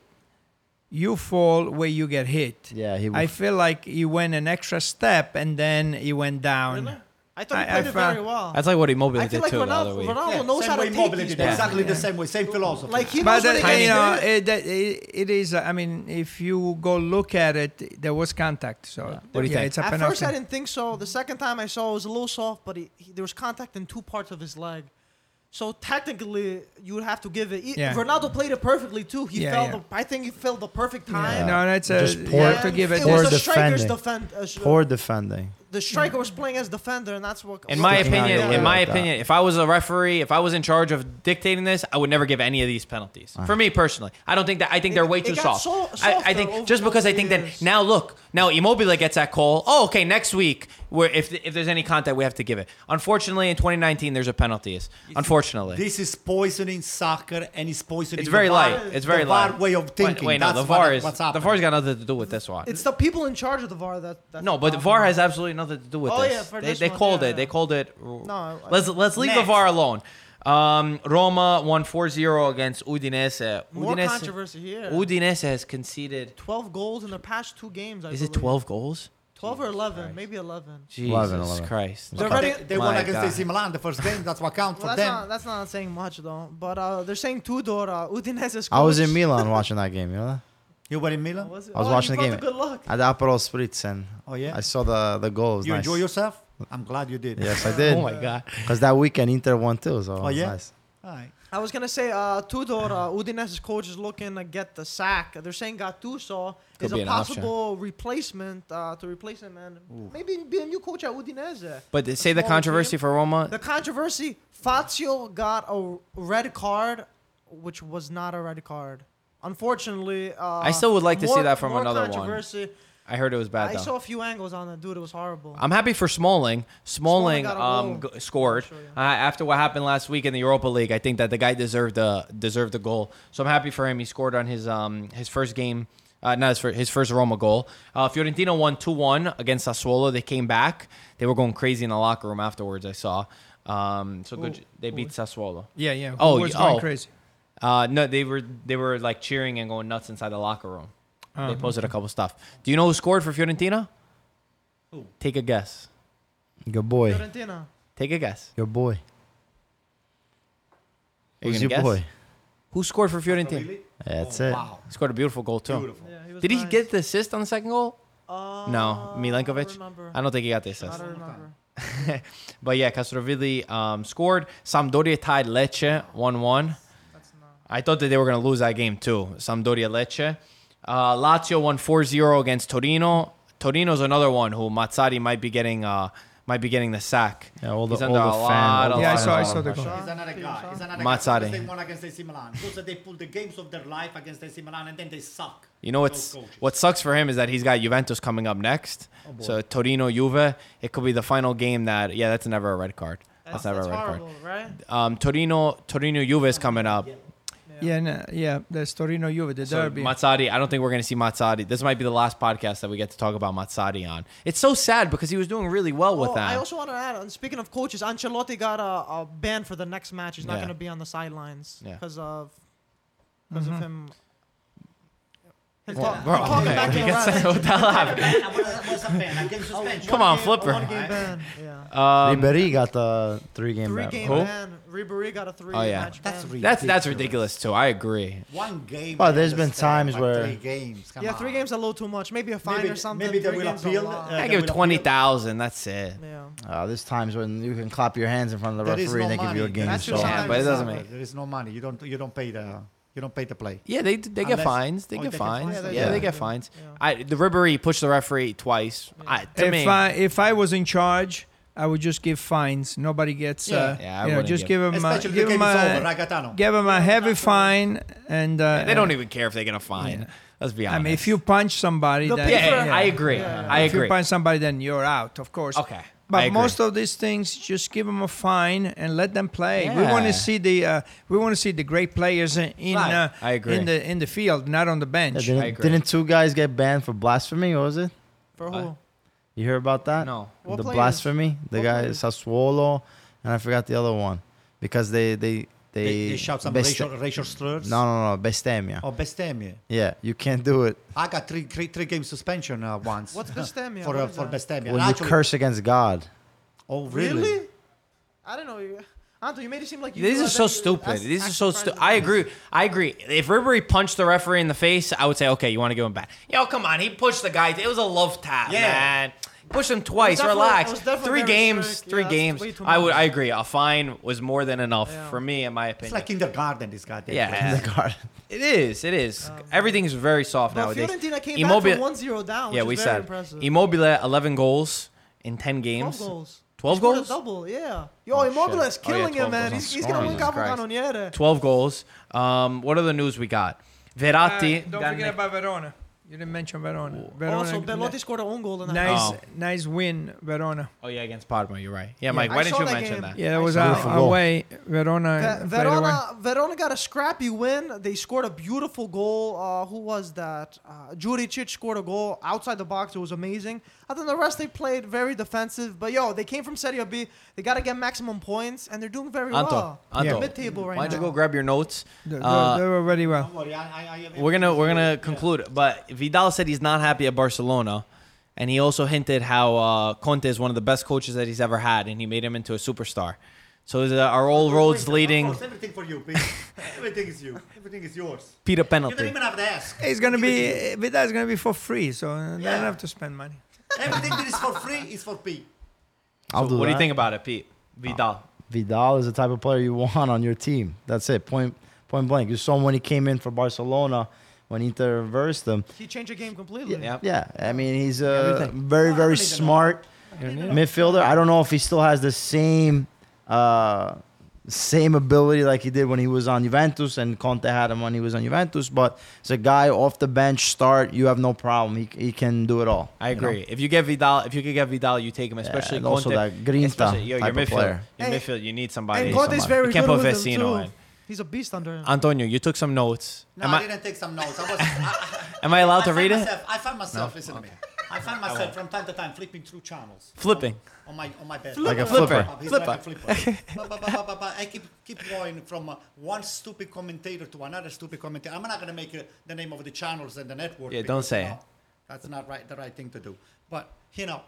Speaker 5: you fall where you get hit.
Speaker 3: Yeah, he
Speaker 5: I
Speaker 3: w-
Speaker 5: feel like he went an extra step and then he went down.
Speaker 2: Really? I thought he
Speaker 5: I-
Speaker 2: played
Speaker 5: I
Speaker 2: it
Speaker 5: found-
Speaker 2: very well.
Speaker 4: That's like what Immobile
Speaker 2: I
Speaker 4: did
Speaker 2: feel like
Speaker 4: too the other
Speaker 2: Ronaldo,
Speaker 4: week.
Speaker 2: Ronaldo
Speaker 1: Yeah,
Speaker 2: knows
Speaker 1: same
Speaker 2: how to
Speaker 1: way
Speaker 2: take
Speaker 1: Immobile
Speaker 2: these
Speaker 1: did
Speaker 2: things.
Speaker 1: exactly the same way, same philosophy.
Speaker 2: Like he
Speaker 5: But
Speaker 2: knows when
Speaker 5: uh,
Speaker 2: to get
Speaker 5: you know,
Speaker 2: hit.
Speaker 5: it, that- it, it is. uh, I mean, if you go look at it, there was contact. So yeah.
Speaker 4: What do you think?
Speaker 5: It's a
Speaker 2: At
Speaker 5: penalty.
Speaker 2: first, I didn't think so. The second time I saw, it was a little soft, but he, he, there was contact in two parts of his leg. So technically, you would have to give it.
Speaker 5: Yeah.
Speaker 2: Ronaldo played it perfectly too. He
Speaker 5: Yeah,
Speaker 2: fell.
Speaker 5: yeah.
Speaker 2: The, I think he filled the perfect time.
Speaker 4: Uh,
Speaker 5: No, that's a.
Speaker 3: Just
Speaker 5: you
Speaker 3: pour-
Speaker 5: have to
Speaker 2: And
Speaker 5: give it.
Speaker 2: it was
Speaker 3: Poor
Speaker 2: a striker's
Speaker 3: defending.
Speaker 2: defend, uh, sh-
Speaker 3: Poor defending.
Speaker 2: the striker was playing as defender, and that's what.
Speaker 4: In my
Speaker 3: Sticking out
Speaker 4: opinion,
Speaker 3: your
Speaker 4: in my
Speaker 3: leg like that.
Speaker 4: opinion, if I was a referee, if I was in charge of dictating this, I would never give any of these penalties. For me personally, I don't think that. I think
Speaker 2: It-
Speaker 4: they're way
Speaker 2: it
Speaker 4: too
Speaker 2: got
Speaker 4: soft.
Speaker 2: so-
Speaker 4: I, I
Speaker 2: softer
Speaker 4: think
Speaker 2: over
Speaker 4: just
Speaker 2: the
Speaker 4: because I think
Speaker 2: years.
Speaker 4: that now look now Immobile gets that call. Oh, okay, next week where if if there's any contact, we have to give it. Unfortunately, in 2019, there's a penalties. Unfortunately,
Speaker 1: This is poisoning soccer and it's poisoning.
Speaker 4: it's very
Speaker 1: the
Speaker 4: light.
Speaker 1: VAR,
Speaker 4: It's very
Speaker 1: the
Speaker 4: light.
Speaker 1: VAR way of thinking.
Speaker 4: Wait, wait no,
Speaker 1: That's
Speaker 4: the VAR
Speaker 1: what,
Speaker 4: is
Speaker 1: what's
Speaker 4: the
Speaker 1: happening.
Speaker 4: VAr's got nothing to do with this one.
Speaker 2: It's the people in charge of the VAR that. That's
Speaker 4: No, but
Speaker 2: the
Speaker 4: VAR
Speaker 2: problem.
Speaker 4: has absolutely nothing to do with
Speaker 2: Oh,
Speaker 4: this.
Speaker 2: yeah, for
Speaker 4: they,
Speaker 2: this
Speaker 4: they
Speaker 2: one,
Speaker 4: called
Speaker 2: yeah,
Speaker 4: it. They
Speaker 2: yeah.
Speaker 4: called it.
Speaker 2: I-
Speaker 4: let's let's leave the
Speaker 1: Next.
Speaker 4: VAR alone. Um, Roma won 4-0 against Udinese.
Speaker 2: More
Speaker 4: Udinese,
Speaker 2: controversy here.
Speaker 4: Udinese has conceded.
Speaker 2: Twelve goals in the past two games. I
Speaker 4: Is it
Speaker 2: believe.
Speaker 4: twelve goals?
Speaker 2: Twelve or eleven? Maybe eleven.
Speaker 4: Jesus
Speaker 3: 11.
Speaker 4: Christ!
Speaker 2: They're
Speaker 1: But
Speaker 2: already-
Speaker 1: They, they won
Speaker 4: My
Speaker 1: against
Speaker 4: God.
Speaker 1: AC Milan the first game. That's what counts for
Speaker 2: Well, that's
Speaker 1: them.
Speaker 2: not that's not saying much though. But uh, they're saying Tudor, uh, Udinese's
Speaker 3: I was
Speaker 2: coach-
Speaker 3: in Milan watching that game. You know that?
Speaker 1: you were in Milan.
Speaker 2: Was it?
Speaker 3: I was
Speaker 2: Oh,
Speaker 3: watching
Speaker 2: you
Speaker 3: the
Speaker 2: brought
Speaker 3: game.
Speaker 2: Good luck.
Speaker 3: At the Aperol Spritz, and
Speaker 1: Oh, yeah?
Speaker 3: I saw the the goal. It was
Speaker 1: You
Speaker 3: nice.
Speaker 1: enjoy yourself? I'm glad you did.
Speaker 3: Yes, I did.
Speaker 4: Oh my God!
Speaker 3: Because that weekend Inter won too, so it was
Speaker 1: Oh, yeah?
Speaker 3: nice.
Speaker 1: All right.
Speaker 2: I was gonna say uh, Tudor, uh, Udinese's coach is looking to get the sack. They're saying Gattuso
Speaker 4: Could
Speaker 2: is
Speaker 4: be
Speaker 2: a
Speaker 4: an option.
Speaker 2: possible replacement uh, to replace him, and maybe be a new coach at Udinese.
Speaker 4: But they say the
Speaker 2: Smaller
Speaker 4: controversy
Speaker 2: team.
Speaker 4: for Roma.
Speaker 2: The controversy: Fazio got a red card, which was not a red card. Unfortunately, uh, I
Speaker 4: still would like to see that from another one.
Speaker 2: controversy.
Speaker 4: I heard it was bad
Speaker 2: I
Speaker 4: though.
Speaker 2: saw a few angles on it, dude. It was horrible.
Speaker 4: I'm happy for Smalling. Smalling,
Speaker 2: Smalling got a
Speaker 4: um,
Speaker 2: goal.
Speaker 4: g- scored
Speaker 2: Sure, yeah.
Speaker 4: uh, after what happened last week in the Europa League. I think that the guy deserved a deserved a goal. So I'm happy for him. He scored on his um his first game, uh, not his first, his first Roma goal. Uh, Fiorentina won two one against Sassuolo. They came back. They were going crazy in the locker room afterwards. I saw. Um, so good. j- They beat Sassuolo.
Speaker 5: Yeah, yeah.
Speaker 4: Oh,
Speaker 5: was
Speaker 4: you-
Speaker 5: going
Speaker 4: oh.
Speaker 5: crazy.
Speaker 4: Uh, no, they were they were like cheering and going nuts inside the locker room.
Speaker 2: Uh-huh.
Speaker 5: Um,
Speaker 4: They posted a couple stuff. Do you know who scored for Fiorentina? Take a guess.
Speaker 3: Your boy.
Speaker 2: Fiorentina.
Speaker 4: Take a guess.
Speaker 3: Your boy.
Speaker 4: Are you
Speaker 3: Who's
Speaker 4: gonna
Speaker 3: your
Speaker 4: guess?
Speaker 3: boy?
Speaker 4: Who scored for Fiorentina?
Speaker 1: Really?
Speaker 3: Yeah, that's
Speaker 1: Oh,
Speaker 3: it.
Speaker 1: Wow.
Speaker 4: He scored a beautiful goal too.
Speaker 1: Beautiful.
Speaker 2: Yeah, he was
Speaker 4: Did he
Speaker 2: nice.
Speaker 4: get the assist on the second goal?
Speaker 2: Uh,
Speaker 4: no,
Speaker 2: I
Speaker 4: Milankovic.
Speaker 2: don't remember.
Speaker 4: I don't think he got the
Speaker 2: I
Speaker 4: assist.
Speaker 2: don't remember.
Speaker 4: But yeah, Castrovilli um, scored. Sampdoria tied Lecce one-one.
Speaker 2: That's not.
Speaker 4: I thought that they were going to lose that game too. Sampdoria Lecce. Uh, Lazio won 4-0 against Torino. Torino's another one who Mazzari might be getting uh, might be getting the sack.
Speaker 3: Yeah, all the-
Speaker 4: He's under
Speaker 3: all
Speaker 4: a
Speaker 3: the fan-
Speaker 4: lot,
Speaker 3: all
Speaker 4: a
Speaker 5: the Yeah, I
Speaker 4: lot, a
Speaker 5: saw- I
Speaker 4: lot
Speaker 5: saw
Speaker 4: of
Speaker 5: the
Speaker 4: pressure.
Speaker 5: goal.
Speaker 1: He's another guy. He's another guy.
Speaker 4: Mazzari.
Speaker 1: Because They won against AC Milan. Those are- they pull the games of their life against AC Milan and then they suck.
Speaker 4: You know what's
Speaker 1: Those coaches.
Speaker 4: what sucks for him is that he's got Juventus coming up next. so Torino Juve, it could be the final game that yeah, that's never a red card. That's,
Speaker 2: That's,
Speaker 4: never
Speaker 2: that's
Speaker 4: a red
Speaker 2: horrible, right?
Speaker 4: card. Um, Torino Torino Juve is coming up.
Speaker 5: Yeah, no, yeah. That's Torino Juve, the
Speaker 4: So
Speaker 5: derby.
Speaker 4: Mazzari, I don't think we're going to see Mazzari. This might be the last podcast that we get to talk about Mazzari on. It's so sad because he was doing really well with
Speaker 2: Oh,
Speaker 4: that.
Speaker 2: I also want to add. And speaking of coaches, Ancelotti got a, a ban for the next match. He's not
Speaker 4: Yeah.
Speaker 2: going to be on the sidelines
Speaker 4: Yeah.
Speaker 2: because of because of him. him
Speaker 4: Well,
Speaker 2: talk-
Speaker 4: bro,
Speaker 2: talking
Speaker 4: okay,
Speaker 2: back to
Speaker 4: we
Speaker 2: the
Speaker 4: can
Speaker 2: refs.
Speaker 4: say what the hell happened.
Speaker 1: Man, I want to- what's a fan? I give suspension.
Speaker 4: Come on, Flipper.
Speaker 2: One game ban. Yeah.
Speaker 4: Um,
Speaker 3: Ribéry got the three game
Speaker 2: three
Speaker 3: ban.
Speaker 2: game
Speaker 4: Who? Oh,
Speaker 2: ban. Ribery got a three
Speaker 4: yeah.
Speaker 2: match
Speaker 1: That's
Speaker 2: ban.
Speaker 1: ridiculous.
Speaker 4: that's that's ridiculous too. I agree.
Speaker 1: One game.
Speaker 3: Well,
Speaker 1: I
Speaker 3: there's been
Speaker 1: understand,
Speaker 3: times
Speaker 1: but
Speaker 3: where-
Speaker 1: three games. Come
Speaker 2: yeah,
Speaker 1: on.
Speaker 2: three games a little too much. Maybe a fine
Speaker 1: Maybe-
Speaker 2: or something.
Speaker 1: maybe they
Speaker 2: three
Speaker 1: will
Speaker 2: games a
Speaker 1: appeal,
Speaker 2: lot.
Speaker 1: uh,
Speaker 4: I
Speaker 1: they
Speaker 4: give
Speaker 1: will
Speaker 4: twenty thousand. That's it.
Speaker 2: yeah.
Speaker 3: Uh, there's times when you can clap your hands in front of the
Speaker 1: There is
Speaker 3: referee
Speaker 1: no
Speaker 3: and they give you a
Speaker 1: money.
Speaker 3: game.
Speaker 2: That's
Speaker 3: So.
Speaker 2: just-
Speaker 4: Yeah, but it doesn't
Speaker 1: Soccer,
Speaker 4: make.
Speaker 1: There is no money. You don't. You don't pay the. You don't pay to play.
Speaker 4: Yeah, they they get
Speaker 1: Unless-
Speaker 4: fines. They
Speaker 1: Oh,
Speaker 4: get
Speaker 1: they get
Speaker 4: fines.
Speaker 1: fines?
Speaker 4: Yeah,
Speaker 2: Yeah.
Speaker 4: they
Speaker 2: Yeah.
Speaker 4: get fines.
Speaker 2: Yeah.
Speaker 4: I the Ribery pushed the referee twice. I, to
Speaker 5: if
Speaker 4: me,
Speaker 5: I if I was in charge, I would just give fines. Nobody gets. Uh,
Speaker 4: Yeah, I
Speaker 5: you know,
Speaker 4: wouldn't
Speaker 5: just
Speaker 4: give-
Speaker 5: give them. Uh,
Speaker 1: Especially
Speaker 5: give
Speaker 1: the
Speaker 5: them
Speaker 1: game is over.
Speaker 5: a,
Speaker 1: Ragatano.
Speaker 5: give 'em a heavy fine, and uh,
Speaker 4: they don't even care if they get a fine. Let's be honest.
Speaker 5: I mean, if you punch somebody,
Speaker 2: The
Speaker 5: then,
Speaker 2: paper-
Speaker 4: yeah,
Speaker 2: Yeah.
Speaker 4: I agree.
Speaker 2: Yeah.
Speaker 4: I
Speaker 5: If you
Speaker 4: agree.
Speaker 5: punch somebody, then you're out, of course.
Speaker 4: Okay, I
Speaker 5: But
Speaker 4: agree.
Speaker 5: most of these things, just give them a fine and let them play. We want
Speaker 4: Yeah.
Speaker 5: to see the uh, we want to see the great players in in,
Speaker 4: Right.
Speaker 5: uh,
Speaker 4: I agree.
Speaker 5: in the in the field, not on the
Speaker 3: Yeah,
Speaker 5: bench.
Speaker 3: didn't,
Speaker 4: agree.
Speaker 3: didn't two guys get banned for blasphemy? What was it?
Speaker 2: For who?
Speaker 3: You hear about that?
Speaker 4: No.
Speaker 2: What
Speaker 3: the
Speaker 2: players?
Speaker 3: blasphemy. The
Speaker 2: What
Speaker 3: guy
Speaker 2: players?
Speaker 3: Sassuolo, and I forgot the other one because they they they,
Speaker 1: They, they shout some
Speaker 3: beste-
Speaker 1: racial, racial slurs.
Speaker 3: No, no, no, bestemia.
Speaker 4: Oh.
Speaker 1: Or bestemia.
Speaker 3: Yeah, you can't do it
Speaker 1: I got three, three, three game suspension uh, once.
Speaker 2: What's bestemia?
Speaker 1: for
Speaker 2: What
Speaker 1: uh,
Speaker 2: is
Speaker 1: for
Speaker 2: that?
Speaker 1: bestemia?
Speaker 3: when
Speaker 1: And
Speaker 3: you curse against God.
Speaker 1: Oh
Speaker 2: Really?
Speaker 1: really?
Speaker 2: I don't know. You- Anto, you made it seem like you
Speaker 4: These
Speaker 2: knew
Speaker 4: are
Speaker 2: that
Speaker 4: so
Speaker 2: you-
Speaker 4: stupid.
Speaker 2: that's
Speaker 4: These are
Speaker 2: actually
Speaker 4: so
Speaker 2: surprising.
Speaker 4: stupid. I agree. I agree. If Ribery punched the referee in the face, I would say, okay, you want to give him back. Yo, come on. He pushed the guy. It was a love tap,
Speaker 1: Yeah.
Speaker 4: man. Push them twice.
Speaker 2: definitely- it
Speaker 4: Relax.
Speaker 2: was definitely
Speaker 4: Three
Speaker 2: very
Speaker 4: games.
Speaker 2: strict.
Speaker 4: Three
Speaker 2: Yeah, it's
Speaker 4: games.
Speaker 2: way too
Speaker 4: I would.
Speaker 2: much.
Speaker 4: I agree. A fine was more than enough
Speaker 2: Yeah.
Speaker 4: for me, in my opinion.
Speaker 1: It's like kindergarten, this guy. did.
Speaker 4: yeah,
Speaker 3: Garden.
Speaker 4: it is. It is. Everything's very soft
Speaker 2: But
Speaker 4: nowadays.
Speaker 2: Oh, Fiorentina came
Speaker 4: Immobile-
Speaker 2: back from 1-0 down, which
Speaker 4: yeah,
Speaker 2: is
Speaker 4: we
Speaker 2: very
Speaker 4: said
Speaker 2: impressive.
Speaker 4: Immobile, eleven goals in ten
Speaker 2: 12
Speaker 4: games.
Speaker 2: goals.
Speaker 4: 12
Speaker 2: He scored a
Speaker 4: goals?
Speaker 2: Double, yeah. Yo, Immobile
Speaker 4: shit.
Speaker 2: is
Speaker 4: Oh, yeah,
Speaker 2: killing
Speaker 4: 12
Speaker 2: him, man.
Speaker 4: goals.
Speaker 2: He's, he's gonna
Speaker 4: Scorning.
Speaker 2: win Capo
Speaker 4: Christ.
Speaker 2: Canoniere.
Speaker 4: Twelve goals. Um, what are the news we got?
Speaker 5: Uh,
Speaker 4: Verratti.
Speaker 5: don't
Speaker 4: got
Speaker 5: forget
Speaker 4: nicked-
Speaker 5: about Verona. You didn't mention Verona. Verona
Speaker 2: Oh, Also, Belotti scored an own goal in that.
Speaker 5: nice,
Speaker 4: Oh.
Speaker 5: nice win, Verona.
Speaker 4: oh yeah, against Parma. You're right. Yeah, Mike.
Speaker 2: I
Speaker 4: Why didn't
Speaker 2: saw
Speaker 4: you
Speaker 2: that
Speaker 4: mention
Speaker 2: game.
Speaker 4: that?
Speaker 5: Yeah, that
Speaker 2: I
Speaker 5: was
Speaker 2: saw
Speaker 5: our,
Speaker 3: that.
Speaker 5: our
Speaker 3: Goal.
Speaker 5: way. Verona.
Speaker 2: Ve-
Speaker 5: played away.
Speaker 2: Verona, Verona got a scrappy win. They scored a beautiful goal. Uh, who was that? Uh, Juricic scored a goal outside the box. It was amazing. Other than the rest, they played very defensive. But yo, they came from Serie B. They got to get maximum points, and they're doing very
Speaker 4: Anto.
Speaker 2: well.
Speaker 4: Anto.
Speaker 2: Mid table right
Speaker 4: Why don't
Speaker 2: now.
Speaker 4: you go grab your notes?
Speaker 5: They, they-
Speaker 4: Uh,
Speaker 5: they were very well.
Speaker 1: Don't worry, I, I, I,
Speaker 4: we're gonna we're gonna conclude. But Vidal said he's not happy at Barcelona, and he also hinted how uh, Conte is one of the best coaches that he's ever had, and he made him into a superstar. So the, are all roads leading?
Speaker 1: Everything for you, Pete. everything is you. Everything is yours.
Speaker 4: Peter
Speaker 1: You don't
Speaker 4: penalty.
Speaker 1: even have to ask.
Speaker 5: It's gonna
Speaker 1: Give it
Speaker 5: be
Speaker 1: to you.
Speaker 5: Vidal's gonna be for free, so uh, they
Speaker 1: Yeah.
Speaker 5: don't have to spend money.
Speaker 1: Everything that is for free is for Pete.
Speaker 3: I'll do
Speaker 4: what do you
Speaker 3: that.
Speaker 4: think about it, Pete? Vidal.
Speaker 3: Vidal is the type of player you want on your team. That's it. Point point blank. You saw him when he came in for Barcelona when Inter reversed them.
Speaker 2: He changed the game completely.
Speaker 4: Yeah.
Speaker 3: Yeah, I mean he's a
Speaker 4: Everything.
Speaker 3: very very
Speaker 1: Everything.
Speaker 3: smart midfielder. I don't know if he still has the same uh, same ability like he did when he was on Juventus and Conte had him when he was on Juventus. But it's a guy off the bench start. You have no problem. He, he can do it all.
Speaker 4: I
Speaker 3: you know?
Speaker 4: agree. If you get Vidal, if you could get Vidal, you take him, especially
Speaker 3: and
Speaker 4: Conte.
Speaker 3: also that Grinta
Speaker 4: especially- yo, your
Speaker 3: type of
Speaker 4: midfield,
Speaker 3: player.
Speaker 4: your
Speaker 2: Hey,
Speaker 4: midfield, you need somebody.
Speaker 2: And
Speaker 4: You need
Speaker 2: Conte is
Speaker 4: somebody.
Speaker 2: very
Speaker 4: you
Speaker 2: good
Speaker 4: can't put
Speaker 2: with them
Speaker 4: Vecino
Speaker 2: too.
Speaker 4: in.
Speaker 2: He's a beast under him.
Speaker 4: Antonio, you took some notes.
Speaker 1: No,
Speaker 4: am
Speaker 1: I,
Speaker 4: I,
Speaker 1: didn't take some notes. I was. I,
Speaker 4: am I allowed Oh, to
Speaker 1: find
Speaker 4: read it?
Speaker 1: myself, I find myself. Listen to me. I find myself from time to time flipping through channels.
Speaker 4: Flipping.
Speaker 1: On, on my on my bed.
Speaker 3: Like a
Speaker 4: Flipper.
Speaker 1: He's
Speaker 4: Flipper.
Speaker 1: like a flipper. Ba, ba, ba, ba, ba, ba. I keep keep going from uh, one stupid commentator to another stupid commentator. I'm not gonna make uh, the name of the channels and the network.
Speaker 4: Yeah, don't
Speaker 1: because,
Speaker 4: say
Speaker 1: you
Speaker 4: it.
Speaker 1: know, That's not right. The right thing to do. But you know,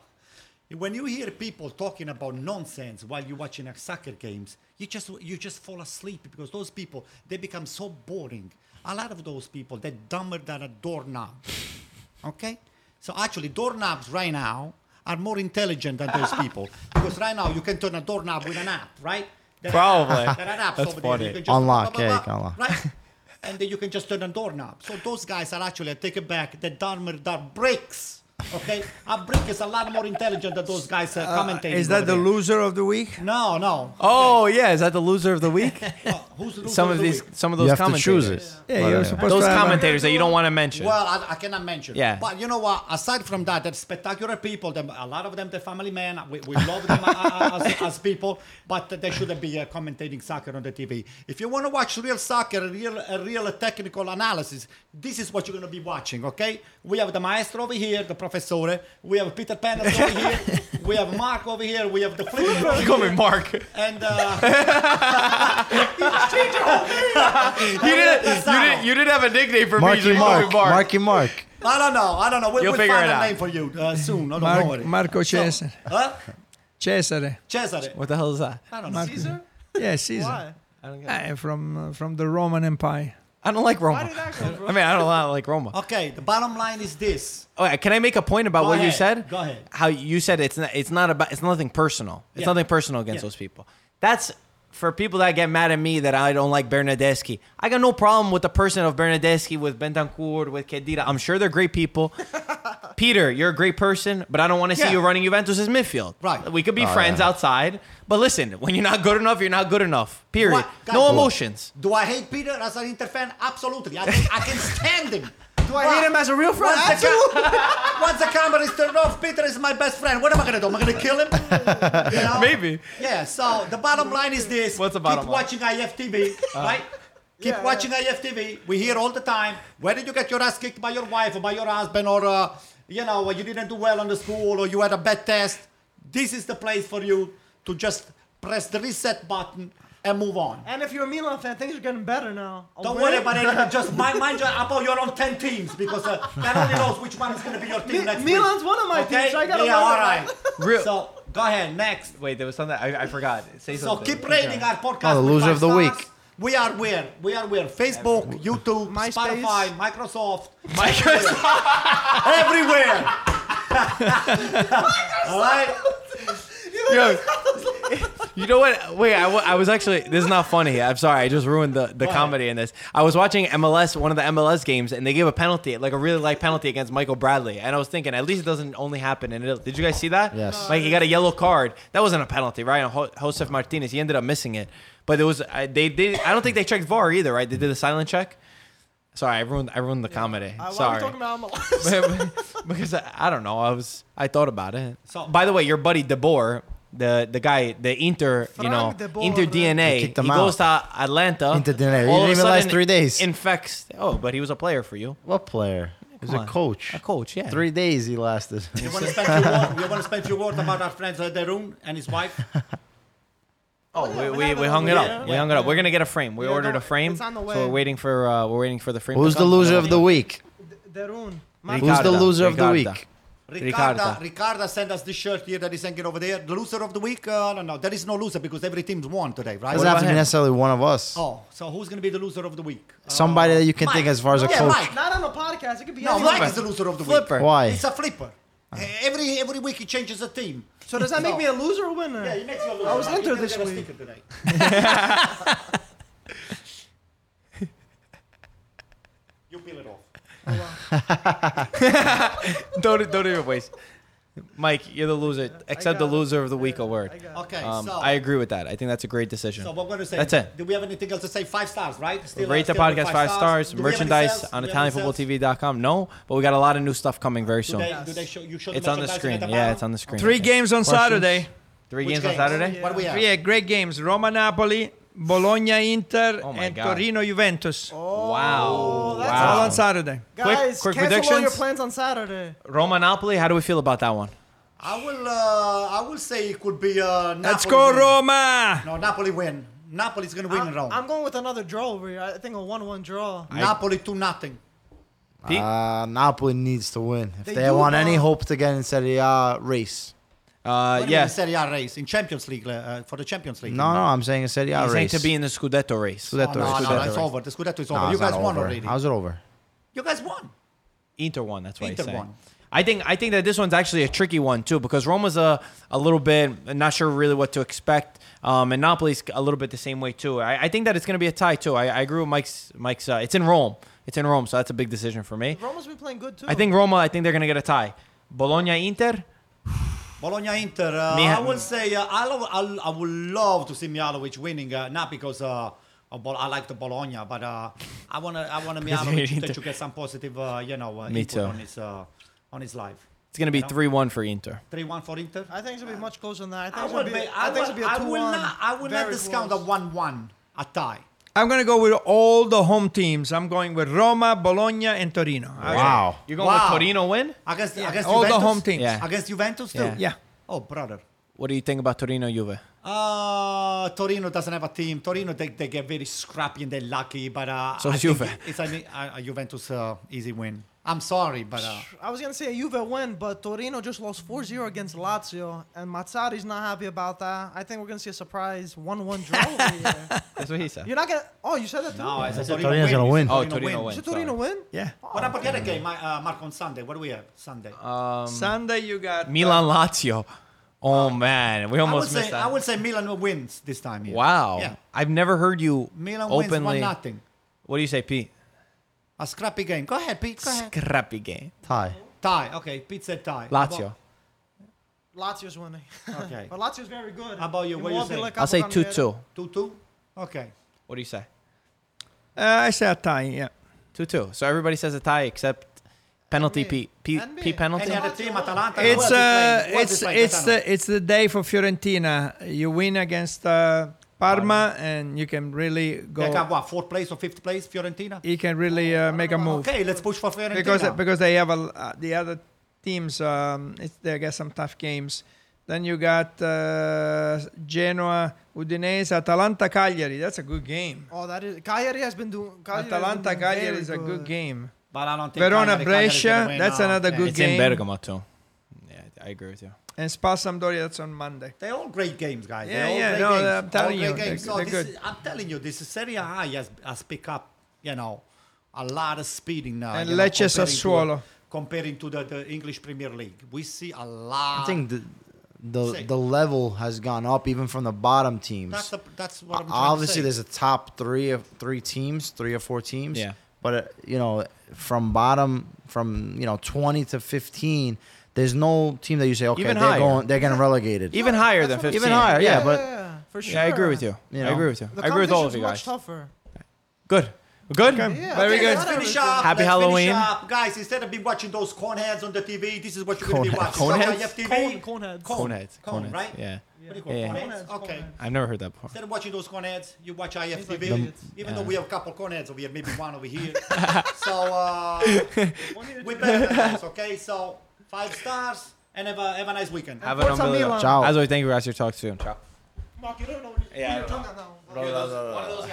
Speaker 1: when you hear people talking about nonsense while you're watching a soccer games, you just you just fall asleep because those people they become so boring. A lot of those people they're dumber than a doorknob. Okay? So actually, doorknobs right now are more intelligent than those people because right now you can turn a doorknob with an app, right? There are-
Speaker 4: Probably.
Speaker 1: There are apps
Speaker 4: That's
Speaker 1: over there.
Speaker 4: funny.
Speaker 1: You can just
Speaker 3: Unlock, yeah, you can unlock.
Speaker 1: Right? And then you can just turn a doorknob. So those guys are actually, I take it back, the dumber than bricks. Okay? A brick is a lot more intelligent than those guys uh, commentating.
Speaker 5: Is that
Speaker 1: over
Speaker 5: the
Speaker 1: there.
Speaker 5: loser of the week?
Speaker 1: No, no.
Speaker 4: Oh yeah, is that the loser of the week?
Speaker 1: Oh, who's the loser
Speaker 4: some of
Speaker 1: the
Speaker 4: these,
Speaker 1: week?
Speaker 4: some of
Speaker 3: You
Speaker 4: those
Speaker 3: have to
Speaker 4: commentators.
Speaker 3: choose it.
Speaker 5: Yeah,
Speaker 3: But uh,
Speaker 5: you're
Speaker 3: anyway.
Speaker 5: supposed
Speaker 4: Those
Speaker 5: to have a-
Speaker 4: commentators that you don't want to mention.
Speaker 1: Well, I, I cannot mention.
Speaker 4: Yeah.
Speaker 1: But you know what? Aside from that, they're spectacular people. Them, a lot of them, they're family men. We, we love them uh, as, as people, but they shouldn't be uh, commentating soccer on the TV. If you want to watch real soccer, real, uh, real technical analysis, this is what you're going to be watching, okay? We have the maestro over here, the professore. We have Peter Pan over here. We have Mark over here. We have the flipper. over
Speaker 4: Call me
Speaker 1: here.
Speaker 4: Mark. You
Speaker 1: And uh,
Speaker 4: didn't, you didn't, you didn't have a nickname for me.
Speaker 3: Marky
Speaker 4: You call me
Speaker 3: Mark,
Speaker 4: Mark.
Speaker 3: Marky Mark.
Speaker 1: I don't know. I don't know. We,
Speaker 4: You'll
Speaker 1: will
Speaker 4: figure
Speaker 1: find
Speaker 4: it
Speaker 1: a
Speaker 4: out.
Speaker 1: name for you uh, soon. I don't
Speaker 5: Mark-
Speaker 1: worry.
Speaker 5: Marco
Speaker 1: So-
Speaker 5: Cesar.
Speaker 1: Huh?
Speaker 5: Cesare.
Speaker 1: Cesare.
Speaker 4: What the hell is that?
Speaker 1: I don't know.
Speaker 2: Caesar?
Speaker 5: Yeah, Caesar.
Speaker 2: Why?
Speaker 4: I don't, get it.
Speaker 5: Ah, from uh, from the Roman Empire.
Speaker 4: I don't like
Speaker 2: Why
Speaker 4: Roma.
Speaker 2: did that come
Speaker 4: I
Speaker 2: from?
Speaker 4: mean, I don't like Roma.
Speaker 1: Okay, the bottom line is this.
Speaker 4: Oh, yeah, can I make a point about
Speaker 1: Go
Speaker 4: what you
Speaker 1: ahead.
Speaker 4: said?
Speaker 1: Go ahead.
Speaker 4: How you said it's not, it's not about it's nothing personal. It's
Speaker 1: Yeah.
Speaker 4: nothing personal against
Speaker 1: Yeah.
Speaker 4: those people. That's for people that get mad at me that I don't like Bernadeschi. I got no problem with the person of Bernadeschi, with Bentancur, with Kedira. I'm sure they're great people. Peter, you're a great person, but I don't want to see
Speaker 1: Yeah.
Speaker 4: you running Juventus' midfield.
Speaker 1: Right.
Speaker 4: We could be friends outside, but listen, when you're not good enough, you're not good enough. Period.
Speaker 1: What?
Speaker 4: No
Speaker 1: Guys,
Speaker 4: emotions.
Speaker 1: Do I hate Peter as an Inter fan? Absolutely. I can, I can stand him. Do
Speaker 2: I hate him as a real friend.
Speaker 1: Once the, ca- once the camera is turned off, Peter is my best friend. What am I gonna do? Am I gonna kill him? You know?
Speaker 4: Maybe.
Speaker 1: Yeah. So the bottom line is this:
Speaker 4: What's the bottom
Speaker 1: Keep
Speaker 4: line? Uh.
Speaker 1: watching IFTV, right? Keep
Speaker 2: yeah.
Speaker 1: watching IFTV. We hear all the time. Where did you get your ass kicked by your wife or by your husband, or uh, you know, you didn't do well on the school, or you had a bad test? This is the place for you to just press the reset button and move on.
Speaker 2: And if you're a Milan fan, things are getting better now. A
Speaker 1: Don't
Speaker 2: win-
Speaker 1: worry about anything. Just mind, mind your, about your own ten teams because uh, that only knows which one is going to be your team
Speaker 2: Mi-
Speaker 1: next week.
Speaker 2: Milan's one of my teams. I gotta
Speaker 1: yeah,
Speaker 2: learn
Speaker 1: all
Speaker 2: about
Speaker 1: right.
Speaker 4: Real-
Speaker 1: So go ahead next.
Speaker 4: Wait, there was something I, I forgot. Say
Speaker 1: So keep rating our podcast.
Speaker 3: Oh, the
Speaker 1: with
Speaker 3: loser
Speaker 1: five
Speaker 3: of the
Speaker 1: stars.
Speaker 3: week.
Speaker 1: We are where? We are where? Facebook, YouTube,
Speaker 2: MySpace.
Speaker 1: Spotify, Microsoft,
Speaker 4: Microsoft.
Speaker 1: everywhere. All right.
Speaker 4: Yo, you know what? Wait, I, wa- I was actually. This is not funny. I'm sorry. I just ruined the, the comedy in this. I was watching MLS, one of the MLS games, and they gave a penalty, like a really light penalty against Michael Bradley. And I was thinking, at least it doesn't only happen in Italy. Did you guys see that?
Speaker 3: Yes.
Speaker 4: Like he got a yellow card. That wasn't a penalty, right? And Jo- Josef Martinez, he ended up missing it. But it was. I, they did. I don't think they checked VAR either, right? They did a silent check. Sorry, I ruined. I ruined the comedy.
Speaker 2: Uh, why are we
Speaker 4: sorry.
Speaker 2: talking about MLS?
Speaker 4: because I, I don't know. I was I thought about it. So by the way, your buddy De Boer, the the guy, the Inter, you
Speaker 2: Frank
Speaker 4: know,
Speaker 2: De Boer.
Speaker 4: Inter
Speaker 3: They
Speaker 4: DNA. He
Speaker 3: kicked him
Speaker 4: goes to Atlanta.
Speaker 3: Inter DNA. He
Speaker 4: all
Speaker 3: didn't
Speaker 4: of a
Speaker 3: even last
Speaker 4: sudden
Speaker 3: three days.
Speaker 4: Infects. Oh, but he was a player for you.
Speaker 3: What player? He's
Speaker 4: Come
Speaker 3: a
Speaker 4: on.
Speaker 3: coach.
Speaker 4: A coach, yeah.
Speaker 3: Three days he lasted.
Speaker 1: You want to spend few word, you want to spend few words about our friend uh, Darun and his wife?
Speaker 4: Oh,
Speaker 2: yeah,
Speaker 4: we,
Speaker 2: we
Speaker 4: we,
Speaker 2: have
Speaker 4: we
Speaker 2: it
Speaker 4: hung
Speaker 2: on
Speaker 4: it
Speaker 2: the-
Speaker 4: up.
Speaker 2: yeah,
Speaker 4: we
Speaker 2: yeah,
Speaker 4: hung it up. We're gonna get a frame. We
Speaker 2: Yeah,
Speaker 4: ordered
Speaker 2: no,
Speaker 4: a frame.
Speaker 2: it's on the
Speaker 4: So
Speaker 2: way.
Speaker 4: we're waiting for uh, we're waiting for the frame. to
Speaker 3: Who's the
Speaker 4: come.
Speaker 3: loser of the week?
Speaker 2: Darun.
Speaker 3: Who's the
Speaker 4: Ricarda.
Speaker 3: loser of the
Speaker 4: Ricarda.
Speaker 3: week?
Speaker 1: Ricarda,
Speaker 4: Ricarda.
Speaker 1: Ricarda sent us this shirt here that he's hanging over there. The loser of the week? Uh, no, no, there is no loser because every team's won today, right?
Speaker 3: Doesn't have to be
Speaker 4: him?
Speaker 3: necessarily one of us.
Speaker 1: Oh, so who's going to be the loser of the week? Uh,
Speaker 3: Somebody that you can
Speaker 1: Mike.
Speaker 3: think
Speaker 1: Oh,
Speaker 3: as far as a
Speaker 1: Yeah,
Speaker 3: coach.
Speaker 1: Mike.
Speaker 2: Not on a podcast. It could be
Speaker 1: no,
Speaker 2: anyone.
Speaker 1: Mike is the loser of the
Speaker 4: Flipper. Ah.
Speaker 1: week.
Speaker 3: Why?
Speaker 1: It's a flipper. E-, Every every week he changes a team.
Speaker 2: So does that make
Speaker 1: No.
Speaker 2: me a loser or winner?
Speaker 1: Yeah, he makes you a loser.
Speaker 2: I was
Speaker 1: Mike. You didn't
Speaker 2: entered this
Speaker 1: get a
Speaker 2: week.
Speaker 1: sticker today. you peel it off.
Speaker 4: Don't don't even waste. Mike, you're the loser. Accept the
Speaker 2: got it.
Speaker 4: loser of the week award.
Speaker 2: I got it.
Speaker 1: Okay,
Speaker 4: Um,
Speaker 1: so
Speaker 4: I agree with that. I think that's a great decision.
Speaker 1: So what we're gonna say?
Speaker 4: That's it.
Speaker 1: Do we have anything else to say? Five stars, right? Still, uh,
Speaker 4: Rate the
Speaker 1: still
Speaker 4: podcast five stars.
Speaker 1: Do we have any
Speaker 4: merchandise
Speaker 1: sales?
Speaker 4: on
Speaker 1: Do we have any sales?
Speaker 4: ItalianFootballTV.com. No, but we got a lot of new stuff coming very
Speaker 1: Do
Speaker 4: soon.
Speaker 1: they,
Speaker 2: Yes.
Speaker 1: do they show you show
Speaker 4: It's on the screen. yeah, it's on the screen.
Speaker 5: Three games on Saturday.
Speaker 4: Three games, on Saturday.
Speaker 1: What do we have?
Speaker 5: Yeah, great games. Roma Napoli, Bologna Inter,
Speaker 4: Oh my
Speaker 5: and
Speaker 4: God.
Speaker 5: Torino Juventus.
Speaker 1: Oh,
Speaker 4: Wow.
Speaker 2: that's
Speaker 5: All
Speaker 4: wow.
Speaker 5: on Saturday.
Speaker 4: Quick-
Speaker 2: Guys,
Speaker 4: quick
Speaker 2: cancel all your
Speaker 4: predictions?
Speaker 2: plans on Saturday.
Speaker 4: Roma Napoli. How do we feel about that one?
Speaker 1: I will. Uh, I will say it could be. Uh, Napoli
Speaker 5: Let's go,
Speaker 1: win.
Speaker 5: Roma!
Speaker 1: No, Napoli win. Napoli's gonna win in
Speaker 2: I'm,
Speaker 1: Rome.
Speaker 2: I'm going with another draw over here. I think a one-one draw.
Speaker 1: Napoli two nothing.
Speaker 4: Pete?
Speaker 3: Uh, Napoli needs to win if
Speaker 2: They
Speaker 3: they,
Speaker 2: do,
Speaker 3: want any
Speaker 2: though.
Speaker 3: hope to get in Serie A race.
Speaker 4: Uh,
Speaker 1: What do you mean
Speaker 4: yes.
Speaker 1: Serie A race in Champions League uh, for the Champions League.
Speaker 3: No, no, I'm saying a Serie A
Speaker 4: He's saying
Speaker 3: race.
Speaker 4: to be in the Scudetto race.
Speaker 1: Oh,
Speaker 3: Scudetto
Speaker 1: no,
Speaker 3: race.
Speaker 1: no,
Speaker 3: Scudetto
Speaker 1: it's
Speaker 3: race.
Speaker 1: over. The Scudetto is
Speaker 3: No,
Speaker 1: over. you
Speaker 3: it's
Speaker 1: guys
Speaker 3: not
Speaker 1: won
Speaker 3: over.
Speaker 1: already.
Speaker 3: How's it over?
Speaker 1: You guys won.
Speaker 4: Inter won. That's why
Speaker 1: Inter
Speaker 4: he's saying.
Speaker 1: won.
Speaker 4: I think I think that this one's actually a tricky one too because Roma's a a little bit not sure really what to expect. Um, and Napoli's a little bit the same way too. I, I think that it's going to be a tie too. I, I agree with Mike's Mike's. Uh, it's in Rome. It's in Rome, so that's a big decision for me.
Speaker 2: Roma's been playing good too.
Speaker 4: I think Roma. I think they're going to get a tie. Bologna Inter.
Speaker 1: Bologna Inter. Uh,
Speaker 4: Miha-
Speaker 1: I would say uh, I, love, I, l- I would love to see Mihalovic winning, uh, not because uh, of Bol- I like the Bologna, but uh, I want to I want Mihalovic
Speaker 4: Inter.
Speaker 1: to, to get some positive, uh, you know, uh,
Speaker 4: Me
Speaker 1: input
Speaker 4: too.
Speaker 1: on his uh, on his life.
Speaker 4: It's going to be
Speaker 1: Yeah.
Speaker 4: three one for Inter.
Speaker 1: Three one for Inter.
Speaker 2: I think it's gonna be much closer than that. I
Speaker 1: I
Speaker 2: think it'll
Speaker 1: would
Speaker 2: be.
Speaker 1: be.
Speaker 2: I think it'll be
Speaker 1: I
Speaker 2: a two-one.
Speaker 1: will not. I will not
Speaker 2: Very
Speaker 1: discount
Speaker 2: close.
Speaker 1: a one one a tie.
Speaker 5: I'm going to go with all the home teams. I'm going with Roma, Bologna, and Torino.
Speaker 3: Wow.
Speaker 4: You're going
Speaker 1: Wow.
Speaker 4: with Torino win.
Speaker 1: Against against
Speaker 5: All
Speaker 1: Juventus?
Speaker 5: the home teams.
Speaker 4: Yeah.
Speaker 1: Against Juventus too.
Speaker 4: Yeah.
Speaker 5: Yeah.
Speaker 1: Oh brother.
Speaker 4: What do you think about Torino Juve?
Speaker 1: Uh, Torino doesn't have a team. Torino they, they get very scrappy and they're lucky, but uh,
Speaker 4: So
Speaker 1: I
Speaker 4: it's
Speaker 1: think
Speaker 4: Juve.
Speaker 1: It's a, a, a Juventus uh, easy win. I'm sorry, but uh,
Speaker 2: I was gonna say a Juve win, but Torino just lost 4-0 against Lazio, and Mazzari's not happy about that. I think we're gonna see a surprise one-one draw. over here.
Speaker 4: That's what he said.
Speaker 2: You're not gonna. Oh, you said that too.
Speaker 1: no, it's a
Speaker 3: said
Speaker 1: Torino
Speaker 3: Torino's gonna
Speaker 1: win.
Speaker 3: win.
Speaker 1: It's
Speaker 4: Oh, Torino win.
Speaker 2: Should Torino win?
Speaker 5: Yeah.
Speaker 1: What about the other game, my, uh, Mark on Sunday? What do we have Sunday?
Speaker 4: Uh,
Speaker 5: Sunday, you got.
Speaker 4: Um, Milan Lazio. Oh man, we
Speaker 1: I would
Speaker 4: almost
Speaker 1: say
Speaker 4: missed that.
Speaker 1: I would say Milan wins this time. Here.
Speaker 4: Wow.
Speaker 1: Yeah.
Speaker 4: I've never heard you
Speaker 1: Milan wins
Speaker 4: openly.
Speaker 1: one nothing.
Speaker 4: what do you say, Pete?
Speaker 1: A scrappy game. Go ahead, Pete. Go ahead.
Speaker 4: Scrappy game.
Speaker 3: Tie.
Speaker 1: Tie. Okay, Pete said tie.
Speaker 4: Lazio.
Speaker 2: Lazio's winning.
Speaker 1: About- okay.
Speaker 2: But Lazio's very good.
Speaker 1: How about you? What do you
Speaker 2: Immobile,
Speaker 1: say?
Speaker 4: I'll say
Speaker 2: Capodanno,
Speaker 4: 2 2.
Speaker 1: Two two. Okay.
Speaker 4: What do you say?
Speaker 5: Uh, I say a tie, yeah.
Speaker 4: 2 2. So everybody says a tie except penalty
Speaker 2: And me.
Speaker 4: Pete. Pete,
Speaker 2: And me.
Speaker 4: Pete penalty?
Speaker 1: Any other team? Atalanta. Who
Speaker 5: It's
Speaker 1: else is
Speaker 5: uh,
Speaker 1: playing? Who else is
Speaker 5: it's
Speaker 1: playing?
Speaker 5: it's
Speaker 1: Atalanta?
Speaker 5: the it's the day for Fiorentina. You win against uh, Parma, and you can really
Speaker 1: They got
Speaker 5: go.
Speaker 1: what fourth place or fifth place? Fiorentina.
Speaker 5: You can really uh, make a move
Speaker 1: Okay, let's push for Fiorentina.
Speaker 5: because because they have a, l- uh, the other teams. Um, it's, they get some tough games. Then you got uh, Genoa, Udinese, Atalanta, Cagliari. That's a good game.
Speaker 2: Oh, that is. Cagliari has been doing. Cagliari has been
Speaker 5: Atalanta
Speaker 2: doing
Speaker 5: Cagliari
Speaker 2: very
Speaker 5: is a good game.
Speaker 1: but I don't think
Speaker 5: Verona
Speaker 1: Cagliari- Cagliari's gonna
Speaker 5: Brescia.
Speaker 1: win,
Speaker 5: That's
Speaker 1: uh,
Speaker 5: another
Speaker 1: yeah.
Speaker 5: good
Speaker 4: it's in
Speaker 5: game.
Speaker 4: Bergamo, too. Yeah, I agree with you.
Speaker 5: and Spa Sampdoria. That's on Monday.
Speaker 1: They're all great games, guys.
Speaker 5: Yeah,
Speaker 1: They're all
Speaker 5: yeah,
Speaker 1: great games.
Speaker 5: no, I'm telling
Speaker 1: all great
Speaker 5: you,
Speaker 1: games.
Speaker 5: they're-
Speaker 1: So
Speaker 5: they're
Speaker 1: this
Speaker 5: good.
Speaker 1: Is, I'm telling you, this Serie A has, has picked up, you know, a lot of speed in now.
Speaker 5: And
Speaker 1: you know,
Speaker 5: Lecce
Speaker 1: comparing to-
Speaker 5: Sassuolo.
Speaker 1: comparing to the, the English Premier League. We see a lot.
Speaker 3: I think the the,
Speaker 1: Say-
Speaker 3: the level has gone up even from the bottom teams.
Speaker 1: that's the, that's what I'm trying
Speaker 3: Obviously,
Speaker 1: to say.
Speaker 3: there's a top three of three teams, three or four teams.
Speaker 6: Yeah.
Speaker 3: But uh, you know, from bottom, from you know twenty to fifteen, there's no team that you say okay,
Speaker 6: Even
Speaker 3: they're
Speaker 6: higher.
Speaker 3: going, they're getting relegated.
Speaker 6: even higher
Speaker 2: That's
Speaker 6: than
Speaker 2: what
Speaker 6: 15.
Speaker 2: I'm
Speaker 3: Even higher, yeah,
Speaker 2: yeah,
Speaker 3: but-
Speaker 2: yeah, for sure.
Speaker 6: Yeah, I agree with you.
Speaker 3: You
Speaker 6: I
Speaker 3: know.
Speaker 6: agree with you.
Speaker 2: The
Speaker 6: I agree with all of
Speaker 2: competition's
Speaker 6: you
Speaker 2: much
Speaker 6: guys.
Speaker 2: tougher.
Speaker 6: Good. Good.
Speaker 2: Yeah,
Speaker 5: Very
Speaker 2: I think
Speaker 5: good.
Speaker 2: that's
Speaker 1: Let's finish
Speaker 2: everything.
Speaker 1: up.
Speaker 6: Happy
Speaker 1: let's
Speaker 6: Halloween.
Speaker 1: Finish up. Guys, instead of be watching those cornheads on the TV, this is what you're going to be
Speaker 6: Coneheads.
Speaker 1: watching. Okay,
Speaker 6: Coneheads?
Speaker 1: you have
Speaker 2: Cone,
Speaker 1: TV?
Speaker 2: coneheads.
Speaker 1: Cone.
Speaker 6: Coneheads.
Speaker 1: Cone,
Speaker 6: Coneheads,
Speaker 1: right?
Speaker 6: yeah.
Speaker 1: What do you call
Speaker 6: Yeah.
Speaker 1: Coneheads?
Speaker 2: Coneheads,
Speaker 1: Okay.
Speaker 2: coneheads.
Speaker 6: I've never heard that before.
Speaker 1: Instead of watching those cornheads, you watch IFTV.
Speaker 2: like idiots.
Speaker 1: even though we have a couple cornheads over here, maybe one over here. so uh, we better than this, okay? So five stars and have a, have a nice weekend.
Speaker 6: Have an
Speaker 2: Forza
Speaker 6: unbelievable.
Speaker 2: Milan.
Speaker 3: Ciao.
Speaker 6: As always, thank you guys. Talk soon. Ciao.
Speaker 2: Mark, you don't know. Yeah,
Speaker 6: I
Speaker 2: tongue out now.
Speaker 1: One of those